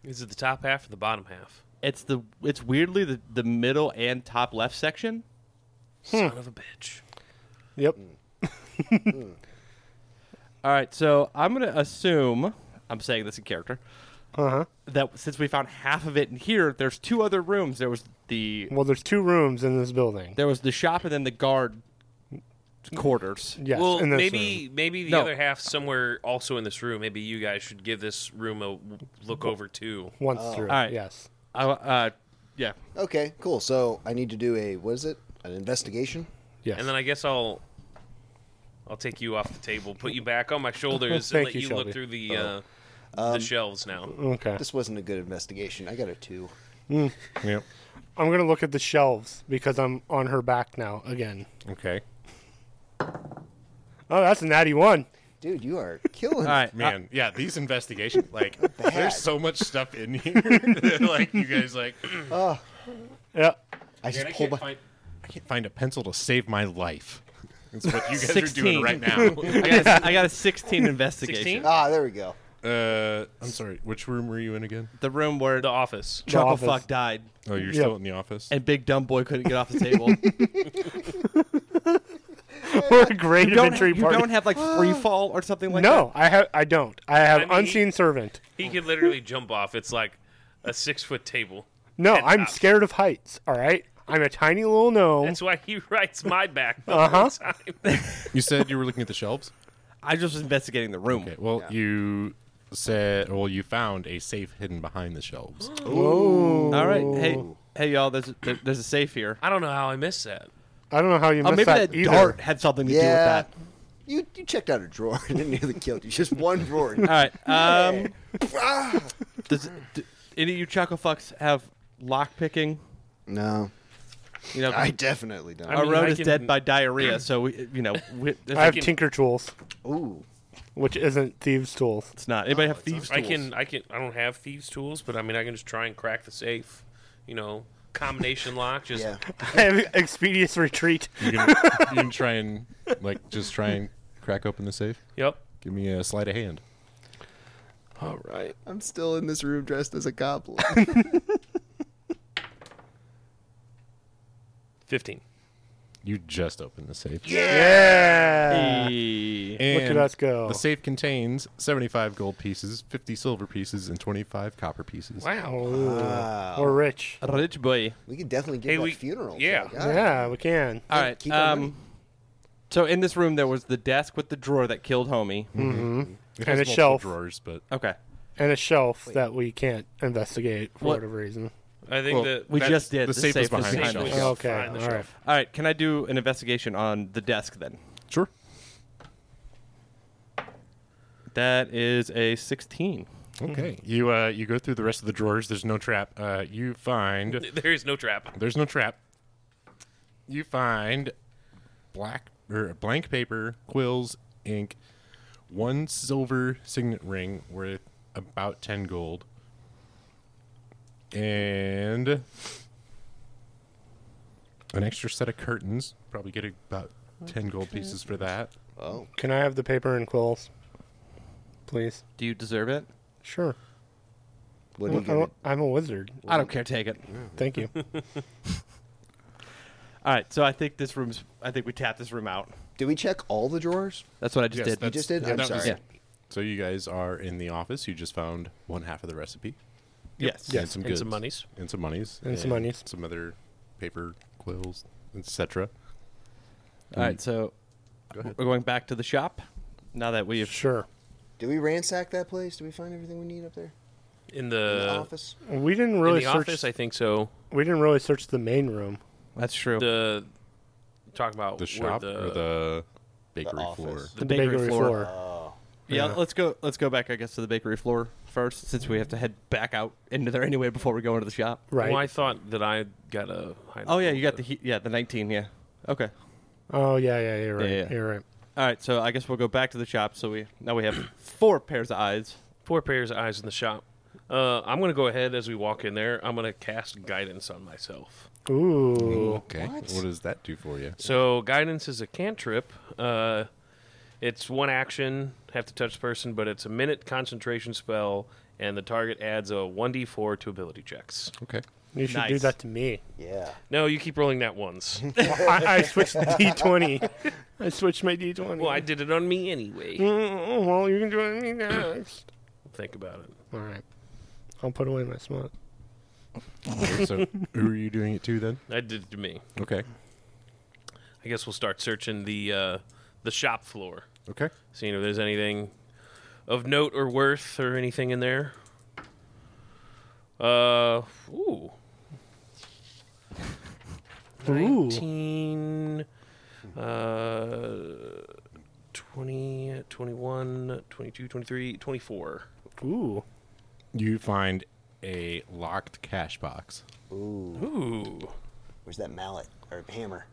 Speaker 5: Is it the top half or the bottom half?
Speaker 4: It's the it's weirdly the, the middle and top left section.
Speaker 2: Hmm.
Speaker 5: Son of a bitch.
Speaker 1: Yep.
Speaker 5: Mm.
Speaker 4: All right, so I'm gonna assume I'm saying this in character
Speaker 1: Uh huh.
Speaker 4: that since we found half of it in here, there's two other rooms. There was the
Speaker 1: Well, there's two rooms in this building.
Speaker 4: there was the shop and then the guard quarters.
Speaker 1: Yes.
Speaker 5: well,
Speaker 1: in this
Speaker 5: maybe maybe the
Speaker 4: No.
Speaker 5: other half somewhere also in this room. Maybe you guys should give this room a w- look over too.
Speaker 1: room. once through.
Speaker 4: All right.
Speaker 1: Yes.
Speaker 4: I, uh, yeah.
Speaker 2: Okay. Cool. So I need to do a what is it? An investigation.
Speaker 1: Yes.
Speaker 5: And then I guess I'll I'll take you off the table, put you back on my shoulders, and
Speaker 1: Thank
Speaker 5: let
Speaker 1: you,
Speaker 5: you, look
Speaker 1: Shelby. Oh.
Speaker 5: through the uh, the
Speaker 4: Um,
Speaker 5: shelves now.
Speaker 1: okay.
Speaker 2: This wasn't a good investigation. I got a two.
Speaker 3: Yep.
Speaker 1: I'm gonna look at the shelves because I'm on her back now again.
Speaker 3: Okay.
Speaker 1: Oh, that's a natty one.
Speaker 2: Dude, you are killing.
Speaker 4: All right,
Speaker 3: Man, yeah, these investigations, like, there's so much stuff in here. that, like, you guys, like, man,
Speaker 1: Yep.
Speaker 2: I just
Speaker 3: I
Speaker 2: pulled
Speaker 3: can't,
Speaker 2: my.
Speaker 3: find, I can't find a pencil to save my life. That's what you guys are
Speaker 4: 16.
Speaker 3: doing right now.
Speaker 4: I got a, I got a 16 investigation.
Speaker 5: 16?
Speaker 2: Ah, there we go.
Speaker 3: Uh, I'm sorry, which room were you in again?
Speaker 4: The room where
Speaker 5: The office.
Speaker 4: Chuckle
Speaker 1: office.
Speaker 4: Fuck died
Speaker 3: Oh, you're
Speaker 1: Yeah.
Speaker 3: still in the office?
Speaker 4: and Big Dumb Boy couldn't get off the table.
Speaker 1: We're a great
Speaker 4: don't,
Speaker 1: adventure
Speaker 4: you
Speaker 1: party.
Speaker 4: don't have like free fall or something like
Speaker 1: no, I have. I don't. I have
Speaker 5: I mean-
Speaker 1: unseen servant.
Speaker 5: He could literally jump off. It's like a six foot table.
Speaker 1: No, I'm
Speaker 5: up.
Speaker 1: scared of heights. All right. I'm a tiny little gnome.
Speaker 5: That's why he writes my back the
Speaker 1: Uh-huh.
Speaker 5: whole time.
Speaker 3: You said you were looking at the shelves?
Speaker 4: that? I just was investigating the room.
Speaker 3: Okay, well, you said, well, you found a safe hidden behind the shelves.
Speaker 4: All right, hey, hey, y'all, there's a, there, there's a safe here.
Speaker 5: I don't know how I missed that.
Speaker 1: I don't know how you
Speaker 4: Oh,
Speaker 1: missed
Speaker 4: maybe that,
Speaker 1: that either.
Speaker 4: dart had something to do with
Speaker 2: Yeah.
Speaker 4: that.
Speaker 2: You you checked out a drawer and it nearly killed you. Just one drawer.
Speaker 4: All right, um, does do, any of you Chuckle Fucks have lock picking?
Speaker 2: no,
Speaker 4: You know,
Speaker 2: I definitely don't.
Speaker 5: I
Speaker 4: our
Speaker 5: mean,
Speaker 4: road
Speaker 5: I
Speaker 4: is
Speaker 5: can-
Speaker 4: dead by diarrhea, so we, you know, we, there's
Speaker 1: I have
Speaker 5: can-
Speaker 1: tinker tools,
Speaker 2: Ooh,
Speaker 1: which isn't thieves' tools.
Speaker 4: It's not. Anybody have thieves?
Speaker 5: I
Speaker 4: tools?
Speaker 5: can I can I don't have thieves tools, but I mean I can just try and crack the safe. You know, combination lock. Just
Speaker 2: yeah.
Speaker 1: I have expeditious retreat.
Speaker 3: You can, you can try and like just try and crack open the safe.
Speaker 5: yep.
Speaker 3: Give me a sleight of hand.
Speaker 5: All right.
Speaker 2: I'm still in this room dressed as a goblin.
Speaker 5: 15.
Speaker 3: You just opened the safe.
Speaker 1: Yeah.
Speaker 4: Hey.
Speaker 3: And
Speaker 1: Look at us go.
Speaker 3: The safe contains 75 gold pieces, 50 silver pieces, and 25 copper pieces.
Speaker 5: Wow.
Speaker 1: Ooh,
Speaker 2: Wow.
Speaker 1: We're rich.
Speaker 4: Rich boy.
Speaker 2: We could definitely give
Speaker 5: Hey,
Speaker 2: that
Speaker 5: we-
Speaker 2: funeral.
Speaker 5: yeah.
Speaker 1: Yeah, we can.
Speaker 4: All right.
Speaker 2: keep on
Speaker 4: Um,
Speaker 2: running.
Speaker 4: so in this room there was the desk with the drawer that killed homie.
Speaker 3: It
Speaker 1: And
Speaker 3: has
Speaker 1: a
Speaker 3: multiple
Speaker 1: shelf.
Speaker 3: drawers, but
Speaker 4: Okay.
Speaker 1: And a shelf that we can't investigate for
Speaker 4: What-
Speaker 1: whatever reason.
Speaker 5: I think
Speaker 3: Well,
Speaker 5: that
Speaker 4: We
Speaker 5: that-
Speaker 4: just did.
Speaker 3: the
Speaker 4: The,
Speaker 3: safe
Speaker 4: safe,
Speaker 3: was
Speaker 4: was
Speaker 3: behind
Speaker 5: safe
Speaker 4: behind
Speaker 3: the
Speaker 4: us.
Speaker 5: was
Speaker 3: shelf.
Speaker 1: Okay,
Speaker 5: behind the
Speaker 1: all
Speaker 5: shelf.
Speaker 4: All right. Can I do an investigation on the desk then?
Speaker 3: sure.
Speaker 4: That is a 16.
Speaker 3: Okay.
Speaker 1: Hmm.
Speaker 3: You uh, you go through the rest of the drawers. There's no trap. Uh, you find
Speaker 5: There is no trap.
Speaker 3: There's no trap. You find black or blank paper, quills, ink, one silver signet ring worth about ten gold, and an extra set of curtains. Probably get about ten gold pieces for that.
Speaker 2: Oh,
Speaker 1: Can I have the paper and quills? Please.
Speaker 4: Do you deserve it?
Speaker 1: Sure.
Speaker 2: what do you
Speaker 1: I
Speaker 2: give
Speaker 1: don't-
Speaker 2: it?
Speaker 1: I'm a wizard.
Speaker 4: I don't care. Take it.
Speaker 1: Thank you.
Speaker 4: All right. So I think this room's. I think we tapped this room out.
Speaker 2: Did we check all the drawers?
Speaker 4: That's what I just
Speaker 3: Yes,
Speaker 4: did.
Speaker 3: that's-
Speaker 2: just did? I'm
Speaker 3: that
Speaker 2: sorry.
Speaker 4: Yeah.
Speaker 3: So you guys are in the office. You just found one half of the recipe.
Speaker 4: Yes.
Speaker 3: And some
Speaker 5: And some
Speaker 3: goods.
Speaker 5: monies.
Speaker 3: And some monies.
Speaker 1: And some monies.
Speaker 3: Some other paper quills, etc.
Speaker 4: All right. So we're going back to the shop. Now that we've
Speaker 1: sure.
Speaker 2: Did we ransack that place? Did we find everything we need up there?
Speaker 5: In
Speaker 2: In the
Speaker 5: the,
Speaker 2: office?
Speaker 1: We didn't
Speaker 5: in
Speaker 1: really
Speaker 5: the
Speaker 1: search.
Speaker 5: office, I think so.
Speaker 1: we didn't really search the main room.
Speaker 4: that's true.
Speaker 5: The talk about
Speaker 3: The
Speaker 5: where
Speaker 3: shop
Speaker 5: the,
Speaker 3: or the bakery
Speaker 2: office. Oh,
Speaker 3: floor.
Speaker 5: the bakery, floor.
Speaker 4: yeah,
Speaker 1: yeah.
Speaker 4: Let's go. Let's go back. I guess to the bakery floor first, since we have to head back out into there anyway before we go into the shop.
Speaker 1: Right.
Speaker 5: Well, oh, I thought that I got a. high
Speaker 4: Oh yeah, you got
Speaker 5: number.
Speaker 4: the heat. Yeah, the 19. Yeah. Okay.
Speaker 1: oh yeah, yeah, you're right.
Speaker 4: Yeah, yeah.
Speaker 1: You're right.
Speaker 4: All right. So I guess we'll go back to the shop. So we now we have four pairs of eyes.
Speaker 5: four pairs of eyes in the shop. Uh, I'm gonna go ahead as we walk in there. I'm gonna cast guidance on myself.
Speaker 1: Ooh.
Speaker 3: Okay. What? does that do for you?
Speaker 5: So guidance is a cantrip. Uh, it's one action, have to touch the person, but it's a minute concentration spell, and the target adds a 1d4 to ability checks.
Speaker 3: Okay.
Speaker 1: You should do
Speaker 4: Nice.
Speaker 1: that to me.
Speaker 2: Yeah.
Speaker 5: No, you keep rolling that once.
Speaker 1: I, I switched the D20. I switched my D20.
Speaker 5: well, I did it on me anyway.
Speaker 1: Mm, well, you can do it to me next.
Speaker 5: Think about it.
Speaker 1: All right. I'll put away my smut.
Speaker 3: so who are you doing it to then?
Speaker 5: I did it to me.
Speaker 3: Okay.
Speaker 5: I guess we'll start searching the uh, the shop floor,
Speaker 3: Okay.
Speaker 5: seeing if there's anything of note or worth or anything in there. Uh, ooh.
Speaker 1: Ooh.
Speaker 5: 19, uh, 20, 21, 22, 23, 24.
Speaker 4: Oh,
Speaker 1: Ooh.
Speaker 3: You find a locked cash box.
Speaker 2: Ooh.
Speaker 5: Ooh.
Speaker 2: Where's that mallet or hammer?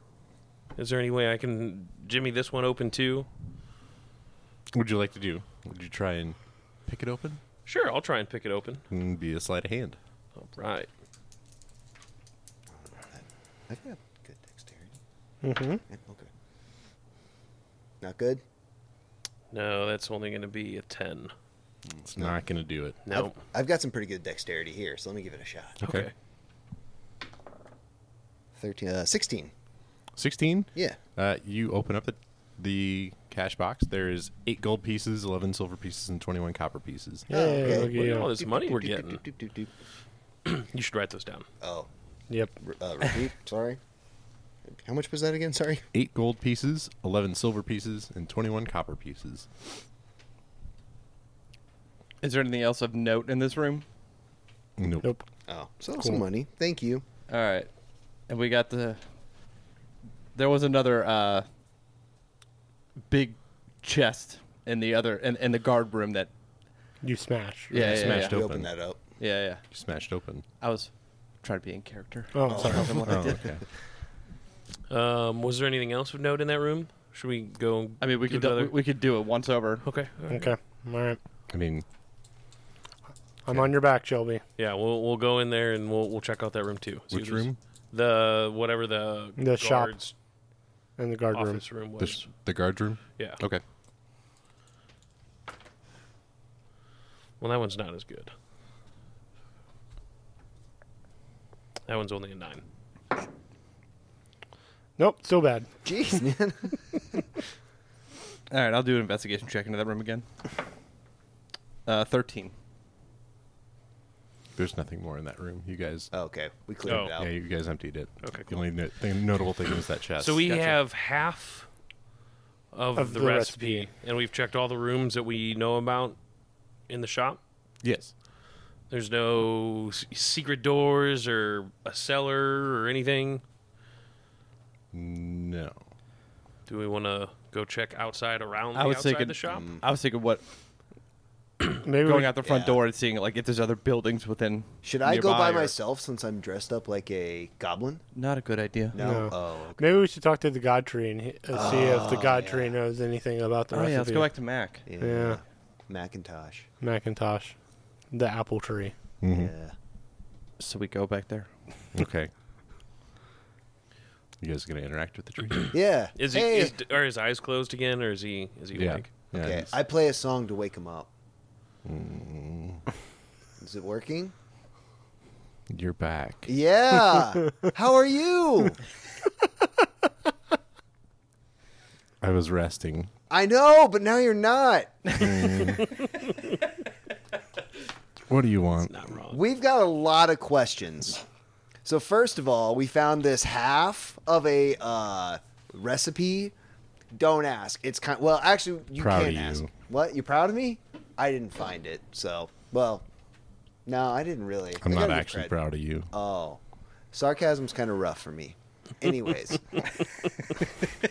Speaker 5: Is there any way I can jimmy this one open too?
Speaker 3: What would you like to do? Would you try and pick it open?
Speaker 5: Sure, I'll try and pick it open.
Speaker 3: And Mm, be a sleight of hand.
Speaker 5: All right.
Speaker 2: I've got good dexterity. Mm-hmm. okay. Not good.
Speaker 5: No, that's only going to be a 10.
Speaker 3: It's not going to do it.
Speaker 5: No.
Speaker 2: I've, I've got some pretty good dexterity here, so let me give it a shot.
Speaker 5: okay.
Speaker 2: 13, uh, 16.
Speaker 3: 16?
Speaker 2: Yeah.
Speaker 3: Uh, you open up the, the cash box. There is eight gold pieces, 11 silver pieces, and 21 copper pieces.
Speaker 1: Yeah.
Speaker 2: okay.
Speaker 1: look at
Speaker 5: Look at
Speaker 1: you.
Speaker 5: all this money we're
Speaker 2: Doop, doop,
Speaker 5: getting.
Speaker 2: doop, doop, doop, doop.
Speaker 5: You should write those down.
Speaker 2: Oh,
Speaker 1: Yep.
Speaker 2: re- uh, repeat. sorry. How much was that again? Sorry.
Speaker 3: Eight gold pieces, 11 silver pieces, and 21 copper pieces.
Speaker 4: Is there anything else of note in this room?
Speaker 3: Nope.
Speaker 1: Nope.
Speaker 2: Oh, so some money. Thank you.
Speaker 4: All right. And we got the. There was another uh, big chest in the other in, in the guard room that
Speaker 1: You smash.
Speaker 4: yeah yeah
Speaker 3: smashed
Speaker 4: yeah,
Speaker 2: We opened
Speaker 3: Open.
Speaker 2: that up.
Speaker 4: yeah yeah.
Speaker 3: You smashed open.
Speaker 4: I was trying to be in character.
Speaker 1: Oh, sorry.
Speaker 4: From what I did.
Speaker 3: okay.
Speaker 5: Um, was there anything else of note in that room? Should we go?
Speaker 4: I mean, we
Speaker 5: give
Speaker 4: could
Speaker 5: it
Speaker 4: do, we, we could do it once over.
Speaker 5: okay. all right.
Speaker 1: Okay. All right.
Speaker 3: I mean,
Speaker 1: I'm on your back, Shelby.
Speaker 5: Yeah, we'll we'll go in there and we'll we'll check out that room too. See
Speaker 3: which
Speaker 5: if there's-
Speaker 3: room?
Speaker 5: The whatever the
Speaker 1: The shop
Speaker 5: guards
Speaker 1: In the guard room.
Speaker 5: office room
Speaker 3: The,
Speaker 5: was.
Speaker 3: sh- the guard room?
Speaker 5: yeah.
Speaker 3: Okay.
Speaker 5: Well, that one's not as good. That one's only a nine.
Speaker 1: Nope, still bad.
Speaker 2: Jeez, man.
Speaker 4: All right, I'll do an investigation check into that room again. Uh, thirteen.
Speaker 3: There's nothing more in that room. You guys.
Speaker 2: okay, we cleared
Speaker 5: Oh.
Speaker 2: it out.
Speaker 3: yeah, you guys emptied it.
Speaker 5: Okay,
Speaker 3: The only no- thing, notable thing was that chest.
Speaker 5: So we
Speaker 4: Gotcha.
Speaker 5: have half of,
Speaker 1: Of
Speaker 5: the,
Speaker 1: the
Speaker 5: recipe,
Speaker 1: recipe.
Speaker 5: and we've checked all the rooms that we know about in the shop.
Speaker 3: yes.
Speaker 5: There's no s- secret doors or a cellar or anything.
Speaker 3: No.
Speaker 5: Do we want to go check outside around
Speaker 4: I
Speaker 5: the
Speaker 4: was
Speaker 5: outside
Speaker 4: thinking- Mm.
Speaker 5: the shop?
Speaker 4: I was thinking what
Speaker 1: Maybe
Speaker 4: going
Speaker 1: we,
Speaker 4: out the front
Speaker 2: Mm. Yeah.
Speaker 4: door and seeing like if there's other buildings within.
Speaker 2: Should I go by
Speaker 4: nearby or-
Speaker 2: myself since I'm dressed up like a goblin?
Speaker 4: Not a good idea.
Speaker 1: No.
Speaker 2: Oh, okay.
Speaker 1: maybe we should talk to the God Tree and he- uh, see if the God Tree knows anything about the
Speaker 4: Oh
Speaker 1: recipe.
Speaker 4: yeah, let's go back to Mac.
Speaker 2: yeah.
Speaker 1: Yeah.
Speaker 2: uh, Macintosh.
Speaker 1: Macintosh, the apple tree.
Speaker 2: Yeah.
Speaker 4: So we go back there.
Speaker 3: Okay. You guys gonna interact with the tree?
Speaker 2: Yeah.
Speaker 5: Is he
Speaker 2: hey.
Speaker 5: is, are his eyes closed again, or is he is he awake?
Speaker 3: Yeah,
Speaker 2: okay,
Speaker 3: it's-
Speaker 2: I play a song to wake him up. Is it working?
Speaker 3: You're back.
Speaker 2: Yeah. How are you?
Speaker 3: I was resting.
Speaker 2: I know, but now you're not.
Speaker 3: What do you want?
Speaker 2: We've got a lot of questions. So first of all, we found this half of a uh, recipe. Don't ask. It's kind. Well, actually, you
Speaker 3: Proud
Speaker 2: can't
Speaker 3: of
Speaker 2: ask.
Speaker 3: you.
Speaker 2: What? You proud of me? I didn't find it. So, well, no, I didn't really.
Speaker 3: I'm
Speaker 2: I
Speaker 3: not
Speaker 2: gotta give
Speaker 3: actually
Speaker 2: cred.
Speaker 3: proud of you.
Speaker 2: Oh, sarcasm's kind of rough for me. Anyways,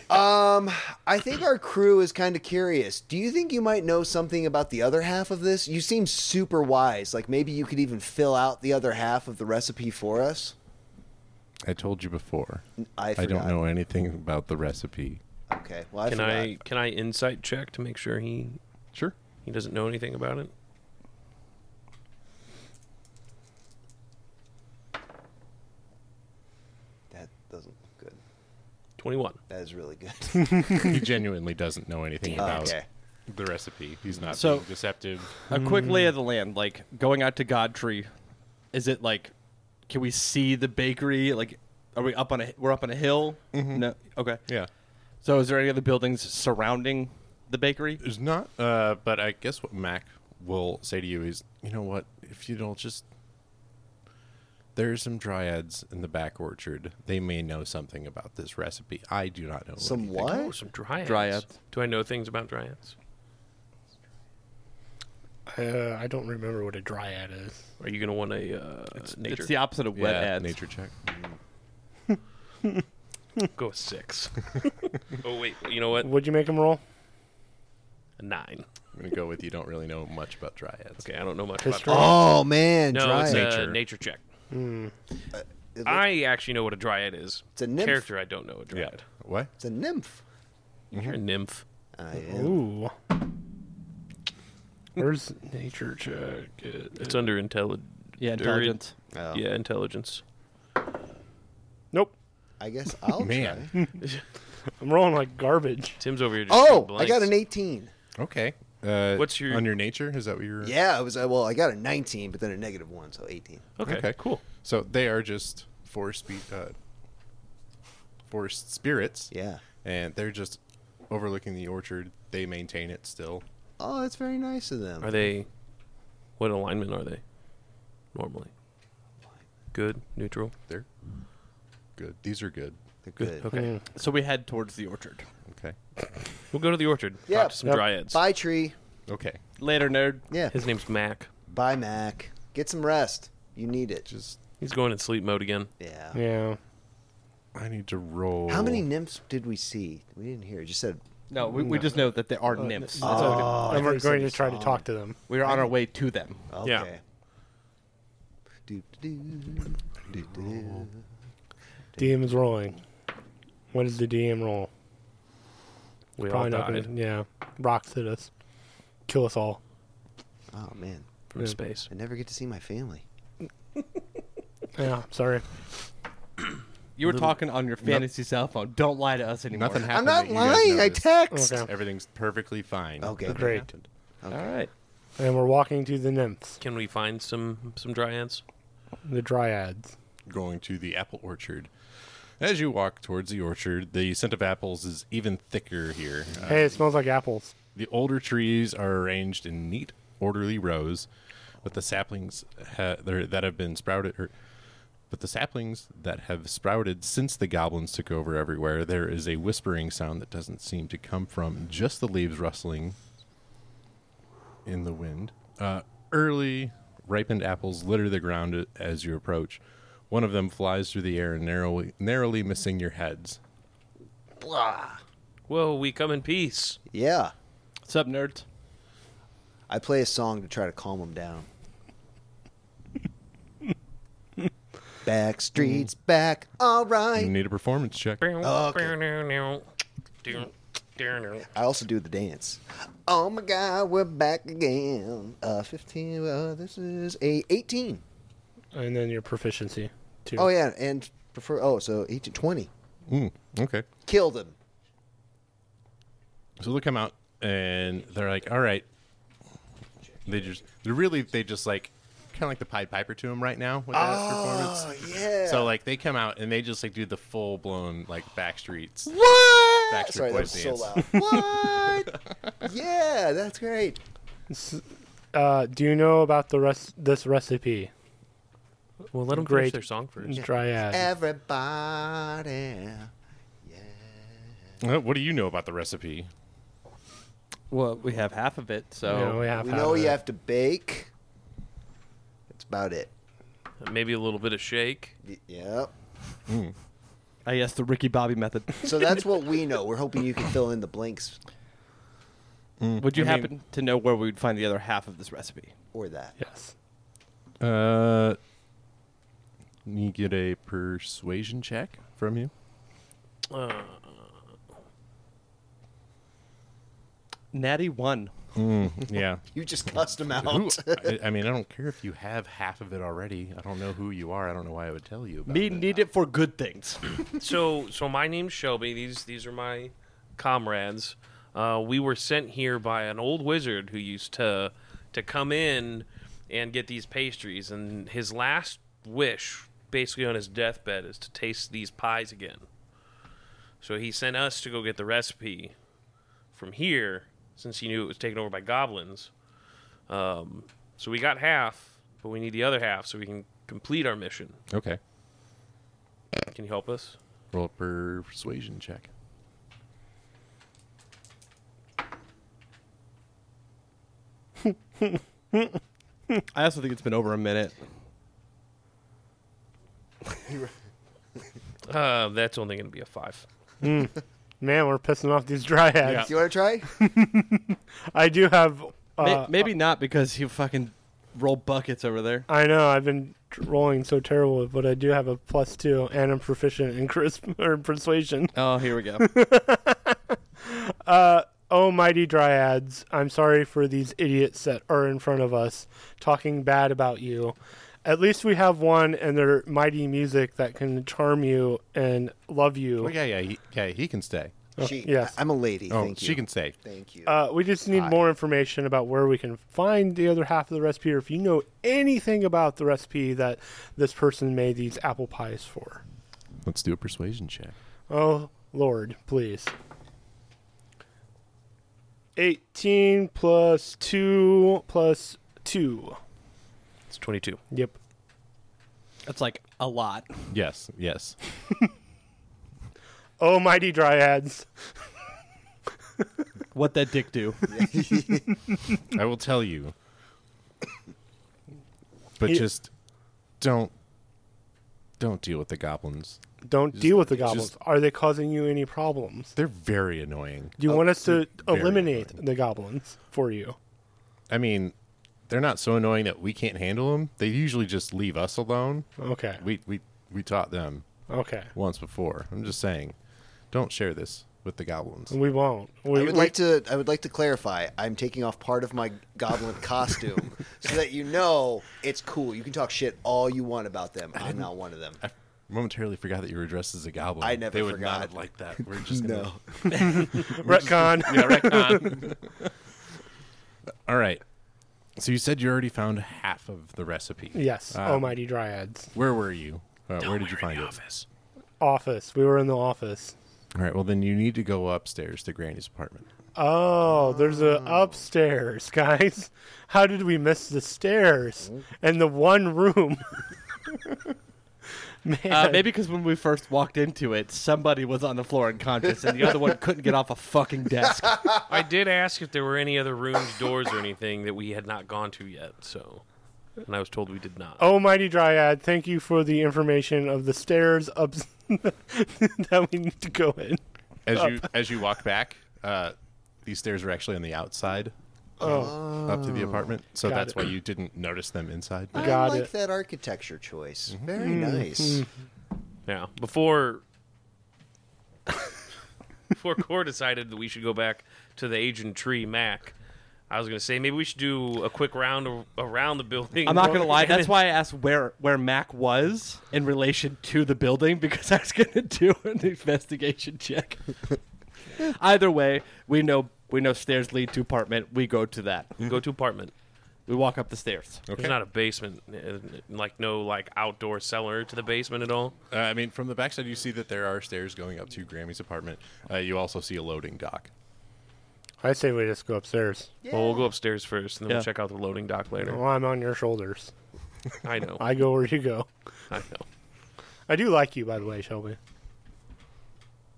Speaker 2: um, I think our crew is kind of curious. Do you think you might know something about the other half of this? You seem super wise. Like maybe you could even fill out the other half of the recipe for us.
Speaker 3: I told you before.
Speaker 2: I
Speaker 3: I don't
Speaker 2: forgot.
Speaker 3: know anything about the recipe.
Speaker 2: Okay. Well, I
Speaker 5: Can
Speaker 2: forgot.
Speaker 5: I can I insight check to make sure he
Speaker 3: Sure.
Speaker 5: he doesn't know anything about it?
Speaker 2: That doesn't look good.
Speaker 5: Twenty one.
Speaker 2: That is really good.
Speaker 3: he genuinely doesn't know anything about
Speaker 2: Oh, okay.
Speaker 3: the recipe. He's not
Speaker 4: So-
Speaker 3: being deceptive.
Speaker 4: A quick lay of the land, like going out to Godtree, is it like? Can we see the bakery? Like, are we up on a? We're up on a hill.
Speaker 2: Mm-hmm.
Speaker 4: No. Okay.
Speaker 3: Yeah.
Speaker 4: So, is there any other buildings surrounding the bakery?
Speaker 3: There's not, uh, but I guess what Mac will say to you is, you know what? If you don't just. There's some dryads in the back orchard. They may know something about this recipe. I do not know.
Speaker 2: Some
Speaker 3: anything.
Speaker 5: Oh,
Speaker 2: what?
Speaker 5: some dryads.
Speaker 4: Dryads.
Speaker 5: Do I know things about dryads?
Speaker 1: Uh, I don't remember what a dryad is.
Speaker 5: Are you gonna want a uh, nature?
Speaker 4: It's the opposite of
Speaker 3: Yeah,
Speaker 4: wet ads.
Speaker 3: nature check.
Speaker 5: Go with six. oh wait, you know what?
Speaker 1: Would you make him roll?
Speaker 5: A nine.
Speaker 3: I'm going to go with you don't really know much about dryads.
Speaker 5: Okay, I don't know much
Speaker 1: History?
Speaker 5: about
Speaker 2: Oh man,
Speaker 5: No,
Speaker 2: dry.
Speaker 5: it's
Speaker 2: it.
Speaker 5: a
Speaker 3: Nature.
Speaker 5: nature check.
Speaker 2: It looks-
Speaker 5: I actually know what a dryad is.
Speaker 2: It's a nymph.
Speaker 5: Character I don't know a
Speaker 3: Yeah.
Speaker 5: dryad.
Speaker 3: What?
Speaker 2: it's a nymph. Mm-hmm.
Speaker 5: You're a nymph.
Speaker 2: I am.
Speaker 1: Ooh. Where's nature check?
Speaker 5: It's under intelli-
Speaker 4: Yeah,
Speaker 5: or-
Speaker 4: intelligence.
Speaker 2: Oh,
Speaker 5: Yeah, intelligence.
Speaker 1: Nope.
Speaker 2: I guess I'll
Speaker 3: Man.
Speaker 2: try.
Speaker 1: I'm rolling like garbage.
Speaker 5: Tim's over here. Just
Speaker 2: Oh,
Speaker 5: doing
Speaker 2: I got
Speaker 5: blanks.
Speaker 2: an 18.
Speaker 3: Okay. Uh,
Speaker 5: What's your-
Speaker 3: on your nature? Is that what you're?
Speaker 2: Yeah, it was. Uh, well, I got a 19, but then a negative one, so 18.
Speaker 5: Okay,
Speaker 3: Okay.
Speaker 5: cool.
Speaker 3: So they are just forced, be- uh, forced spirits.
Speaker 2: Yeah.
Speaker 3: And they're just overlooking the orchard. They maintain it still.
Speaker 2: Oh, that's very nice of them.
Speaker 5: Are they? What alignment are they? Normally, good, neutral.
Speaker 3: They're good. These are good.
Speaker 2: They're good.
Speaker 5: Okay,
Speaker 1: Mm,
Speaker 4: So we head towards the orchard.
Speaker 3: Okay.
Speaker 5: we'll go to the orchard.
Speaker 2: Yeah.
Speaker 5: Talk to some
Speaker 1: Yep.
Speaker 5: dryads.
Speaker 2: Bye, tree.
Speaker 3: Okay.
Speaker 4: Later, nerd.
Speaker 2: Yeah.
Speaker 5: His name's Mac.
Speaker 2: Bye, Mac. Get some rest. You need it.
Speaker 3: Just
Speaker 5: He's going in sleep mode again.
Speaker 2: Yeah.
Speaker 1: Yeah.
Speaker 3: I need to roll.
Speaker 2: How many nymphs did we see? We didn't hear. It just said.
Speaker 4: No, Uh, we, we just know that there are nymphs. That's all we know.
Speaker 2: Oh,
Speaker 1: and
Speaker 2: I
Speaker 1: we're
Speaker 2: thought you
Speaker 1: going to
Speaker 2: said
Speaker 1: try
Speaker 2: we
Speaker 1: to
Speaker 2: saw
Speaker 1: talk to them.
Speaker 4: We're on our way to them.
Speaker 2: them. Okay.
Speaker 5: Yeah.
Speaker 2: Do, do, do, do, do.
Speaker 1: DM is rolling. What does the DM roll?
Speaker 5: We all
Speaker 1: Probably not
Speaker 5: died
Speaker 1: gonna, yeah. Rocks hit us. Kill us all.
Speaker 2: Oh man,
Speaker 5: from
Speaker 1: Yeah.
Speaker 5: space.
Speaker 2: I never get to see my family.
Speaker 1: Yeah, sorry.
Speaker 4: You were talking on your fantasy cell phone. Don't lie to us anymore.
Speaker 3: Nothing happened.
Speaker 2: I'm not
Speaker 3: that you guys
Speaker 2: lying. I
Speaker 3: noticed.
Speaker 2: text.
Speaker 1: Okay.
Speaker 3: Everything's perfectly fine.
Speaker 2: Okay.
Speaker 3: Nothing
Speaker 1: Great.
Speaker 3: happened.
Speaker 4: All right.
Speaker 1: And we're walking to the nymphs,
Speaker 5: Can we find some some dryads?
Speaker 1: the dryads.
Speaker 3: Going to the apple orchard. As you walk towards the orchard, the scent of apples is even thicker here. Uh,
Speaker 1: Hey, it smells like apples.
Speaker 3: the older trees are arranged in neat, orderly rows, but the saplings ha- there- that have been sprouted, or, but the saplings that have sprouted since the goblins took over everywhere, there is a whispering sound that doesn't seem to come from just the leaves rustling in the wind. Uh, early ripened apples litter the ground as you approach. One of them flies through the air and narrowly, narrowly missing your heads.
Speaker 5: Whoa, we come in peace.
Speaker 2: Yeah.
Speaker 4: What's up, nerds?
Speaker 2: I play a song to try to calm them down. back streets back. All
Speaker 3: You
Speaker 2: right.
Speaker 3: need a performance check.
Speaker 2: I also do the dance. Oh my God, we're back again. Uh, 15. Uh, this is a 18.
Speaker 1: And then your proficiency, too.
Speaker 2: Oh yeah, and prefer. Oh, so 18, 20.
Speaker 3: Mm, okay.
Speaker 2: Killed him.
Speaker 3: So they come out and they're like, "All right." They just they're really they just like kind of like the Pied Piper to him right now with that
Speaker 2: Oh
Speaker 3: performance.
Speaker 2: yeah.
Speaker 3: So like they come out and they just like do the full blown like Backstreets.
Speaker 2: what?
Speaker 3: Backstreet
Speaker 2: Sorry, that was
Speaker 3: Boys
Speaker 2: so
Speaker 3: dance.
Speaker 2: loud. What? yeah, that's great.
Speaker 1: Uh, do you know about the rest? This recipe,
Speaker 5: Well, let them
Speaker 1: Great.
Speaker 5: finish their song first.
Speaker 1: dryad.
Speaker 2: Everybody.
Speaker 3: Uh, What do you know about the recipe?
Speaker 4: Well, we have half of it, so
Speaker 1: You know, we have
Speaker 2: We
Speaker 1: half
Speaker 2: know
Speaker 1: of
Speaker 2: you
Speaker 1: it.
Speaker 2: have to bake. That's about it.
Speaker 5: Maybe a little bit of shake.
Speaker 2: Y- Yep.
Speaker 4: I guess the Ricky Bobby method.
Speaker 2: So that's what we know. We're hoping you can fill in the blanks
Speaker 4: Would you
Speaker 3: I mean-
Speaker 4: happen to know where we'd find the other half of this recipe?
Speaker 2: or that.
Speaker 1: Yes.
Speaker 3: Uh, you get a persuasion check from you.
Speaker 4: Natty one.
Speaker 3: Yeah.
Speaker 2: You just cussed him
Speaker 3: Who,
Speaker 2: out.
Speaker 3: I, I mean, I don't care if you have half of it already. I don't know who you are. I don't know why I would tell you. About
Speaker 4: Me
Speaker 3: it.
Speaker 4: need it for good things.
Speaker 5: So, so my name's Shelby. These these are my comrades. Uh, we were sent here by an old wizard who used to to come in and get these pastries. And his last wish, basically on his deathbed, is to taste these pies again. So he sent us to go get the recipe from here, since he knew it was taken over by goblins. Um, so we got half, but we need the other half so we can complete our mission.
Speaker 3: Okay.
Speaker 5: Can you help us?
Speaker 3: Roll a persuasion check.
Speaker 4: I also think it's been over a minute.
Speaker 5: Uh, that's only going to be a five.
Speaker 1: Man, we're pissing off these dryads.
Speaker 2: Do you want to try?
Speaker 1: I do have. Uh,
Speaker 4: May- maybe not because he fucking roll buckets over there.
Speaker 1: I know I've been tr- rolling so terrible, but I do have a plus two, and I'm proficient in crisp or persuasion.
Speaker 4: Oh, here we go.
Speaker 1: Oh mighty dryads, I'm sorry for these idiots that are in front of us talking bad about you. At least we have one and their mighty music that can charm you and love
Speaker 3: Oh
Speaker 1: you.
Speaker 3: yeah, yeah, he, yeah. He can stay.
Speaker 2: She,
Speaker 1: yes.
Speaker 2: I- I'm a lady.
Speaker 3: Oh,
Speaker 2: Thank you.
Speaker 3: she can stay.
Speaker 2: Thank you.
Speaker 1: Uh, we just need
Speaker 2: Hi.
Speaker 1: more information about where we can find the other half of the recipe, or if you know anything about the recipe that this person made these apple pies for.
Speaker 3: Let's do a persuasion check.
Speaker 1: Oh, Lord, please. 18 plus 2 plus 2.
Speaker 5: It's 22.
Speaker 1: Yep.
Speaker 4: That's like a lot.
Speaker 3: Yes, yes.
Speaker 1: Oh, mighty dryads.
Speaker 4: What that dick do?
Speaker 3: I will tell you. But
Speaker 1: He-
Speaker 3: just don't don't deal with the goblins.
Speaker 1: Don't deal with the goblins.
Speaker 3: just-
Speaker 1: Are they causing you any problems?
Speaker 3: They're very annoying.
Speaker 1: Do you want us to
Speaker 3: very
Speaker 1: eliminate the goblins for you?
Speaker 3: I mean, they're not so annoying that we can't handle them. They usually just leave us alone.
Speaker 1: Okay.
Speaker 3: We we we taught them
Speaker 1: Okay.
Speaker 3: once before. I'm just saying, don't share this with the goblins.
Speaker 2: Mm.
Speaker 1: We won't. We,
Speaker 2: I would like to. I would like to clarify. I'm taking off part of my goblin costume so that you know it's cool. You can talk shit all you want about them. I'm not one of them.
Speaker 3: I momentarily forgot that you were dressed as a goblin.
Speaker 2: I never
Speaker 3: They would
Speaker 2: forgot.
Speaker 3: not have liked that. We're just gonna
Speaker 2: No.
Speaker 1: retcon.
Speaker 5: Um,
Speaker 3: All right. So you said you already found half of the recipe.
Speaker 1: yes.
Speaker 3: Um,
Speaker 1: Almighty dryads.
Speaker 3: Where were you? Uh, where did you find it?
Speaker 5: office.
Speaker 1: office. We were in the office.
Speaker 3: All right. Well, then you need to go upstairs to Granny's apartment.
Speaker 1: Oh, there's a upstairs, guys. How did we miss the stairs and the one room? Man,
Speaker 4: Uh, maybe because when we first walked into it, somebody was on the floor unconscious, and the other one couldn't get off a fucking desk.
Speaker 5: I did ask if there were any other rooms, doors, or anything that we had not gone to yet. So, and I was told we did
Speaker 4: Oh.
Speaker 5: not.
Speaker 1: Almighty Dryad, thank you for the information of the stairs up that we need to go in.
Speaker 3: As you as you walk back, uh, these stairs are actually on the outside
Speaker 1: Oh,
Speaker 3: up to the apartment, so
Speaker 1: Got
Speaker 3: that's
Speaker 1: it.
Speaker 3: why you didn't notice them inside.
Speaker 2: I
Speaker 1: Got
Speaker 2: like
Speaker 1: it.
Speaker 2: that architecture choice. Very nice.
Speaker 5: Yeah. Before before Core decided that we should go back to the agent tree Mac, I was gonna say maybe we should do a quick round a- around the building.
Speaker 4: I'm not gonna lie. That's why I asked where where Mac was in relation to the building because I was gonna do an investigation check. Either way, we know we know stairs lead to apartment. We go to that.
Speaker 5: go to apartment.
Speaker 4: We walk up the stairs.
Speaker 5: There's not a basement, uh, like no like outdoor cellar to the basement at all.
Speaker 3: Uh, I mean, from the backside, you see that there are stairs going up to Grammy's apartment. Uh, you also see a loading dock.
Speaker 1: I say we just go upstairs.
Speaker 5: Well, we'll go upstairs first, and
Speaker 4: Yeah. Oh,
Speaker 5: then we'll check out the loading dock later.
Speaker 1: Well, I'm on your shoulders.
Speaker 5: I know. I
Speaker 1: I go where you go.
Speaker 5: know.
Speaker 1: I do like you, by the way, Shelby.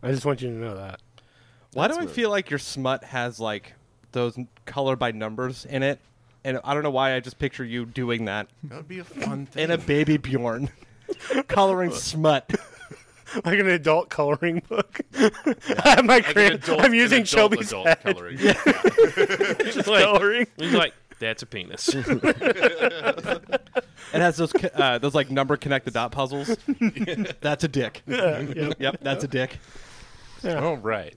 Speaker 1: I just want you to know that.
Speaker 4: Why do I feel like your smut has like those n- color by numbers in it? And I don't know why I just picture you doing that
Speaker 3: That would be a fun thing.
Speaker 4: in a baby Bjorn coloring smut.
Speaker 1: Like an adult coloring book. I have my crayon. I'm using Shelby's head
Speaker 3: coloring.
Speaker 5: Just like,
Speaker 1: coloring.
Speaker 5: he's like, that's a penis.
Speaker 4: It has those co- uh, those like number connect the dot puzzles. That's a dick.
Speaker 1: Yeah, yep.
Speaker 4: Yep, that's a dick.
Speaker 3: All right.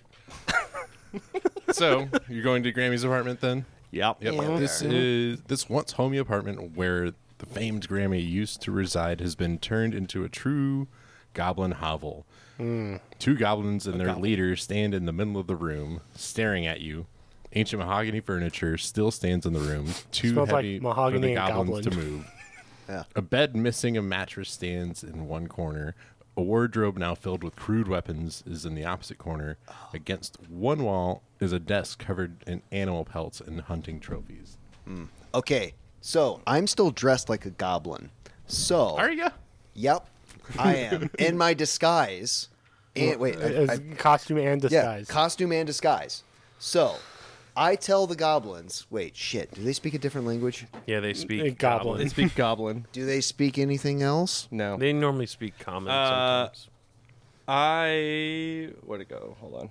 Speaker 3: so you're going to Grammy's apartment then?
Speaker 4: Yep.
Speaker 3: Yep. This is this once homey apartment where the famed Grammy used to reside has been turned into a true goblin hovel. Two goblins and their leader stand in the middle of the room, staring at you. Ancient mahogany furniture still stands in the room, too
Speaker 1: Smells like
Speaker 3: heavy for
Speaker 1: mahogany and
Speaker 3: the goblins to
Speaker 1: goblin.
Speaker 3: move.
Speaker 2: Yeah.
Speaker 3: A bed missing a mattress stands in one corner. A wardrobe now filled with crude weapons is in the opposite corner. Against one wall is a desk covered in animal pelts and hunting trophies.
Speaker 2: Okay, so I'm still dressed like a goblin. So
Speaker 3: you?
Speaker 2: Yep, I am in my disguise. And wait,
Speaker 1: As
Speaker 2: I, I,
Speaker 1: costume and
Speaker 2: yeah,
Speaker 1: disguise.
Speaker 2: costume and disguise. So I tell the goblins. Wait, shit. Do they speak a different language?
Speaker 5: yeah, they speak
Speaker 1: A goblin.
Speaker 4: They speak goblin.
Speaker 2: Do they speak anything else?
Speaker 4: No.
Speaker 5: They normally speak common
Speaker 4: Uh,
Speaker 5: sometimes.
Speaker 4: I where to go? Hold on.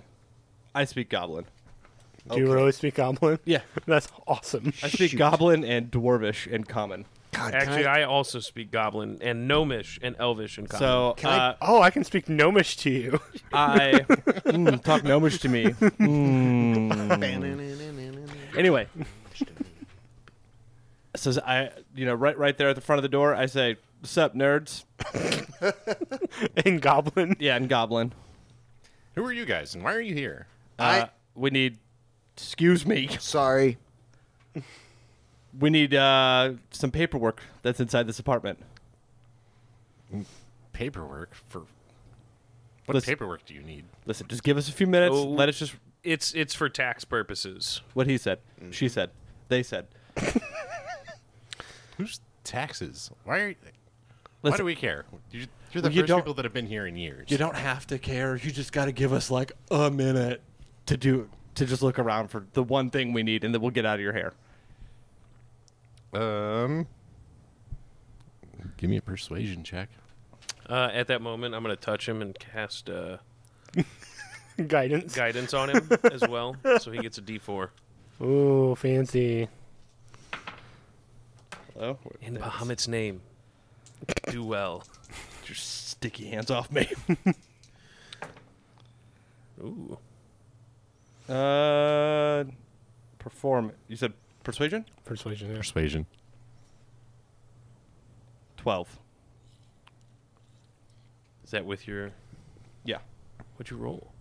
Speaker 4: I speak goblin.
Speaker 1: Do you really speak goblin?
Speaker 4: Yeah.
Speaker 1: That's awesome.
Speaker 4: I speak
Speaker 2: Shoot.
Speaker 4: goblin and dwarvish and common.
Speaker 2: God, can
Speaker 5: Actually,
Speaker 2: I-
Speaker 5: I also speak Goblin and Gnomish and Elvish and Common.
Speaker 4: So
Speaker 2: Can I-
Speaker 4: uh,
Speaker 1: Oh, I can speak gnomish to you.
Speaker 4: I Mm, talk gnomish to me. Anyway. So I, you know, right, right there at the front of the door, I say, "Sup, nerds?"
Speaker 1: in goblin.
Speaker 4: Yeah, and goblin.
Speaker 3: Who are you guys and why are you here?
Speaker 4: Uh,
Speaker 2: I-
Speaker 4: we need. Excuse me.
Speaker 2: Sorry.
Speaker 4: We need uh, some paperwork that's inside this apartment.
Speaker 3: Paperwork for what
Speaker 4: Listen.
Speaker 3: paperwork do you need?
Speaker 4: Listen, just give us a few minutes.
Speaker 5: Oh.
Speaker 4: Let us just
Speaker 5: it's it's for tax purposes.
Speaker 4: what he said, she
Speaker 3: Mm-hmm.
Speaker 4: said, they said.
Speaker 3: Who's taxes? Why are why
Speaker 4: Listen,
Speaker 3: do we care? You're, you're the
Speaker 4: Well, you
Speaker 3: 1st
Speaker 4: don't-
Speaker 3: people that have been here in years.
Speaker 4: You don't have to care. You just got to give us like a minute to do to just look around for the one thing we need, and then we'll get out of your hair.
Speaker 3: Um Give me a persuasion check.
Speaker 5: Uh, at that moment, I'm going to touch him and cast uh,
Speaker 1: Guidance.
Speaker 5: guidance on him as well, so he gets a D4.
Speaker 1: Ooh, fancy.
Speaker 3: Oh.
Speaker 4: Hello,
Speaker 5: In Bahamut's name, do well.
Speaker 4: your sticky hands off me.
Speaker 5: Ooh,
Speaker 4: uh, perform. You said persuasion.
Speaker 1: Persuasion there.
Speaker 3: Persuasion.
Speaker 4: Twelve.
Speaker 5: is that with your
Speaker 4: Yeah.
Speaker 5: what'd you roll?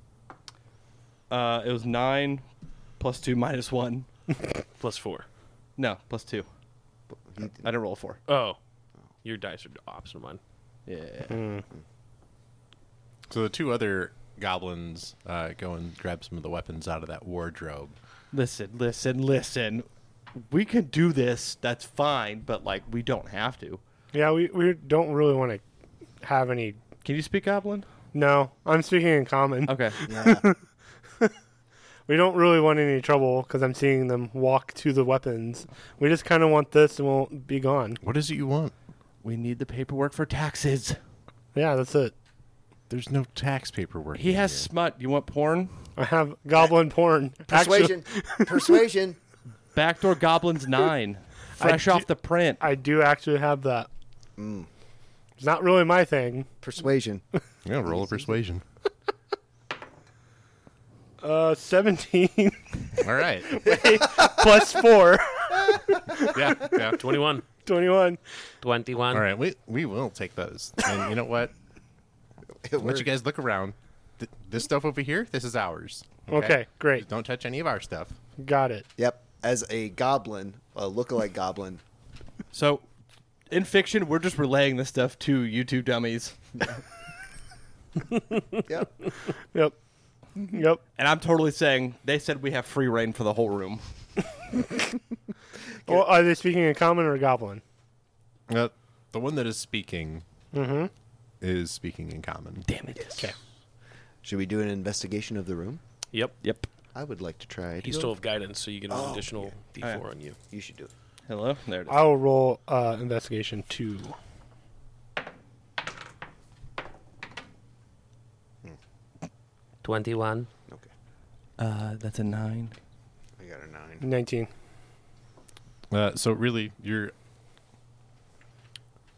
Speaker 4: Uh, it was nine plus two minus one.
Speaker 5: Plus four.
Speaker 4: No, plus two. I didn't roll a four.
Speaker 5: Oh, your dice are opposite of mine.
Speaker 4: Yeah.
Speaker 3: So the two other goblins uh, go and grab some of the weapons out of that wardrobe.
Speaker 4: Listen, listen, listen. We can do this. That's fine, but like we don't have to.
Speaker 1: Yeah, we, we don't really want to have any.
Speaker 4: Can you speak Goblin?
Speaker 1: No, I'm speaking in common.
Speaker 4: Okay.
Speaker 2: Yeah.
Speaker 1: We don't really want any trouble because I'm seeing them walk to the weapons. We just kind of want this and we'll be gone.
Speaker 3: What is it you want?
Speaker 4: We need the paperwork for taxes.
Speaker 1: Yeah, that's it.
Speaker 3: There's no tax paperwork.
Speaker 4: He
Speaker 3: in
Speaker 4: has
Speaker 3: here.
Speaker 4: smut. You want porn?
Speaker 1: I have goblin porn. Actually,
Speaker 2: Persuasion. Persuasion.
Speaker 4: Backdoor Goblins 9. Fresh
Speaker 1: I
Speaker 4: off
Speaker 1: do-
Speaker 4: the print.
Speaker 1: I do actually have that.
Speaker 2: Mm.
Speaker 1: It's not really my thing.
Speaker 2: Persuasion.
Speaker 3: yeah, roll of persuasion.
Speaker 1: Uh, 17
Speaker 3: All right.
Speaker 1: plus 4,
Speaker 3: Yeah, yeah.
Speaker 5: 21.
Speaker 1: 21.
Speaker 5: 21.
Speaker 3: All right, we we will take those. And you know what?
Speaker 2: It
Speaker 3: Once you
Speaker 2: worked.
Speaker 3: guys look around, th- this stuff over here, this is ours.
Speaker 1: Okay, great.
Speaker 3: Don't touch any of our stuff.
Speaker 1: Got it.
Speaker 2: Yep. As a goblin, a lookalike goblin.
Speaker 4: So, in fiction, we're just relaying this stuff to you two dummies.
Speaker 2: Yep.
Speaker 1: Yep. Yep.
Speaker 4: And I'm totally saying they said we have free reign for the whole room.
Speaker 1: Well, are they speaking in common or goblin?
Speaker 3: Uh, the one that is speaking
Speaker 5: Mm-hmm.
Speaker 3: is speaking in common.
Speaker 4: Damn it. Okay.
Speaker 2: Should we do an investigation of the room?
Speaker 5: Yep.
Speaker 4: Yep.
Speaker 2: I would like to try.
Speaker 5: You
Speaker 2: to-
Speaker 5: still have guidance, so you get an additional
Speaker 4: yeah.
Speaker 5: D4 on you.
Speaker 2: You should do it.
Speaker 4: Hello? There it is.
Speaker 1: I will roll uh, investigation 2.
Speaker 5: Twenty-one.
Speaker 2: Okay.
Speaker 4: Uh, that's a 9.
Speaker 2: I got a nine.
Speaker 1: 19.
Speaker 3: Uh, so really, you're.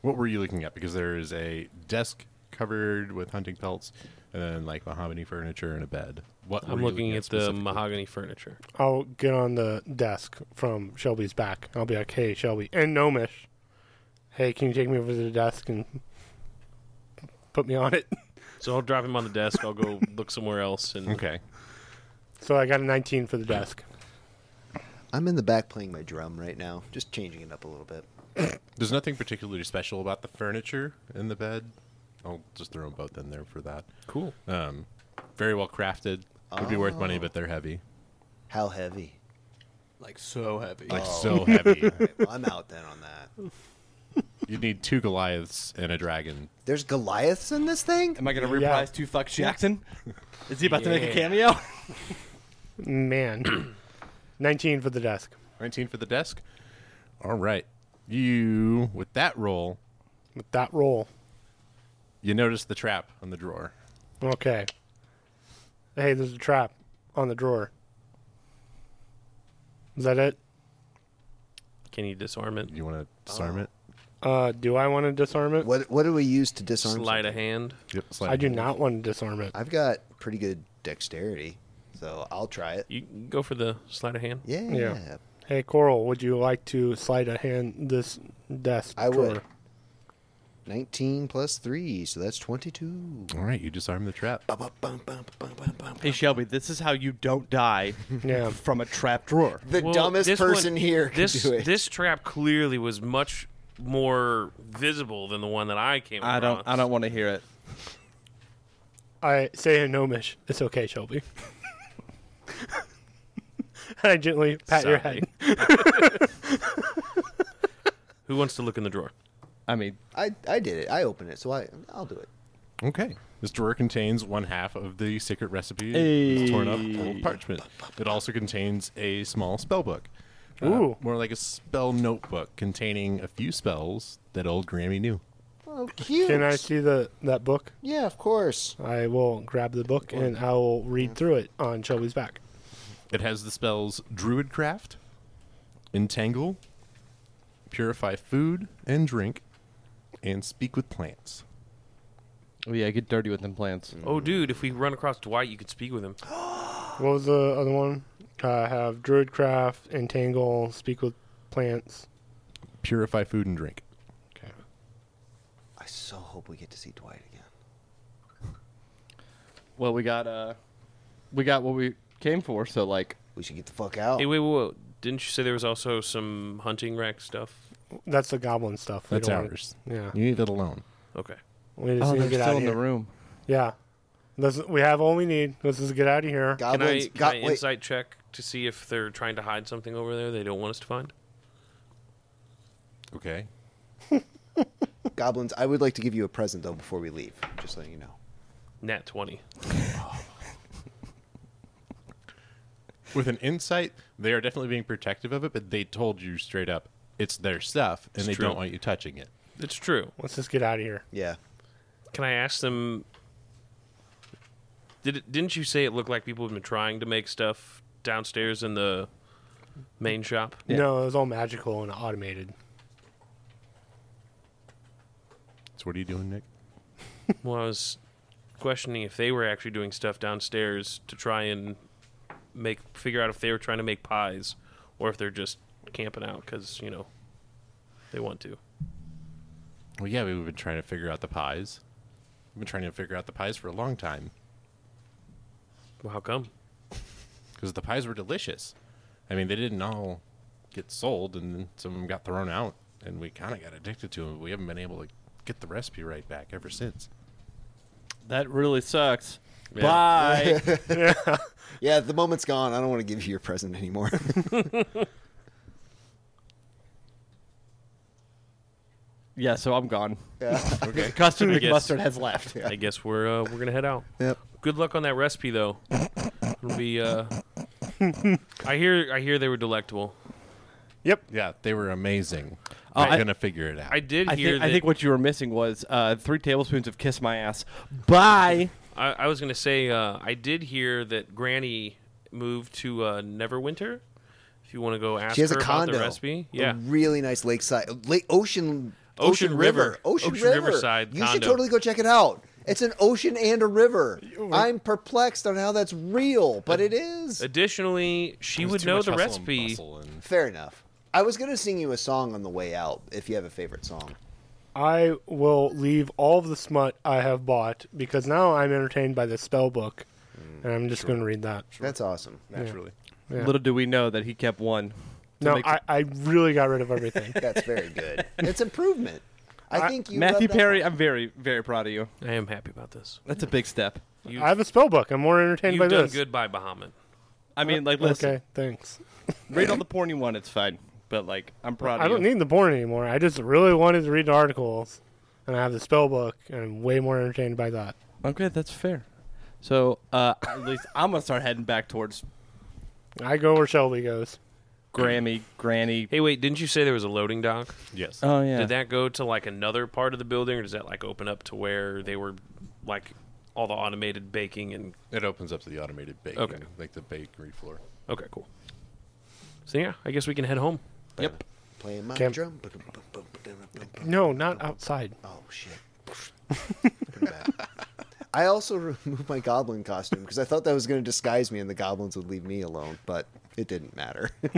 Speaker 3: What were you looking at? Because there is a desk covered with hunting pelts, and then like mahogany furniture and a bed. What were
Speaker 5: I'm
Speaker 3: you
Speaker 5: looking at the
Speaker 3: specifically?
Speaker 5: mahogany furniture.
Speaker 1: I'll get on the desk from Shelby's back. I'll be like, hey, Shelby. And Gnomish. Hey, can you take me over to the desk and put me on it?
Speaker 5: So I'll drop him on the desk. I'll go look somewhere else. And
Speaker 3: Okay.
Speaker 1: So I got a 19 for the desk.
Speaker 2: I'm in the back playing my drum right now, just changing it up a little bit.
Speaker 3: There's nothing particularly special about the furniture in the bed. I'll just throw them both in there for that.
Speaker 5: cool.
Speaker 3: Um, very well crafted. Would be worth money, but they're heavy.
Speaker 2: How heavy?
Speaker 4: Like, so heavy.
Speaker 3: Like so heavy.
Speaker 2: Alright, well, I'm out then on that.
Speaker 3: You'd need two Goliaths and a dragon.
Speaker 2: There's Goliaths in this thing?
Speaker 4: Am I going to
Speaker 1: Yeah.
Speaker 4: reprise to Fuck Jackson? Is he about to make a
Speaker 5: Yeah.
Speaker 4: cameo?
Speaker 1: Man. 19 for the desk.
Speaker 3: 19 for the desk. All right. You, with that roll,
Speaker 1: With that roll.
Speaker 3: you notice the trap on the drawer.
Speaker 1: Okay. Hey, there's a trap on the drawer. Is that it?
Speaker 5: Can you disarm it?
Speaker 3: You want to disarm it?
Speaker 1: Uh, do I want to disarm it?
Speaker 2: What what do we use to disarm?
Speaker 5: Slide a
Speaker 2: something?
Speaker 5: hand.
Speaker 3: Yep, slide
Speaker 1: I
Speaker 3: it
Speaker 1: do
Speaker 3: in.
Speaker 1: not want to disarm it.
Speaker 2: I've got pretty good dexterity, so I'll try it.
Speaker 5: You can go for the slide of hand.
Speaker 2: Yeah.
Speaker 1: Yeah. Hey, Coral, would you like to slide a hand this desk?
Speaker 2: I would.
Speaker 1: drawer?
Speaker 2: 19 plus 3, so that's 22.
Speaker 3: All right. You disarm the trap.
Speaker 4: hey, Shelby, this is how you don't die
Speaker 1: Yeah.
Speaker 4: from a trap drawer.
Speaker 2: The
Speaker 5: Well,
Speaker 2: dumbest
Speaker 5: this one-
Speaker 2: person here could
Speaker 5: This
Speaker 2: do it.
Speaker 5: this trap clearly was much more visible than the one that I came.
Speaker 4: I don't, I
Speaker 5: across.
Speaker 4: don't want to hear it.
Speaker 1: I say in Gnomish, it's okay, Shelby. I gently pat your head.
Speaker 5: Who wants to look in the drawer?
Speaker 4: I mean,
Speaker 2: I, I did it. I opened it, so I, I'll do it.
Speaker 3: Okay. This drawer contains one half of the secret recipe
Speaker 4: Hey.
Speaker 3: it's torn up old parchment. It also contains a small spell book. Uh,
Speaker 1: Ooh.
Speaker 3: more like a spell notebook containing a few spells that old Grammy knew.
Speaker 2: Oh, cute.
Speaker 1: Can I see the that book?
Speaker 2: Yeah, of course.
Speaker 1: I will grab the book and I will read through it on Shelby's back.
Speaker 3: It has the spells Druidcraft, Entangle, Purify Food and Drink, and Speak with Plants.
Speaker 4: oh yeah, get dirty with them plants.
Speaker 5: Oh, dude, if we run across Dwight, you could speak with him.
Speaker 1: What was the other one? I have Druidcraft, Entangle, Speak with Plants.
Speaker 3: Purify Food and Drink.
Speaker 1: Okay.
Speaker 2: I so hope we get to see Dwight again.
Speaker 4: Well, we got, uh, we got what we came for. So like,
Speaker 2: We should get the fuck out.
Speaker 5: Hey, wait, wait, wait. Didn't you say there was also some hunting rack stuff?
Speaker 1: That's the goblin stuff. We
Speaker 3: That's
Speaker 1: don't wanna-
Speaker 3: ours.
Speaker 1: Yeah.
Speaker 3: You leave it alone.
Speaker 5: Okay.
Speaker 1: We just
Speaker 4: oh,
Speaker 1: need
Speaker 4: they're
Speaker 1: to get
Speaker 4: still
Speaker 1: out
Speaker 4: in
Speaker 1: of
Speaker 4: the
Speaker 1: here.
Speaker 4: room.
Speaker 1: Yeah. Let's, we have all we need. Let's just get out of here.
Speaker 5: Can I,
Speaker 2: Goblins.
Speaker 5: can
Speaker 2: go-
Speaker 5: I
Speaker 2: wait,
Speaker 5: insight check to see if they're trying to hide something over there they don't want us to find?
Speaker 3: Okay.
Speaker 2: goblins. I would like to give you a present though before we leave. Just letting you know.
Speaker 5: Nat 20.
Speaker 3: With an insight, they are definitely being protective of it, but they told you straight up it's their stuff and they
Speaker 5: true.
Speaker 3: don't want you touching it.
Speaker 5: It's true.
Speaker 1: Let's just get out of here.
Speaker 2: Yeah.
Speaker 5: Can I ask them? Did it, didn't you say it looked like people have been trying to make stuff downstairs in the main shop?
Speaker 1: No, it was all magical and automated.
Speaker 3: So what are you doing, Nick?
Speaker 5: Well, I was questioning if they were actually doing stuff downstairs to try and make figure out if they were trying to make pies or if they're just camping out because you know they want to.
Speaker 3: Well, yeah, we've been trying to figure out the pies. We've been trying to figure out the pies for a long time
Speaker 5: Well, how come?
Speaker 3: because the pies were delicious. I mean, they didn't all get sold, and then some of them got thrown out, and we kind of got addicted to them. We haven't been able to get the recipe right back ever since.
Speaker 4: That really sucks.
Speaker 5: Yeah.
Speaker 4: Bye.
Speaker 2: Yeah. The moment's gone. I don't want to give you your present anymore.
Speaker 4: yeah, so I'm gone.
Speaker 5: Okay,
Speaker 4: Custard
Speaker 5: I guess-
Speaker 4: McMustard has left.
Speaker 5: I guess we're uh, we're gonna head out.
Speaker 2: yep.
Speaker 5: Good luck on that recipe though. It'll be. Uh, I hear I hear they were delectable.
Speaker 3: Yeah, they were amazing.
Speaker 4: Oh,
Speaker 3: I'm
Speaker 4: I-
Speaker 3: gonna figure it out.
Speaker 5: I did
Speaker 4: I
Speaker 5: hear
Speaker 4: think,
Speaker 5: that.
Speaker 4: I think what you were missing was uh, three tablespoons of kiss my ass. Bye.
Speaker 5: I, I was gonna say uh, I did hear that Granny moved to uh, Neverwinter. If you want to go ask
Speaker 2: She has
Speaker 5: her
Speaker 2: a
Speaker 5: about
Speaker 2: condo. Mm-hmm.
Speaker 5: the recipe,
Speaker 2: A
Speaker 5: yeah,
Speaker 2: really nice lakeside, lake ocean,
Speaker 5: Ocean River.
Speaker 2: ocean,
Speaker 5: Ocean
Speaker 2: river.
Speaker 5: Riverside
Speaker 2: You should
Speaker 5: condo.
Speaker 2: totally go check it out. It's an ocean and a river. I'm perplexed on how that's real, but it is.
Speaker 5: Additionally, she
Speaker 3: There's
Speaker 5: would
Speaker 3: too
Speaker 5: know
Speaker 3: much
Speaker 5: the
Speaker 3: hustle and
Speaker 5: recipe.
Speaker 3: bustle and-
Speaker 2: Fair enough. I was gonna sing you a song on the way out if you have a favorite song.
Speaker 1: I will leave all of the smut I have bought because now I'm entertained by the spell book, and I'm just going to read that.
Speaker 2: That's awesome.
Speaker 3: naturally.
Speaker 1: Yeah.
Speaker 4: Little do we know that he kept one.
Speaker 1: No,
Speaker 4: make-
Speaker 1: I, I really got rid of everything.
Speaker 2: That's very good. It's improvement. I think you love
Speaker 4: Matthew
Speaker 2: that
Speaker 4: Perry,
Speaker 2: song.
Speaker 4: I'm very, very proud of you.
Speaker 5: I am happy about this.
Speaker 4: That's a big step.
Speaker 5: You've,
Speaker 1: I have a spell book. I'm more entertained
Speaker 5: you've
Speaker 1: by
Speaker 5: done
Speaker 1: this.
Speaker 5: good by Bahamut.
Speaker 4: I mean, like, listen,
Speaker 1: Okay, thanks.
Speaker 4: read all the porn you want. It's fine. But like, I'm proud.
Speaker 1: I
Speaker 4: of
Speaker 1: don't
Speaker 4: you.
Speaker 1: need the porn anymore. I just really wanted to read the articles, and I have the spell book, and I'm way more entertained by that.
Speaker 4: Okay, that's fair. So uh, at least I'm gonna start heading back towards
Speaker 1: I go where Shelby goes.
Speaker 4: Grammy, Granny.
Speaker 5: Hey, wait, didn't you say there was a loading dock?
Speaker 3: Yes.
Speaker 4: Oh yeah.
Speaker 5: Did that go to like another part of the building, or does that like open up to where they were, like, all the automated baking and?
Speaker 3: It opens up to the automated baking,
Speaker 5: Okay.
Speaker 3: like the bakery floor.
Speaker 5: Okay, cool. So yeah, I guess we can head home.
Speaker 4: Yep.
Speaker 2: playing my
Speaker 1: Cam-
Speaker 2: drum.
Speaker 1: No, not outside.
Speaker 2: Oh shit. Pretty bad. I also removed my goblin costume because I thought that was going to disguise me and the goblins would leave me alone, but it didn't matter.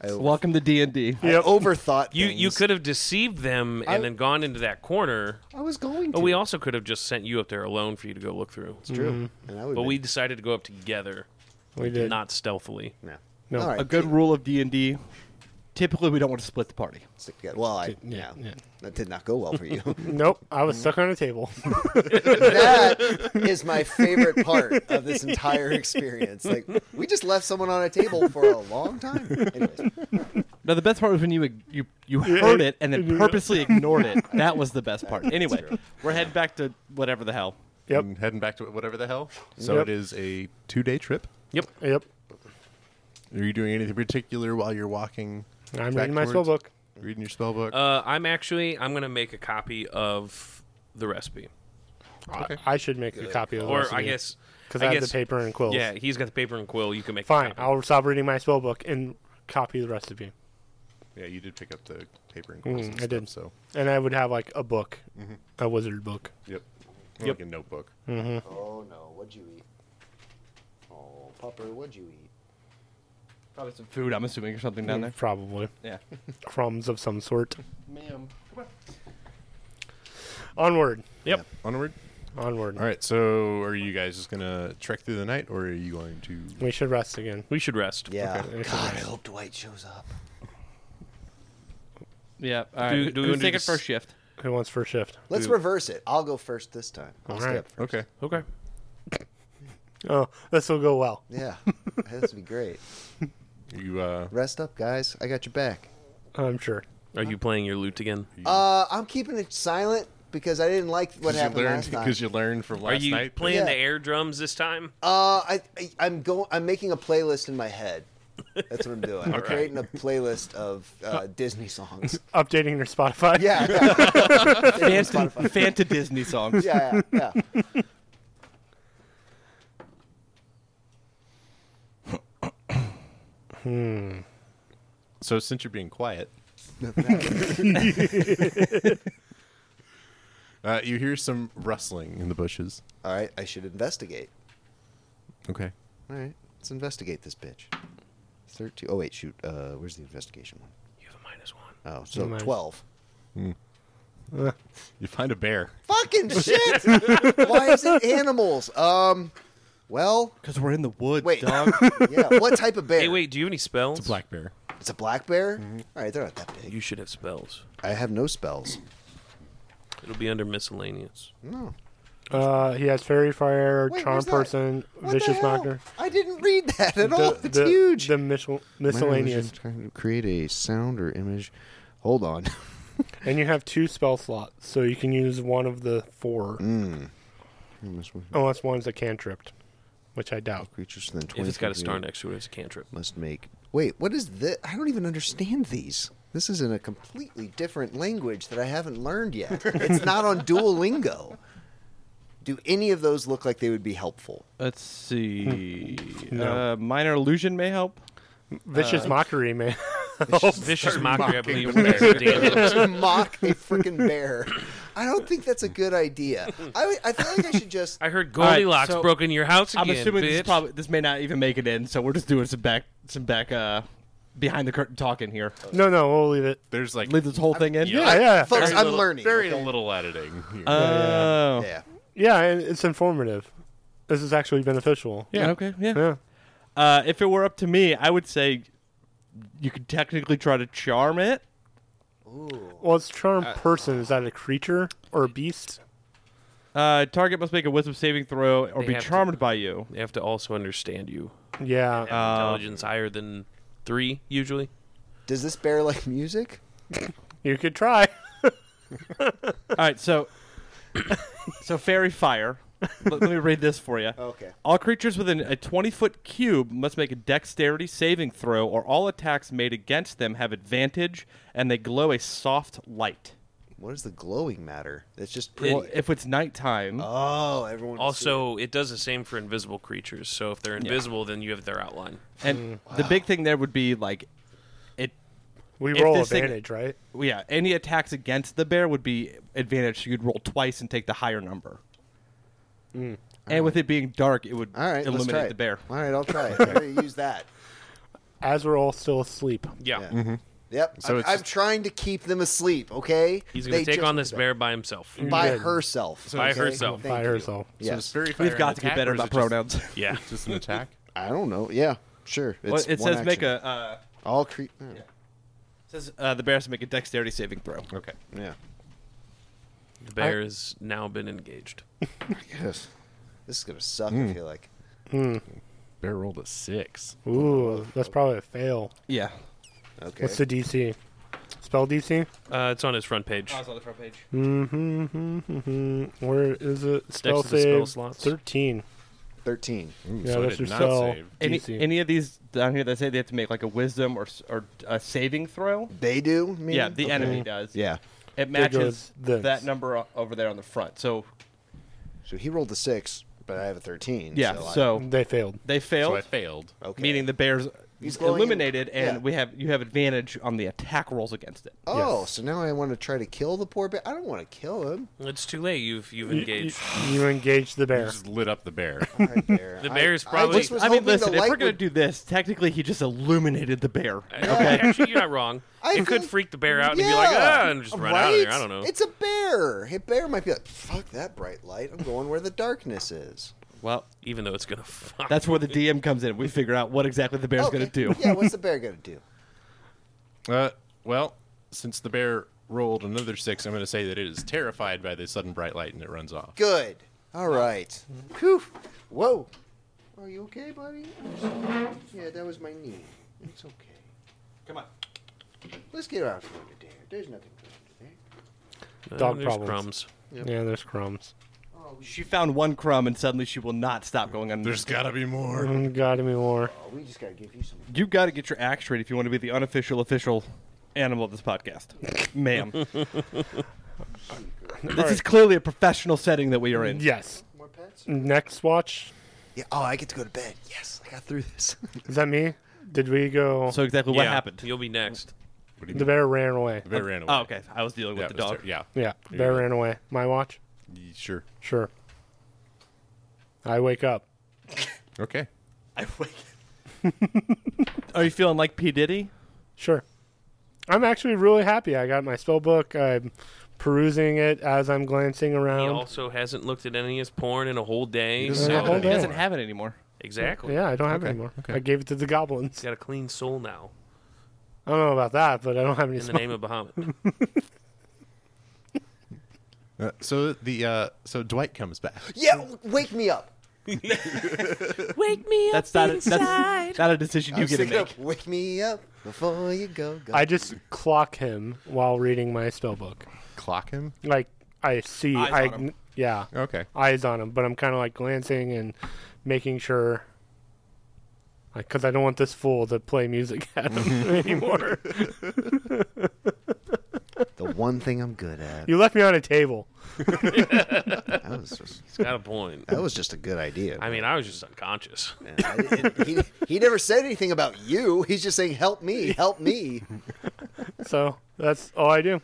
Speaker 2: I, over-
Speaker 4: Welcome to D and D.
Speaker 2: I overthought.
Speaker 5: You you
Speaker 2: things.
Speaker 5: could have deceived them and then gone into that corner.
Speaker 2: I was going to.
Speaker 5: But we also could have just sent you up there alone for you to go look through.
Speaker 2: It's true. And I would
Speaker 5: But we decided to go up together,
Speaker 1: We did.
Speaker 5: not stealthily.
Speaker 2: No.
Speaker 1: No.
Speaker 2: All right.
Speaker 4: A good
Speaker 2: yeah,
Speaker 4: rule of D and D. Typically, we don't want to split the party.
Speaker 2: Stick together. Well, I.
Speaker 1: Yeah,
Speaker 2: Yeah,
Speaker 1: yeah.
Speaker 2: That did not go well for you.
Speaker 1: Nope, I was stuck on a table.
Speaker 2: that is my favorite part of this entire experience. Like, we just left someone on a table for a long time. Anyways,
Speaker 4: Now the best part was when you you you heard it and then purposely ignored it. That was the best part. Anyway, we're heading back to whatever the hell.
Speaker 1: Yep.
Speaker 3: And heading back to whatever the hell. So
Speaker 1: Yep.
Speaker 3: it is a two day trip.
Speaker 5: Yep.
Speaker 1: yep.
Speaker 3: Are you doing anything particular while you're walking?
Speaker 1: I'm
Speaker 3: back
Speaker 1: reading my
Speaker 3: towards-
Speaker 1: spell book.
Speaker 3: Reading your spell book.
Speaker 5: Uh, I'm actually I'm gonna make a copy of the recipe,
Speaker 3: Okay.
Speaker 1: I, I should make a copy of the
Speaker 5: or I guess
Speaker 1: because I, have
Speaker 5: guess-
Speaker 1: the paper and quills.
Speaker 5: Yeah, he's got the paper and quill. You can make
Speaker 1: Fine,
Speaker 5: A copy.
Speaker 1: I'll stop reading my spell book and copy the recipe.
Speaker 3: yeah, you did pick up the paper and quills.
Speaker 1: Mm,
Speaker 3: and
Speaker 1: I
Speaker 3: stuff,
Speaker 1: did.
Speaker 3: So,
Speaker 1: And I would have like a book,
Speaker 4: Mm-hmm.
Speaker 1: a wizard book.
Speaker 3: yep. Like a notebook.
Speaker 2: oh no, what'd you eat? Oh, pupper, what'd you eat?
Speaker 4: Probably some food. I'm assuming or something down there.
Speaker 1: Probably
Speaker 4: Yeah.
Speaker 1: crumbs of some sort.
Speaker 4: Ma'am.
Speaker 1: Onward,
Speaker 5: Yep.
Speaker 3: Onward.
Speaker 1: onward.
Speaker 3: All right. So, are you guys just gonna trek through the night, or are you going to?
Speaker 1: We should rest again.
Speaker 5: We should rest.
Speaker 2: Yeah.
Speaker 1: Okay.
Speaker 2: God, I hope Dwight shows up.
Speaker 4: Yeah. All right.
Speaker 5: Do-
Speaker 4: Do,
Speaker 5: do we
Speaker 4: we
Speaker 5: wanna do
Speaker 4: take it
Speaker 5: this-
Speaker 4: first shift?
Speaker 1: Who wants first shift?
Speaker 2: Let's
Speaker 5: Dude.
Speaker 2: reverse it. I'll go first this time. I'll
Speaker 1: All
Speaker 2: stay
Speaker 1: right.
Speaker 2: up first.
Speaker 3: Okay.
Speaker 5: Okay.
Speaker 1: Oh, this will go well.
Speaker 2: Yeah, this would be great.
Speaker 3: You uh,
Speaker 2: Rest up, guys. I got your back.
Speaker 1: I'm sure.
Speaker 5: Are you playing your lute again?
Speaker 2: Uh, I'm keeping it silent because I didn't like what
Speaker 3: because you
Speaker 2: happened
Speaker 3: learned
Speaker 2: last time.
Speaker 3: because you learned from
Speaker 5: Are
Speaker 3: last
Speaker 5: you
Speaker 3: night.
Speaker 5: playing the
Speaker 2: Yeah.
Speaker 5: air drums this time?
Speaker 2: Uh, I, I I'm going. I'm making a playlist in my head. That's what I'm doing. I'm creating a playlist of uh, Disney songs.
Speaker 1: Updating your Spotify.
Speaker 2: Yeah, yeah,
Speaker 4: Fanta,
Speaker 2: Spotify.
Speaker 4: Fanta Disney songs.
Speaker 2: yeah, yeah. yeah.
Speaker 3: So since you're being quiet, uh, you hear some rustling in the bushes.
Speaker 2: All right, I should investigate.
Speaker 3: Okay.
Speaker 2: All right, let's investigate this bitch. Thirteen. Oh wait, shoot. Uh, where's the investigation one?
Speaker 5: You have a minus one.
Speaker 2: Oh, so
Speaker 1: Nice.
Speaker 2: twelve.
Speaker 3: You find a bear.
Speaker 2: Fucking shit! Why is it animals? Um, well,
Speaker 4: Because we're in the woods,
Speaker 2: Wait.
Speaker 4: dog.
Speaker 2: yeah. What type of bear?
Speaker 5: Hey, wait, do you have any spells?
Speaker 3: It's a black bear.
Speaker 2: It's a black bear.
Speaker 1: Mm-hmm.
Speaker 2: All right, they're not that big.
Speaker 5: You should have spells.
Speaker 2: I have no spells.
Speaker 5: It'll be under miscellaneous.
Speaker 1: Uh, he has fairy fire,
Speaker 2: Wait,
Speaker 1: charm
Speaker 2: where's that?
Speaker 1: person,
Speaker 2: What the
Speaker 1: vicious
Speaker 2: hell?
Speaker 1: knocker.
Speaker 2: I didn't read that at all. It's
Speaker 1: the,
Speaker 2: huge.
Speaker 1: The miscel- miscellaneous,
Speaker 2: Create a sound or image. Hold on.
Speaker 1: and you have two spell slots, so you can use one of the four,
Speaker 2: Mm.
Speaker 1: unless one's a cantrip, which I doubt.
Speaker 2: Creatures then
Speaker 5: If it's got a star next to it, it's a cantrip.
Speaker 2: must make. Wait, what is this? I don't even understand these. This is in a completely different language that I haven't learned yet. It's not on Duolingo. Do any of those look like they would be helpful?
Speaker 4: Let's see.
Speaker 1: No.
Speaker 4: Uh, minor illusion may help. Uh,
Speaker 1: Vicious mockery, man. Oh,
Speaker 5: Vicious mockery, I believe. wears damage.
Speaker 2: to mock a freaking bear. I don't think that's a good idea. I, would- I feel like I should just.
Speaker 5: I heard
Speaker 4: right,
Speaker 5: Goldilocks
Speaker 4: so-
Speaker 5: broke into your house
Speaker 4: I'm
Speaker 5: again.
Speaker 4: assuming
Speaker 5: bitch.
Speaker 4: this probably this may not even make it in, so we're just doing some back some back uh behind the curtain talking here.
Speaker 1: no, no, we'll leave it.
Speaker 3: There's like
Speaker 4: Leave this whole thing in.
Speaker 5: Yeah.
Speaker 1: Yeah, yeah,
Speaker 2: Folks,
Speaker 3: very
Speaker 2: I'm
Speaker 3: little-
Speaker 2: learning.
Speaker 3: Very
Speaker 2: okay?
Speaker 3: little editing. Here.
Speaker 4: Oh.
Speaker 2: Yeah.
Speaker 1: yeah. and It's informative. This is actually beneficial.
Speaker 4: Yeah, Okay. Yeah.
Speaker 1: yeah.
Speaker 4: Uh, if it were up to me, I would say you could technically try to charm it.
Speaker 1: Well, it's charm person. Is that a creature or a beast?
Speaker 4: Uh, target must make a wisdom saving throw or
Speaker 5: They
Speaker 4: be
Speaker 5: have to-
Speaker 4: charmed by you.
Speaker 5: They have to also understand you.
Speaker 1: Yeah.
Speaker 4: Uh,
Speaker 2: Um,
Speaker 5: Intelligence higher than three, usually.
Speaker 2: Does this bear like music?
Speaker 1: you could try.
Speaker 4: All right, so so fairy fire. Let, let me read this for you.
Speaker 2: Okay.
Speaker 4: All creatures within a 20 foot cube must make a dexterity saving throw, or all attacks made against them have advantage, and they glow a soft light.
Speaker 2: What does the glowing matter? It's just pretty.
Speaker 4: Well, if it's nighttime,
Speaker 2: oh, everyone. can see
Speaker 5: Also, it does the same for invisible creatures. So if they're invisible, then you have their outline.
Speaker 4: and
Speaker 2: Mm.
Speaker 4: the big thing there would be like, it,
Speaker 1: We
Speaker 4: If
Speaker 1: roll
Speaker 4: this thing-
Speaker 1: advantage, right?
Speaker 4: well, yeah, any attacks against the bear would be advantage, so you'd roll twice and take the higher number. And with it being dark, it would
Speaker 2: it. Mm. All right, let's
Speaker 4: illuminate
Speaker 2: try it.
Speaker 4: the bear.
Speaker 2: All right, I'll try it. I'm gonna use that.
Speaker 1: As we're all still asleep.
Speaker 5: Yeah.
Speaker 2: Yeah. Yep.
Speaker 3: So
Speaker 2: I'm,
Speaker 3: it's
Speaker 2: I'm
Speaker 3: just-
Speaker 2: trying to keep them asleep. Okay.
Speaker 5: He's going
Speaker 2: They
Speaker 5: to take
Speaker 2: just-
Speaker 5: on this bear by himself.
Speaker 2: by
Speaker 1: Good.
Speaker 2: herself.
Speaker 5: by
Speaker 2: okay?
Speaker 5: herself.
Speaker 1: by herself.
Speaker 3: So
Speaker 2: Yes.
Speaker 3: it's very
Speaker 4: We've
Speaker 3: fire
Speaker 4: got
Speaker 3: an
Speaker 4: to get
Speaker 3: attack,
Speaker 4: better
Speaker 3: or is
Speaker 4: about
Speaker 3: it just-
Speaker 4: pronouns.
Speaker 5: Yeah.
Speaker 3: Just an attack.
Speaker 2: I don't know. Yeah. Sure. It's
Speaker 4: Well, it
Speaker 2: one
Speaker 4: says make
Speaker 2: action.
Speaker 4: a uh,
Speaker 2: all cre- oh, yeah.
Speaker 4: says uh, the bear has to make a dexterity saving throw.
Speaker 3: Okay.
Speaker 2: yeah.
Speaker 5: The bear has now been engaged.
Speaker 2: Yes. This is gonna suck. I feel like.
Speaker 3: Bear rolled a six.
Speaker 1: Ooh, that's probably a fail.
Speaker 4: Yeah.
Speaker 2: Okay.
Speaker 1: What's the DC? Spell DC?
Speaker 5: Uh, it's on his front page.
Speaker 4: Oh, on the front page.
Speaker 1: Where is it? Spell
Speaker 5: to the spell
Speaker 1: save
Speaker 5: slots.
Speaker 1: 13.
Speaker 2: Thirteen.
Speaker 3: Ooh,
Speaker 1: Yeah,
Speaker 3: so I
Speaker 1: that's your
Speaker 3: did not
Speaker 1: spell.
Speaker 3: save.
Speaker 4: Any
Speaker 1: DC.
Speaker 4: any of these down here that say they have to make like a wisdom or s- or a saving throw?
Speaker 2: They do. you mean?
Speaker 4: Yeah, the enemy does.
Speaker 2: Yeah.
Speaker 4: It
Speaker 1: goes
Speaker 4: matches
Speaker 1: this.
Speaker 4: that number o- over there on the front. So
Speaker 2: So he rolled a six, but I have a thirteen.
Speaker 4: yeah,
Speaker 2: So,
Speaker 4: so,
Speaker 2: I-
Speaker 1: They failed.
Speaker 4: they failed,
Speaker 3: So I failed.
Speaker 2: okay.
Speaker 4: meaning the bear's
Speaker 2: He's glowing in-
Speaker 4: illuminated, and
Speaker 2: yeah.
Speaker 4: we have you have advantage on the attack rolls against it.
Speaker 2: Oh,
Speaker 1: Yes.
Speaker 2: so now I want to try to kill the poor bear. I don't want to kill him.
Speaker 5: It's too late. You've you've engaged.
Speaker 1: You engage the
Speaker 3: You
Speaker 1: bear.
Speaker 3: just lit up the bear.
Speaker 2: Right there.
Speaker 5: The
Speaker 2: I-
Speaker 5: bear's
Speaker 2: I
Speaker 5: probably-
Speaker 2: just was
Speaker 4: I mean,
Speaker 2: hoping the
Speaker 4: listen, if
Speaker 2: light
Speaker 4: we're gonna
Speaker 2: would-
Speaker 4: do this, technically he just illuminated the bear.
Speaker 5: Okay. Actually, you're not wrong.
Speaker 2: I
Speaker 5: it could
Speaker 2: think-
Speaker 5: freak the bear out and he'd be like,
Speaker 2: Yeah,
Speaker 5: ah, and just run out of there.
Speaker 2: right?
Speaker 5: I don't know.
Speaker 2: It's a bear. A bear might be like, fuck that bright light. I'm going where the darkness is.
Speaker 4: Well,
Speaker 5: Even though it's going to fuck.
Speaker 4: that's where the DM comes in. We figure out what exactly the bear's
Speaker 2: Okay.
Speaker 4: gonna do.
Speaker 2: Oh, Yeah, what's the bear gonna do?
Speaker 3: Uh, well, since the bear rolled another six, I'm going to say that it is terrified by the sudden bright light and it runs off.
Speaker 2: Good. All right. Whew. Whoa. Are you okay, buddy? Yeah, that was my knee. It's okay.
Speaker 3: Come on.
Speaker 2: Let's get out from under there. There's nothing under
Speaker 1: Dog
Speaker 5: there's
Speaker 1: problems.
Speaker 5: crumbs.
Speaker 1: Yeah, there's crumbs.
Speaker 2: there. Oh, we,
Speaker 4: She found one crumb and suddenly she will not stop going under.
Speaker 3: There's got to be more.
Speaker 1: Mm, Got me more.
Speaker 2: oh, we just gotta give you some.
Speaker 4: You got to get your act straight if you want to be the unofficial official animal of this podcast, ma'am. this is clearly a professional setting that we are in.
Speaker 1: Yes.
Speaker 2: More pets?
Speaker 1: Next watch.
Speaker 2: Yeah. Oh, I get to go to bed. Yes, I got through this.
Speaker 1: Is that me? Did we go?
Speaker 4: So exactly what
Speaker 5: Yeah,
Speaker 4: happened?
Speaker 5: You'll be next.
Speaker 1: the bear ran away.
Speaker 3: The bear ran away.
Speaker 4: Oh, okay. I was dealing
Speaker 3: Yeah,
Speaker 4: with the
Speaker 3: it was
Speaker 4: dog.
Speaker 3: ter- yeah.
Speaker 1: Yeah, the bear ran away. My watch.
Speaker 3: Y- Sure.
Speaker 1: Sure. I wake up.
Speaker 3: Okay.
Speaker 4: I wait. are you feeling like P Diddy?
Speaker 1: Sure. I'm actually really happy. I got my spell book. I'm perusing it as I'm glancing
Speaker 5: He
Speaker 1: around.
Speaker 5: also hasn't looked at any of his porn in a whole day.
Speaker 3: doesn't
Speaker 5: so-
Speaker 3: have a whole
Speaker 4: Oh, He
Speaker 1: day.
Speaker 4: doesn't have it anymore.
Speaker 5: Exactly.
Speaker 1: Yeah, I don't have it anymore.
Speaker 3: okay.
Speaker 1: I gave it to the goblins.
Speaker 5: He's got a clean soul now.
Speaker 1: I don't know about that, but I don't have any
Speaker 5: In the
Speaker 1: spell.
Speaker 5: name of Bahamut.
Speaker 3: Uh, so the uh, so Dwight comes back.
Speaker 2: yeah, w- wake me up.
Speaker 5: Wake me
Speaker 4: That's not a, that's not a decision
Speaker 2: I
Speaker 4: you
Speaker 2: was
Speaker 4: get to
Speaker 2: thinking
Speaker 4: make.
Speaker 2: of wake me up before you go. go.
Speaker 1: I just clock him while reading my spell book.
Speaker 3: Clock him.
Speaker 1: Like I see,
Speaker 4: Eyes
Speaker 1: I
Speaker 4: on him.
Speaker 1: yeah,
Speaker 3: Okay.
Speaker 1: eyes on him, but I'm kind of like glancing and making sure, like, because I don't want this fool to play music at him anymore.
Speaker 2: the one thing I'm good at.
Speaker 1: you left me on a table.
Speaker 2: That was just,
Speaker 5: Got a point.
Speaker 2: that was just a good idea.
Speaker 5: I mean, I was just unconscious.
Speaker 2: man. I didn't- he, he never said anything about you. He's just saying, "Help me, help me."
Speaker 1: So that's all I do.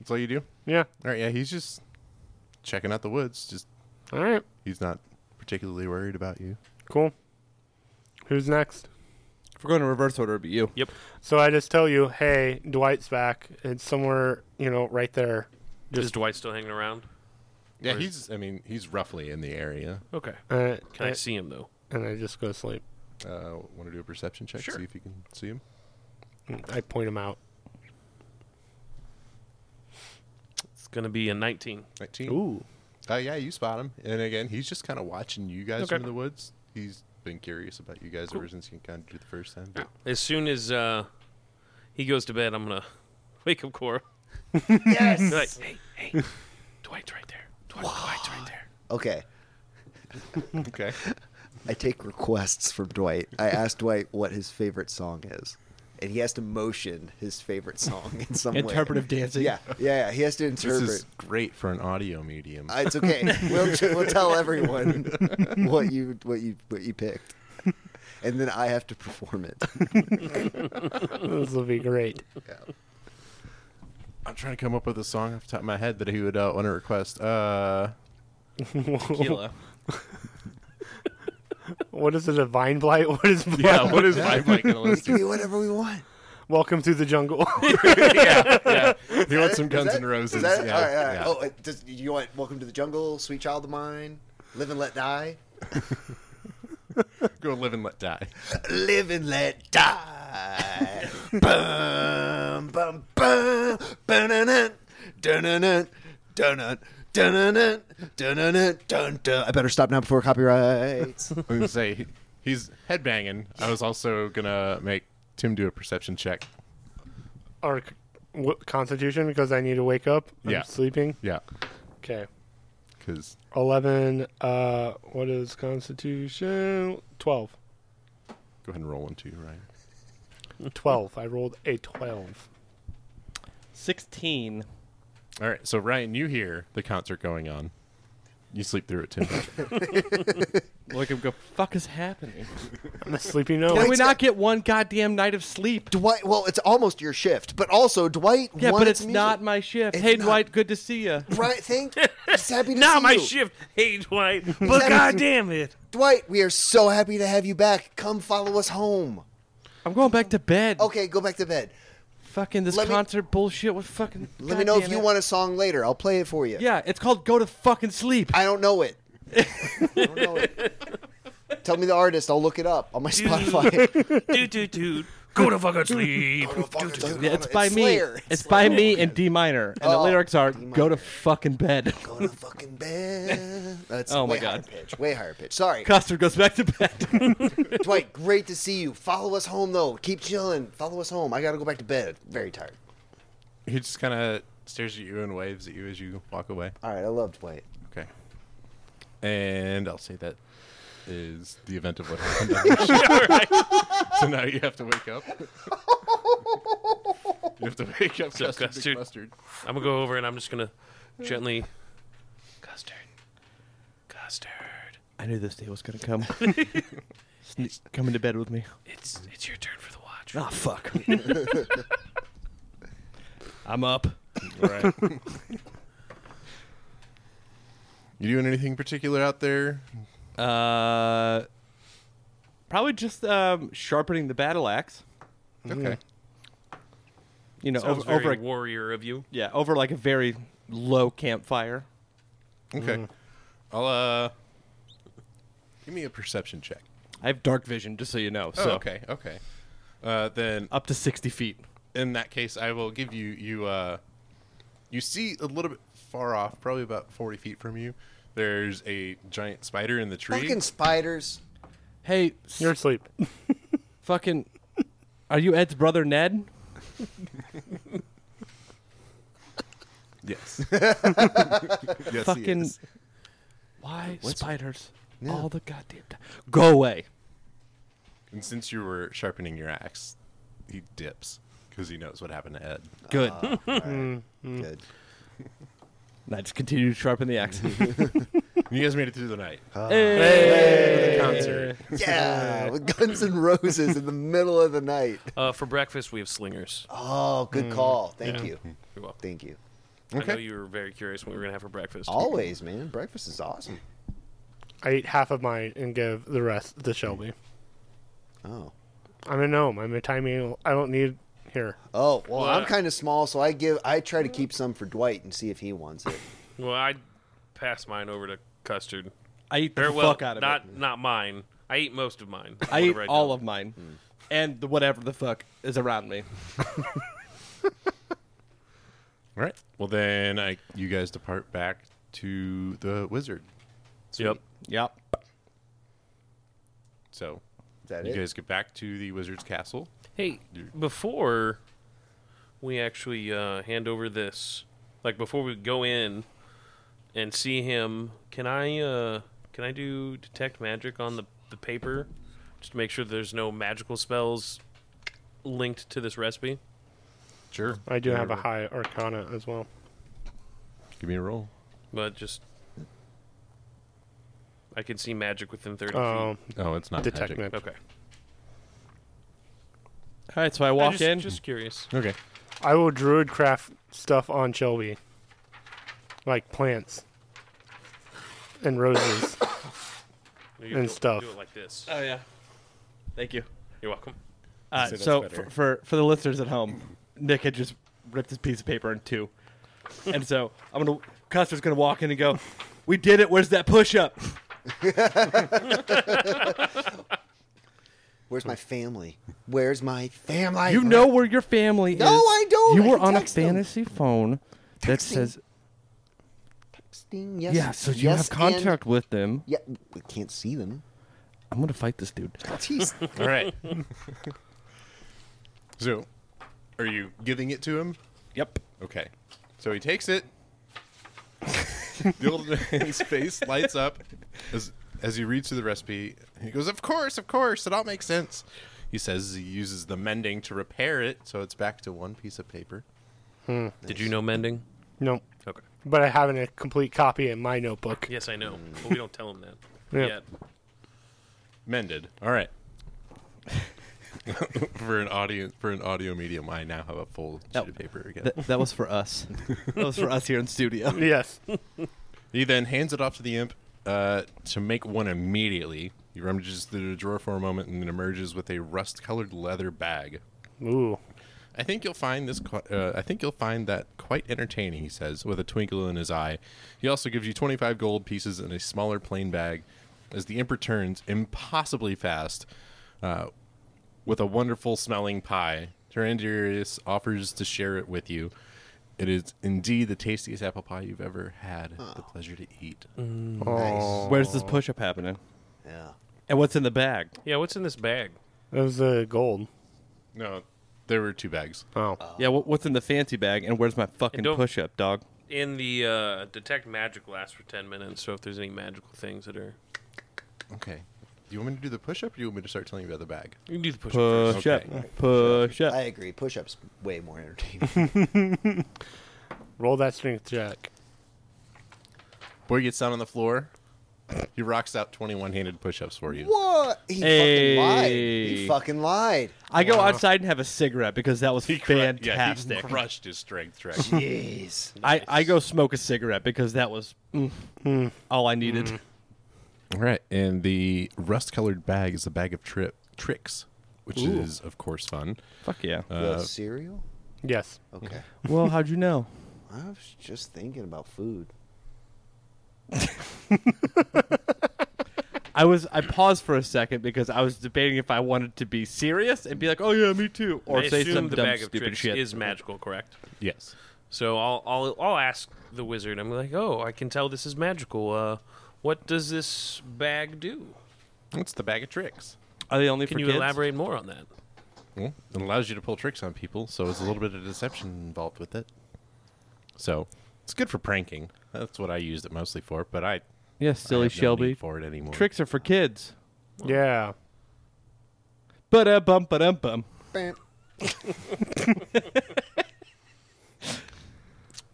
Speaker 3: That's all you do.
Speaker 1: Yeah.
Speaker 3: All right. Yeah. He's just checking out the woods. Just
Speaker 1: All right.
Speaker 3: he's not particularly worried about you.
Speaker 1: Cool. Who's next?
Speaker 4: If we're going in reverse order, it'd be you.
Speaker 5: Yep.
Speaker 1: So I just tell you, hey, Dwight's back. It's somewhere, you know, right there.
Speaker 5: Is Dwight still hanging around?
Speaker 3: Yeah. He's. I mean, he's roughly in the area.
Speaker 5: Okay.
Speaker 1: Uh,
Speaker 5: Can I see him though?
Speaker 1: and I just go to sleep.
Speaker 3: Uh, Want to do a perception check?
Speaker 5: Sure.
Speaker 3: See if you can see him.
Speaker 1: I point him out.
Speaker 5: It's gonna be a 19.
Speaker 3: Nineteen.
Speaker 1: Ooh.
Speaker 3: Oh yeah, you spot him. And again, he's just kind of watching you guys
Speaker 5: Okay.
Speaker 3: from the woods. He's been curious about you guys ever since he encountered you the first time. but-
Speaker 5: As soon as uh, he goes to bed, I'm gonna wake up Cora.
Speaker 2: Yes.
Speaker 5: Be like, hey, hey, Dwight's right there. Dwight, Dwight's right there.
Speaker 2: Okay.
Speaker 3: Okay.
Speaker 2: I take requests from Dwight. I ask Dwight what his favorite song is, and he has to motion his favorite song in some way.
Speaker 4: Interpretive dancing.
Speaker 2: Yeah, yeah, yeah. He has to interpret.
Speaker 3: this is great for an audio medium.
Speaker 2: Uh, it's okay. We'll, we'll tell everyone what you what you what you picked, and then I have to perform it.
Speaker 1: This will be great.
Speaker 3: I'm trying to come up with a song off the top of my head that he would uh, want to request. Uh,
Speaker 4: Tequila.
Speaker 1: what is it? A vine blight? What is blight?
Speaker 3: yeah, what is my like
Speaker 2: It can be whatever we want.
Speaker 1: Welcome to the jungle.
Speaker 3: He wants some
Speaker 2: Is
Speaker 3: Guns
Speaker 2: that-
Speaker 3: N' Roses.
Speaker 2: Is that,
Speaker 3: yeah,
Speaker 2: all right, all right.
Speaker 3: yeah.
Speaker 2: Oh, uh, does, do you want "Welcome to the Jungle," "Sweet Child of Mine," "Live and Let Die,"
Speaker 3: Go live and let die.
Speaker 2: "Live and Let Die"? bum bum bum, dun dun dun dun dun dun dun dun. I better stop now before copyrights.
Speaker 3: I was gonna say he- he's headbanging. I was also gonna make Tim do a perception check.
Speaker 1: Or c- w- constitution because I need to wake up. I'm
Speaker 3: Yeah.
Speaker 1: sleeping.
Speaker 3: Yeah,
Speaker 1: Okay.
Speaker 3: because
Speaker 1: 11 uh what is constitution 12
Speaker 3: go ahead and roll one too, right?
Speaker 1: 12 i rolled a 12
Speaker 4: Sixteen.
Speaker 3: All right, so Ryan, you hear the concert going on. You sleep through it, Tim.
Speaker 4: Look at him go. Fuck is happening?
Speaker 1: i'm a sleepy
Speaker 4: Can
Speaker 1: no
Speaker 4: we not get one goddamn night of sleep?
Speaker 2: Dwight, well, it's almost your shift, but also Dwight.
Speaker 4: Yeah, but
Speaker 2: wanted
Speaker 4: it's
Speaker 2: music.
Speaker 4: not my shift.
Speaker 2: It's
Speaker 4: hey,
Speaker 2: not-
Speaker 4: Dwight, good to see you.
Speaker 2: Right, thank. He's happy to
Speaker 5: Not
Speaker 2: see
Speaker 5: my
Speaker 2: you.
Speaker 5: shift. Hey, Dwight.
Speaker 2: Exactly.
Speaker 5: But goddamn it.
Speaker 2: Dwight, we are so happy to have you back. Come follow us home.
Speaker 4: I'm going back to bed.
Speaker 2: Okay, go back to bed.
Speaker 4: Fucking this
Speaker 2: Let me-
Speaker 4: concert bullshit. What fucking?
Speaker 2: Let me know if you
Speaker 4: goddamn it.
Speaker 2: want a song later. I'll play it for you.
Speaker 4: Yeah, it's called go to fucking sleep.
Speaker 2: I don't know it. I don't know it. Tell me the artist. I'll look it up on my Spotify.
Speaker 5: Dude, dude, dude. Go to fucking sleep.
Speaker 4: Yeah, it's by me. It's by me in D minor, and the
Speaker 2: Oh,
Speaker 4: lyrics are
Speaker 2: D
Speaker 4: "Go to fucking bed."
Speaker 2: Go to fucking bed. That's
Speaker 4: Oh my
Speaker 2: way higher
Speaker 4: God.
Speaker 2: pitch. Way higher pitch. Sorry,
Speaker 4: Custer goes back to bed.
Speaker 2: Dwight. Great to see you. Follow us home though. Keep chilling. Follow us home. I gotta go back to bed. Very tired.
Speaker 3: He just kind of stares at you and waves at you as you walk away.
Speaker 2: All right, I love Dwight.
Speaker 3: Okay. And I'll say that is the event of what happened. So now you have to wake up. you have to wake up,
Speaker 5: So,
Speaker 3: Custard. Big
Speaker 5: Custard-
Speaker 3: Mustard.
Speaker 5: I'm gonna go over and I'm just gonna gently custard, custard.
Speaker 4: I knew this day was gonna come. Sneak- Coming to bed with me.
Speaker 5: It's it's your turn for the watch.
Speaker 4: Ah, fuck. I'm up.
Speaker 3: Right. you doing anything particular out there?
Speaker 4: Uh, probably just um, sharpening the battle axe.
Speaker 3: Okay.
Speaker 4: You know,
Speaker 5: Sounds
Speaker 4: over,
Speaker 5: very
Speaker 4: over a,
Speaker 5: warrior of you.
Speaker 4: yeah, over like a very low campfire.
Speaker 3: Okay. I'll uh give me a perception check.
Speaker 4: I have dark vision, just so you know.
Speaker 3: Oh,
Speaker 4: So
Speaker 3: okay, okay. Uh, then
Speaker 4: up to sixty feet.
Speaker 3: in that case, I will give you you uh, you see a little bit far off, probably about forty feet from you. There's a giant spider in the tree.
Speaker 2: Fucking spiders.
Speaker 4: Hey, s-
Speaker 1: You're asleep.
Speaker 4: fucking, are you Ed's brother Ned?
Speaker 3: yes. yes. he
Speaker 4: fucking
Speaker 3: is.
Speaker 4: why spiders all the goddamn time go away
Speaker 3: And since you were sharpening your axe, he dips because he knows what happened to Ed.
Speaker 4: good
Speaker 3: Ah.
Speaker 4: Mm-hmm.
Speaker 2: Good.
Speaker 4: and i just continue to sharpen the axe
Speaker 3: you guys made it through the night.
Speaker 1: Hey.
Speaker 3: Concert.
Speaker 2: Yeah, with Guns and Roses in the middle of the night.
Speaker 5: Uh, for breakfast we have slingers.
Speaker 2: Oh,
Speaker 4: Mm.
Speaker 2: good call. Thank you.
Speaker 5: You're welcome.
Speaker 2: Thank you.
Speaker 5: I know
Speaker 3: Okay.
Speaker 5: you were very curious what we were gonna have for breakfast.
Speaker 2: Always, man. Breakfast is awesome.
Speaker 1: I ate half of mine and give the rest to Shelby.
Speaker 2: Oh.
Speaker 1: I'm a gnome. I'm a tiny. animal. I don't need here.
Speaker 2: Oh, well, I'm
Speaker 5: What?
Speaker 2: kind of small, so I give I try to keep some for Dwight and see if he wants it.
Speaker 5: Well, I passed mine over to custard.
Speaker 4: i eat the
Speaker 5: Or, well,
Speaker 4: fuck out of
Speaker 5: not
Speaker 4: it
Speaker 5: not mine. I ate most of mine.
Speaker 4: i eat
Speaker 5: Whatever
Speaker 4: all
Speaker 5: done.
Speaker 4: of mine
Speaker 3: Hmm.
Speaker 4: and the whatever the fuck is around me
Speaker 3: All right. Well, then I you guys depart back to the wizard.
Speaker 5: Yep.
Speaker 4: yep
Speaker 3: So
Speaker 2: Is that
Speaker 3: you
Speaker 2: it?
Speaker 3: guys get back to the wizard's castle.
Speaker 5: Hey, before we actually uh, hand over this, like before we go in and see him, can I uh, can I do detect magic on the the paper just to make sure there's no magical spells linked to this recipe?
Speaker 3: Sure.
Speaker 1: I do have a high arcana as well.
Speaker 3: Give me a roll.
Speaker 5: But just I can see magic within thirty
Speaker 1: Um,
Speaker 3: Oh, it's not
Speaker 1: detect
Speaker 3: magic.
Speaker 1: magic.
Speaker 5: feet. Okay.
Speaker 4: all right so i
Speaker 5: I
Speaker 4: walk
Speaker 5: just,
Speaker 4: in
Speaker 5: Just curious.
Speaker 3: Okay.
Speaker 1: I will druidcraft stuff on Shelby, like plants and roses.
Speaker 5: You
Speaker 1: And
Speaker 5: do-
Speaker 1: stuff.
Speaker 5: Do it like this.
Speaker 4: oh yeah thank you
Speaker 5: You're welcome.
Speaker 4: uh,
Speaker 3: say that's
Speaker 4: so
Speaker 3: better.
Speaker 4: for, for for the listeners at home nick had just ripped this piece of paper in two and so i'm gonna custer's gonna walk in and go we did it where's that push-up
Speaker 2: Where's my family? Where's my family?
Speaker 4: You know where your family is.
Speaker 2: No, I don't.
Speaker 4: You
Speaker 2: I
Speaker 4: were
Speaker 2: can
Speaker 4: on a
Speaker 2: text them.
Speaker 4: fantasy phone that
Speaker 2: Texting.
Speaker 4: says,
Speaker 2: Sting, yes.
Speaker 4: yeah, so you
Speaker 2: yes,
Speaker 4: have contact
Speaker 2: and-
Speaker 4: with them.
Speaker 2: yeah, we can't see them.
Speaker 4: I'm going to fight this dude.
Speaker 2: Jeez.
Speaker 3: All right. so, are you giving it to him?
Speaker 4: Yep.
Speaker 3: Okay. So he takes it. the old man's face lights up as as he reads through the recipe. He goes, "Of course, of course, it all makes sense." He says he uses the mending to repair it, so it's back to one piece of paper.
Speaker 5: Did you know mending?
Speaker 1: No,
Speaker 5: Okay.
Speaker 1: but I have a complete copy in my notebook.
Speaker 5: Yes, I know, but we don't tell him that
Speaker 1: Yeah.
Speaker 5: yet.
Speaker 3: Mended. All right. for an audience, for an audio medium, I now have a full sheet
Speaker 4: Oh.
Speaker 3: of paper again.
Speaker 4: That, that was for us. that was for us here in studio.
Speaker 1: Yes.
Speaker 3: He then hands it off to the imp uh, to make one immediately. He rummages through the drawer for a moment and then emerges with a rust-colored leather bag.
Speaker 1: Ooh.
Speaker 3: I think you'll find this. qui- Uh, I think you'll find that quite entertaining. He says with a twinkle in his eye. He also gives you twenty-five gold pieces in a smaller plain bag. As the imp returns, impossibly fast, uh, with a wonderful smelling pie. Tyrandarius offers to share it with you. It is indeed the tastiest apple pie you've ever had. The pleasure to eat.
Speaker 4: Oh.
Speaker 2: Nice.
Speaker 4: Where's this push up happening?
Speaker 2: Yeah.
Speaker 4: And what's in the bag?
Speaker 5: Yeah, what's in this bag?
Speaker 1: That was the gold.
Speaker 3: No, there were two bags.
Speaker 1: Oh.
Speaker 5: Um.
Speaker 4: Yeah, what, what's in the fancy bag? And where's my fucking
Speaker 5: don't-
Speaker 4: push up, dog?
Speaker 5: In the uh, detect magic lasts for ten minutes, so if there's any magical things that are
Speaker 3: Okay. Do you want me to do the push up or do you want me to start telling you about the bag?
Speaker 5: you can do the push. up
Speaker 4: Push
Speaker 5: first.
Speaker 3: Okay.
Speaker 4: up, push
Speaker 2: I
Speaker 4: up.
Speaker 2: agree. Push ups way more entertaining.
Speaker 1: Roll that strength check.
Speaker 3: Boy gets down on the floor. He rocks out 21 handed push ups for you.
Speaker 2: what? He fucking lied. He
Speaker 4: Hey.
Speaker 2: fucking lied.
Speaker 4: I go outside and have a cigarette because that was
Speaker 3: cru- yeah, he
Speaker 4: fantastic.
Speaker 3: crushed his strength track.
Speaker 4: Uh,
Speaker 2: Jeez.
Speaker 4: I, I go smoke a cigarette because that was mm, all I needed.
Speaker 3: Mm. All right, and the rust-colored bag is a bag of trip tricks, which is of course fun.
Speaker 4: Fuck yeah.
Speaker 3: Uh.
Speaker 2: The cereal?
Speaker 1: Yes.
Speaker 2: Okay.
Speaker 4: well, how'd you know?
Speaker 2: I was just thinking about food.
Speaker 4: I was I paused for a second because I was debating if I wanted to be serious and be like, "Oh yeah, me too," or
Speaker 5: I
Speaker 4: say
Speaker 5: assume
Speaker 4: some
Speaker 5: the
Speaker 4: dumb
Speaker 5: bag of
Speaker 4: stupid
Speaker 5: tricks
Speaker 4: shit.
Speaker 5: is magical, correct?
Speaker 3: Yes,
Speaker 5: So I'll I'll I'll ask the wizard. I'm like, oh, I can tell this is magical. Uh, what does this bag do?
Speaker 3: what's the bag of tricks?
Speaker 4: Are they only
Speaker 5: Can
Speaker 4: for
Speaker 5: you
Speaker 4: kids?
Speaker 5: elaborate more on that?
Speaker 3: Well, it allows you to pull tricks on people, so it's a little bit of deception involved with it. So it's good for pranking. That's what I used it mostly for. But I
Speaker 4: Yes,
Speaker 3: I have
Speaker 4: silly
Speaker 3: no
Speaker 4: Shelby.
Speaker 3: need for it anymore.
Speaker 4: Tricks are for kids.
Speaker 1: Yeah.
Speaker 4: But uh bum but um bum.
Speaker 2: Bam.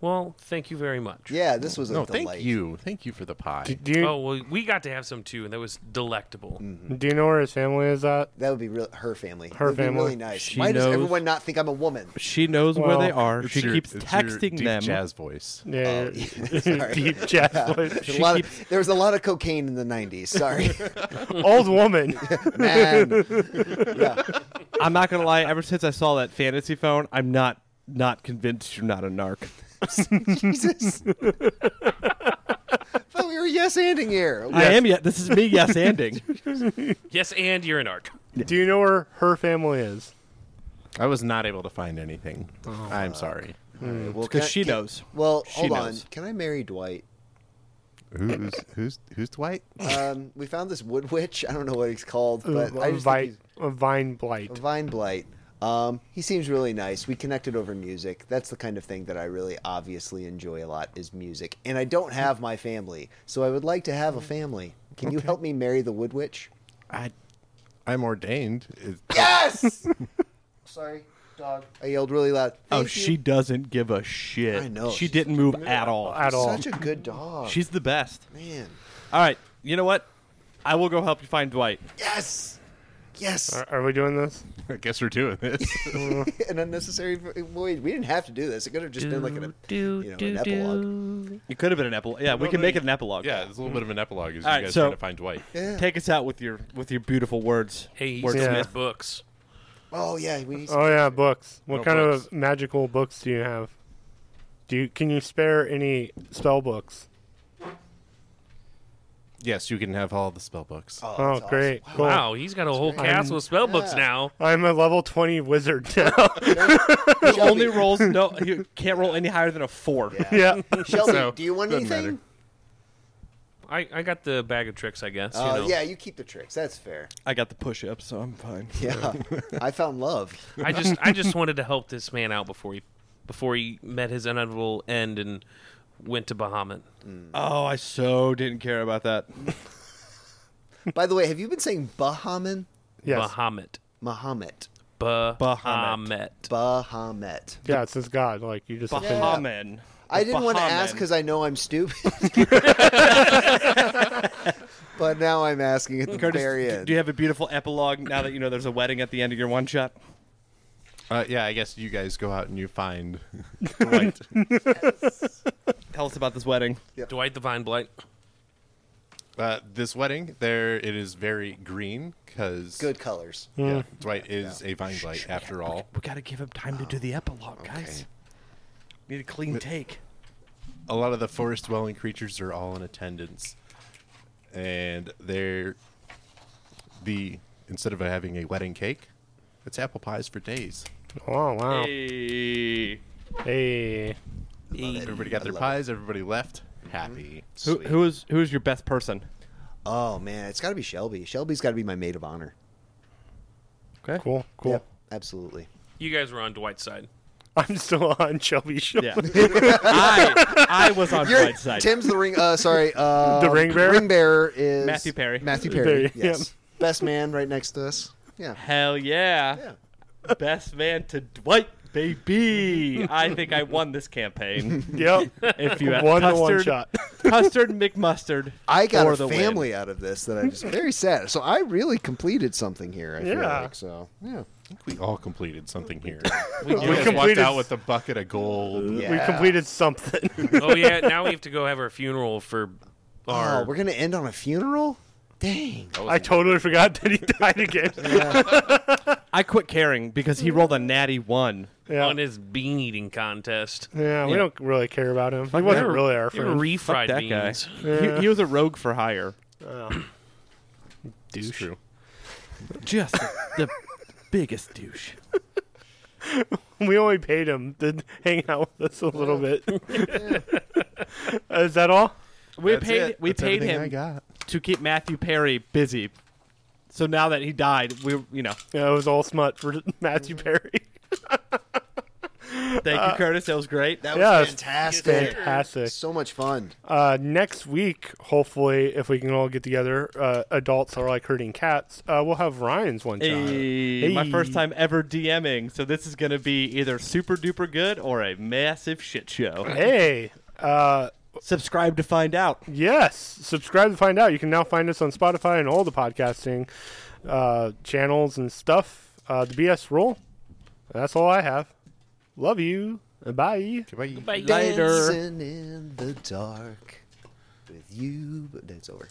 Speaker 5: Well, thank you very much.
Speaker 2: Yeah, this was a
Speaker 3: No,
Speaker 2: delight.
Speaker 3: thank you, thank you for the pie.
Speaker 1: Do, do you
Speaker 5: Oh well, we got to have some too, and that was delectable.
Speaker 4: Mm.
Speaker 1: do you know where his family is at?
Speaker 2: That would be real, her family.
Speaker 1: Her
Speaker 2: It would be
Speaker 1: family.
Speaker 2: really nice.
Speaker 4: She
Speaker 2: Why does
Speaker 4: knows.
Speaker 2: everyone not think I'm a woman?
Speaker 4: She knows
Speaker 1: Well,
Speaker 4: where they are.
Speaker 3: It's
Speaker 4: She
Speaker 3: your-
Speaker 4: keeps
Speaker 3: it's your
Speaker 4: texting
Speaker 3: deep
Speaker 4: them.
Speaker 3: jazz voice.
Speaker 1: Yeah.
Speaker 2: Oh, sorry.
Speaker 1: Deep jazz voice.
Speaker 2: There's a lot of- there was a lot of cocaine in the 90s. Sorry.
Speaker 1: Old woman.
Speaker 2: Man.
Speaker 4: I'm not gonna lie. Ever since I saw that fantasy phone, I'm not not convinced you're not a narc.
Speaker 2: Jesus. thought we were yes anding here.
Speaker 4: I am. Yet this is me. Yes, ending.
Speaker 5: Yes, and you're an arc.
Speaker 1: Do you know where her family is?
Speaker 3: I was not able to find anything. I'm sorry.
Speaker 2: Well, can I-
Speaker 4: Because she
Speaker 2: can-
Speaker 4: knows.
Speaker 2: Well,
Speaker 4: She
Speaker 2: hold
Speaker 4: knows.
Speaker 2: on. Can I marry Dwight?
Speaker 3: Who's who's who's Dwight?
Speaker 2: Um, we found this wood witch. I don't know what he's called, but I
Speaker 1: Uh,
Speaker 2: just
Speaker 1: vi-
Speaker 2: think
Speaker 1: uh, vine blight.
Speaker 2: he's Vine Blight. Um, he seems really nice. We connected over music. That's the kind of thing that I really obviously enjoy a lot is music. And I don't have my family, so I would like to have a family. Can you help me marry the wood witch?
Speaker 3: I I'm ordained. It-
Speaker 2: Yes. Sorry, dog. I yelled really loud.
Speaker 4: Oh,
Speaker 2: Thank you.
Speaker 4: she doesn't give a shit.
Speaker 2: I know.
Speaker 4: She didn't move at all.
Speaker 1: at all.
Speaker 2: Such a good dog.
Speaker 4: She's the best.
Speaker 2: man.
Speaker 4: All right. You know what? I will go help you find Dwight.
Speaker 2: Yes. Yes.
Speaker 1: Are, are we doing this?
Speaker 3: I guess we're doing this.
Speaker 2: an unnecessary vo- void. We didn't have to do this. It could have just been like an, you know, an epilogue.
Speaker 4: It could have been an epilogue. Yeah, we
Speaker 3: No,
Speaker 4: can
Speaker 3: no,
Speaker 4: make
Speaker 3: you-
Speaker 4: it an epilogue.
Speaker 3: yeah, it's a little bit of an epilogue. Is you
Speaker 4: All right,
Speaker 3: guys
Speaker 4: so-
Speaker 3: trying to find Dwight?
Speaker 2: Yeah.
Speaker 4: Take us out with your with your beautiful words.
Speaker 5: Hey, he's
Speaker 4: Words.
Speaker 5: in
Speaker 1: Yeah.
Speaker 5: his books.
Speaker 2: oh yeah, we need some-
Speaker 1: Oh yeah, books. What
Speaker 3: No,
Speaker 1: kind
Speaker 3: books.
Speaker 1: of magical books do you have? Do you can you spare any spell books?
Speaker 3: Yes, you can have all the spell books.
Speaker 2: Oh,
Speaker 1: Oh,
Speaker 2: that's awesome.
Speaker 1: great, cool.
Speaker 5: Wow, he's got a whole
Speaker 2: great.
Speaker 5: castle of spell books
Speaker 2: Yeah.
Speaker 5: now.
Speaker 1: I'm a level twenty wizard now.
Speaker 4: He only rolls no. He can't roll any higher than a four.
Speaker 2: Yeah.
Speaker 1: yeah.
Speaker 2: Shelby,
Speaker 3: So,
Speaker 2: do you want
Speaker 3: doesn't
Speaker 2: anything?
Speaker 3: matter.
Speaker 5: I, I got the bag of tricks, I guess.
Speaker 2: Uh,
Speaker 5: you know.
Speaker 2: Yeah, you keep the tricks. That's fair.
Speaker 4: I got the push up, so I'm fine.
Speaker 2: Yeah, I found love.
Speaker 5: I just I just wanted to help this man out before he before he met his inevitable end and went to Bahamut.
Speaker 4: Oh, I so didn't care about that.
Speaker 2: By the way, have you been saying Bahaman?
Speaker 1: Yes.
Speaker 5: Bahamut.
Speaker 2: Muhammad.
Speaker 5: Bahamut.
Speaker 2: Bahamet.
Speaker 1: Yeah, it's this god. Like you just offended-
Speaker 4: Bahaman.
Speaker 2: I didn't want to ask
Speaker 4: Bahaman.
Speaker 2: because I know I'm stupid. but now I'm asking at the
Speaker 4: Curtis,
Speaker 2: very
Speaker 4: do-
Speaker 2: end.
Speaker 4: do you have a beautiful epilogue now that you know there's a wedding at the end of your one shot?
Speaker 3: Uh, yeah, I guess you guys go out and you find Dwight.
Speaker 4: Tell us about this wedding.
Speaker 5: Dwight the Vine Blight.
Speaker 3: uh, this wedding, there it is very green because
Speaker 2: Good colors.
Speaker 3: Yeah, Dwight is a vine blight after
Speaker 1: Oh.
Speaker 3: all.
Speaker 4: We gotta give him time to do the epilogue, guys. Need a clean take.
Speaker 3: A lot of the forest dwelling creatures are all in attendance, and they're the instead of having a wedding cake, It's apple pies for days.
Speaker 1: Oh wow!
Speaker 4: Hey.
Speaker 1: Hey,
Speaker 3: Everybody got their pies. Everybody left happy.
Speaker 4: Who, who is who is your best person?
Speaker 2: Oh man, it's got to be Shelby. Shelby's got to be my maid of honor.
Speaker 4: Okay.
Speaker 1: cool, cool.
Speaker 2: Yep, absolutely.
Speaker 5: You guys were on Dwight's side.
Speaker 1: I'm still on Shelby's show.
Speaker 4: Yeah. I I was on
Speaker 2: You're-
Speaker 4: right side.
Speaker 2: Tim's the ring. Uh, sorry, uh,
Speaker 1: The ring bearer?
Speaker 2: Ring bearer is
Speaker 4: Matthew Perry.
Speaker 2: Matthew
Speaker 1: Perry,
Speaker 2: Perry.
Speaker 1: yep.
Speaker 2: yes, best man right next to us. Yeah,
Speaker 4: Hell yeah.
Speaker 2: yeah.
Speaker 4: Best man to Dwight, baby. I think I won this campaign.
Speaker 1: Yep.
Speaker 4: If you had
Speaker 1: one to
Speaker 4: custard,
Speaker 1: one shot.
Speaker 4: custard McMustard.
Speaker 2: I got
Speaker 4: for
Speaker 2: a
Speaker 4: the win.
Speaker 2: family out of this that I just very sad. So I really completed something here. I feel
Speaker 1: Yeah.
Speaker 2: like so. Yeah,
Speaker 3: We all completed something here.
Speaker 4: We
Speaker 1: We
Speaker 4: did it.
Speaker 1: completed-
Speaker 3: Walked out with a bucket of gold.
Speaker 1: We
Speaker 2: Yeah.
Speaker 1: completed something.
Speaker 5: Oh yeah, now we have to go have our funeral for
Speaker 2: Oh,
Speaker 5: our.
Speaker 2: we're gonna end on a funeral. Dang.
Speaker 4: Oh.
Speaker 1: I totally forgot that he died again.
Speaker 4: I quit caring because he rolled a natty one.
Speaker 1: Yeah,
Speaker 5: on his bean eating contest.
Speaker 1: yeah. We
Speaker 4: Yeah.
Speaker 1: don't really care about him. He wasn't
Speaker 4: that.
Speaker 1: really our
Speaker 5: They were
Speaker 1: friend.
Speaker 5: refried
Speaker 4: that
Speaker 5: beans.
Speaker 4: guy. He, he was a rogue for hire.
Speaker 3: It's true.
Speaker 4: Just the biggest douche.
Speaker 1: We only paid him to hang out with us a little bit. Is that all?
Speaker 4: We
Speaker 3: That's
Speaker 4: paid
Speaker 3: it.
Speaker 4: we
Speaker 3: That's
Speaker 4: paid
Speaker 3: everything I
Speaker 4: him
Speaker 3: got.
Speaker 4: to keep Matthew Perry busy. So now that he died, we you know,
Speaker 1: Yeah, it was all smut for Matthew Perry.
Speaker 4: thank you Curtis, that was great.
Speaker 2: That was
Speaker 1: Yeah, it's
Speaker 2: fantastic.
Speaker 1: Fantastic.
Speaker 2: So much fun.
Speaker 1: Uh, next week, hopefully, if we can all get together, uh, adults are like herding cats. Uh, we'll have Ryan's one shot.
Speaker 4: Hey, My
Speaker 1: Hey.
Speaker 4: first time ever DMing, so this is going to be either super duper good or a massive shit show.
Speaker 1: Hey, uh,
Speaker 4: Subscribe to find out.
Speaker 1: yes, subscribe to find out. You can now find us on Spotify and all the podcasting uh, channels and stuff. Uh, the BS rule. That's all I have. Love you. Bye.
Speaker 3: Goodbye.
Speaker 5: Bye.
Speaker 4: Later.
Speaker 2: Dancing in the dark with you. But that's over.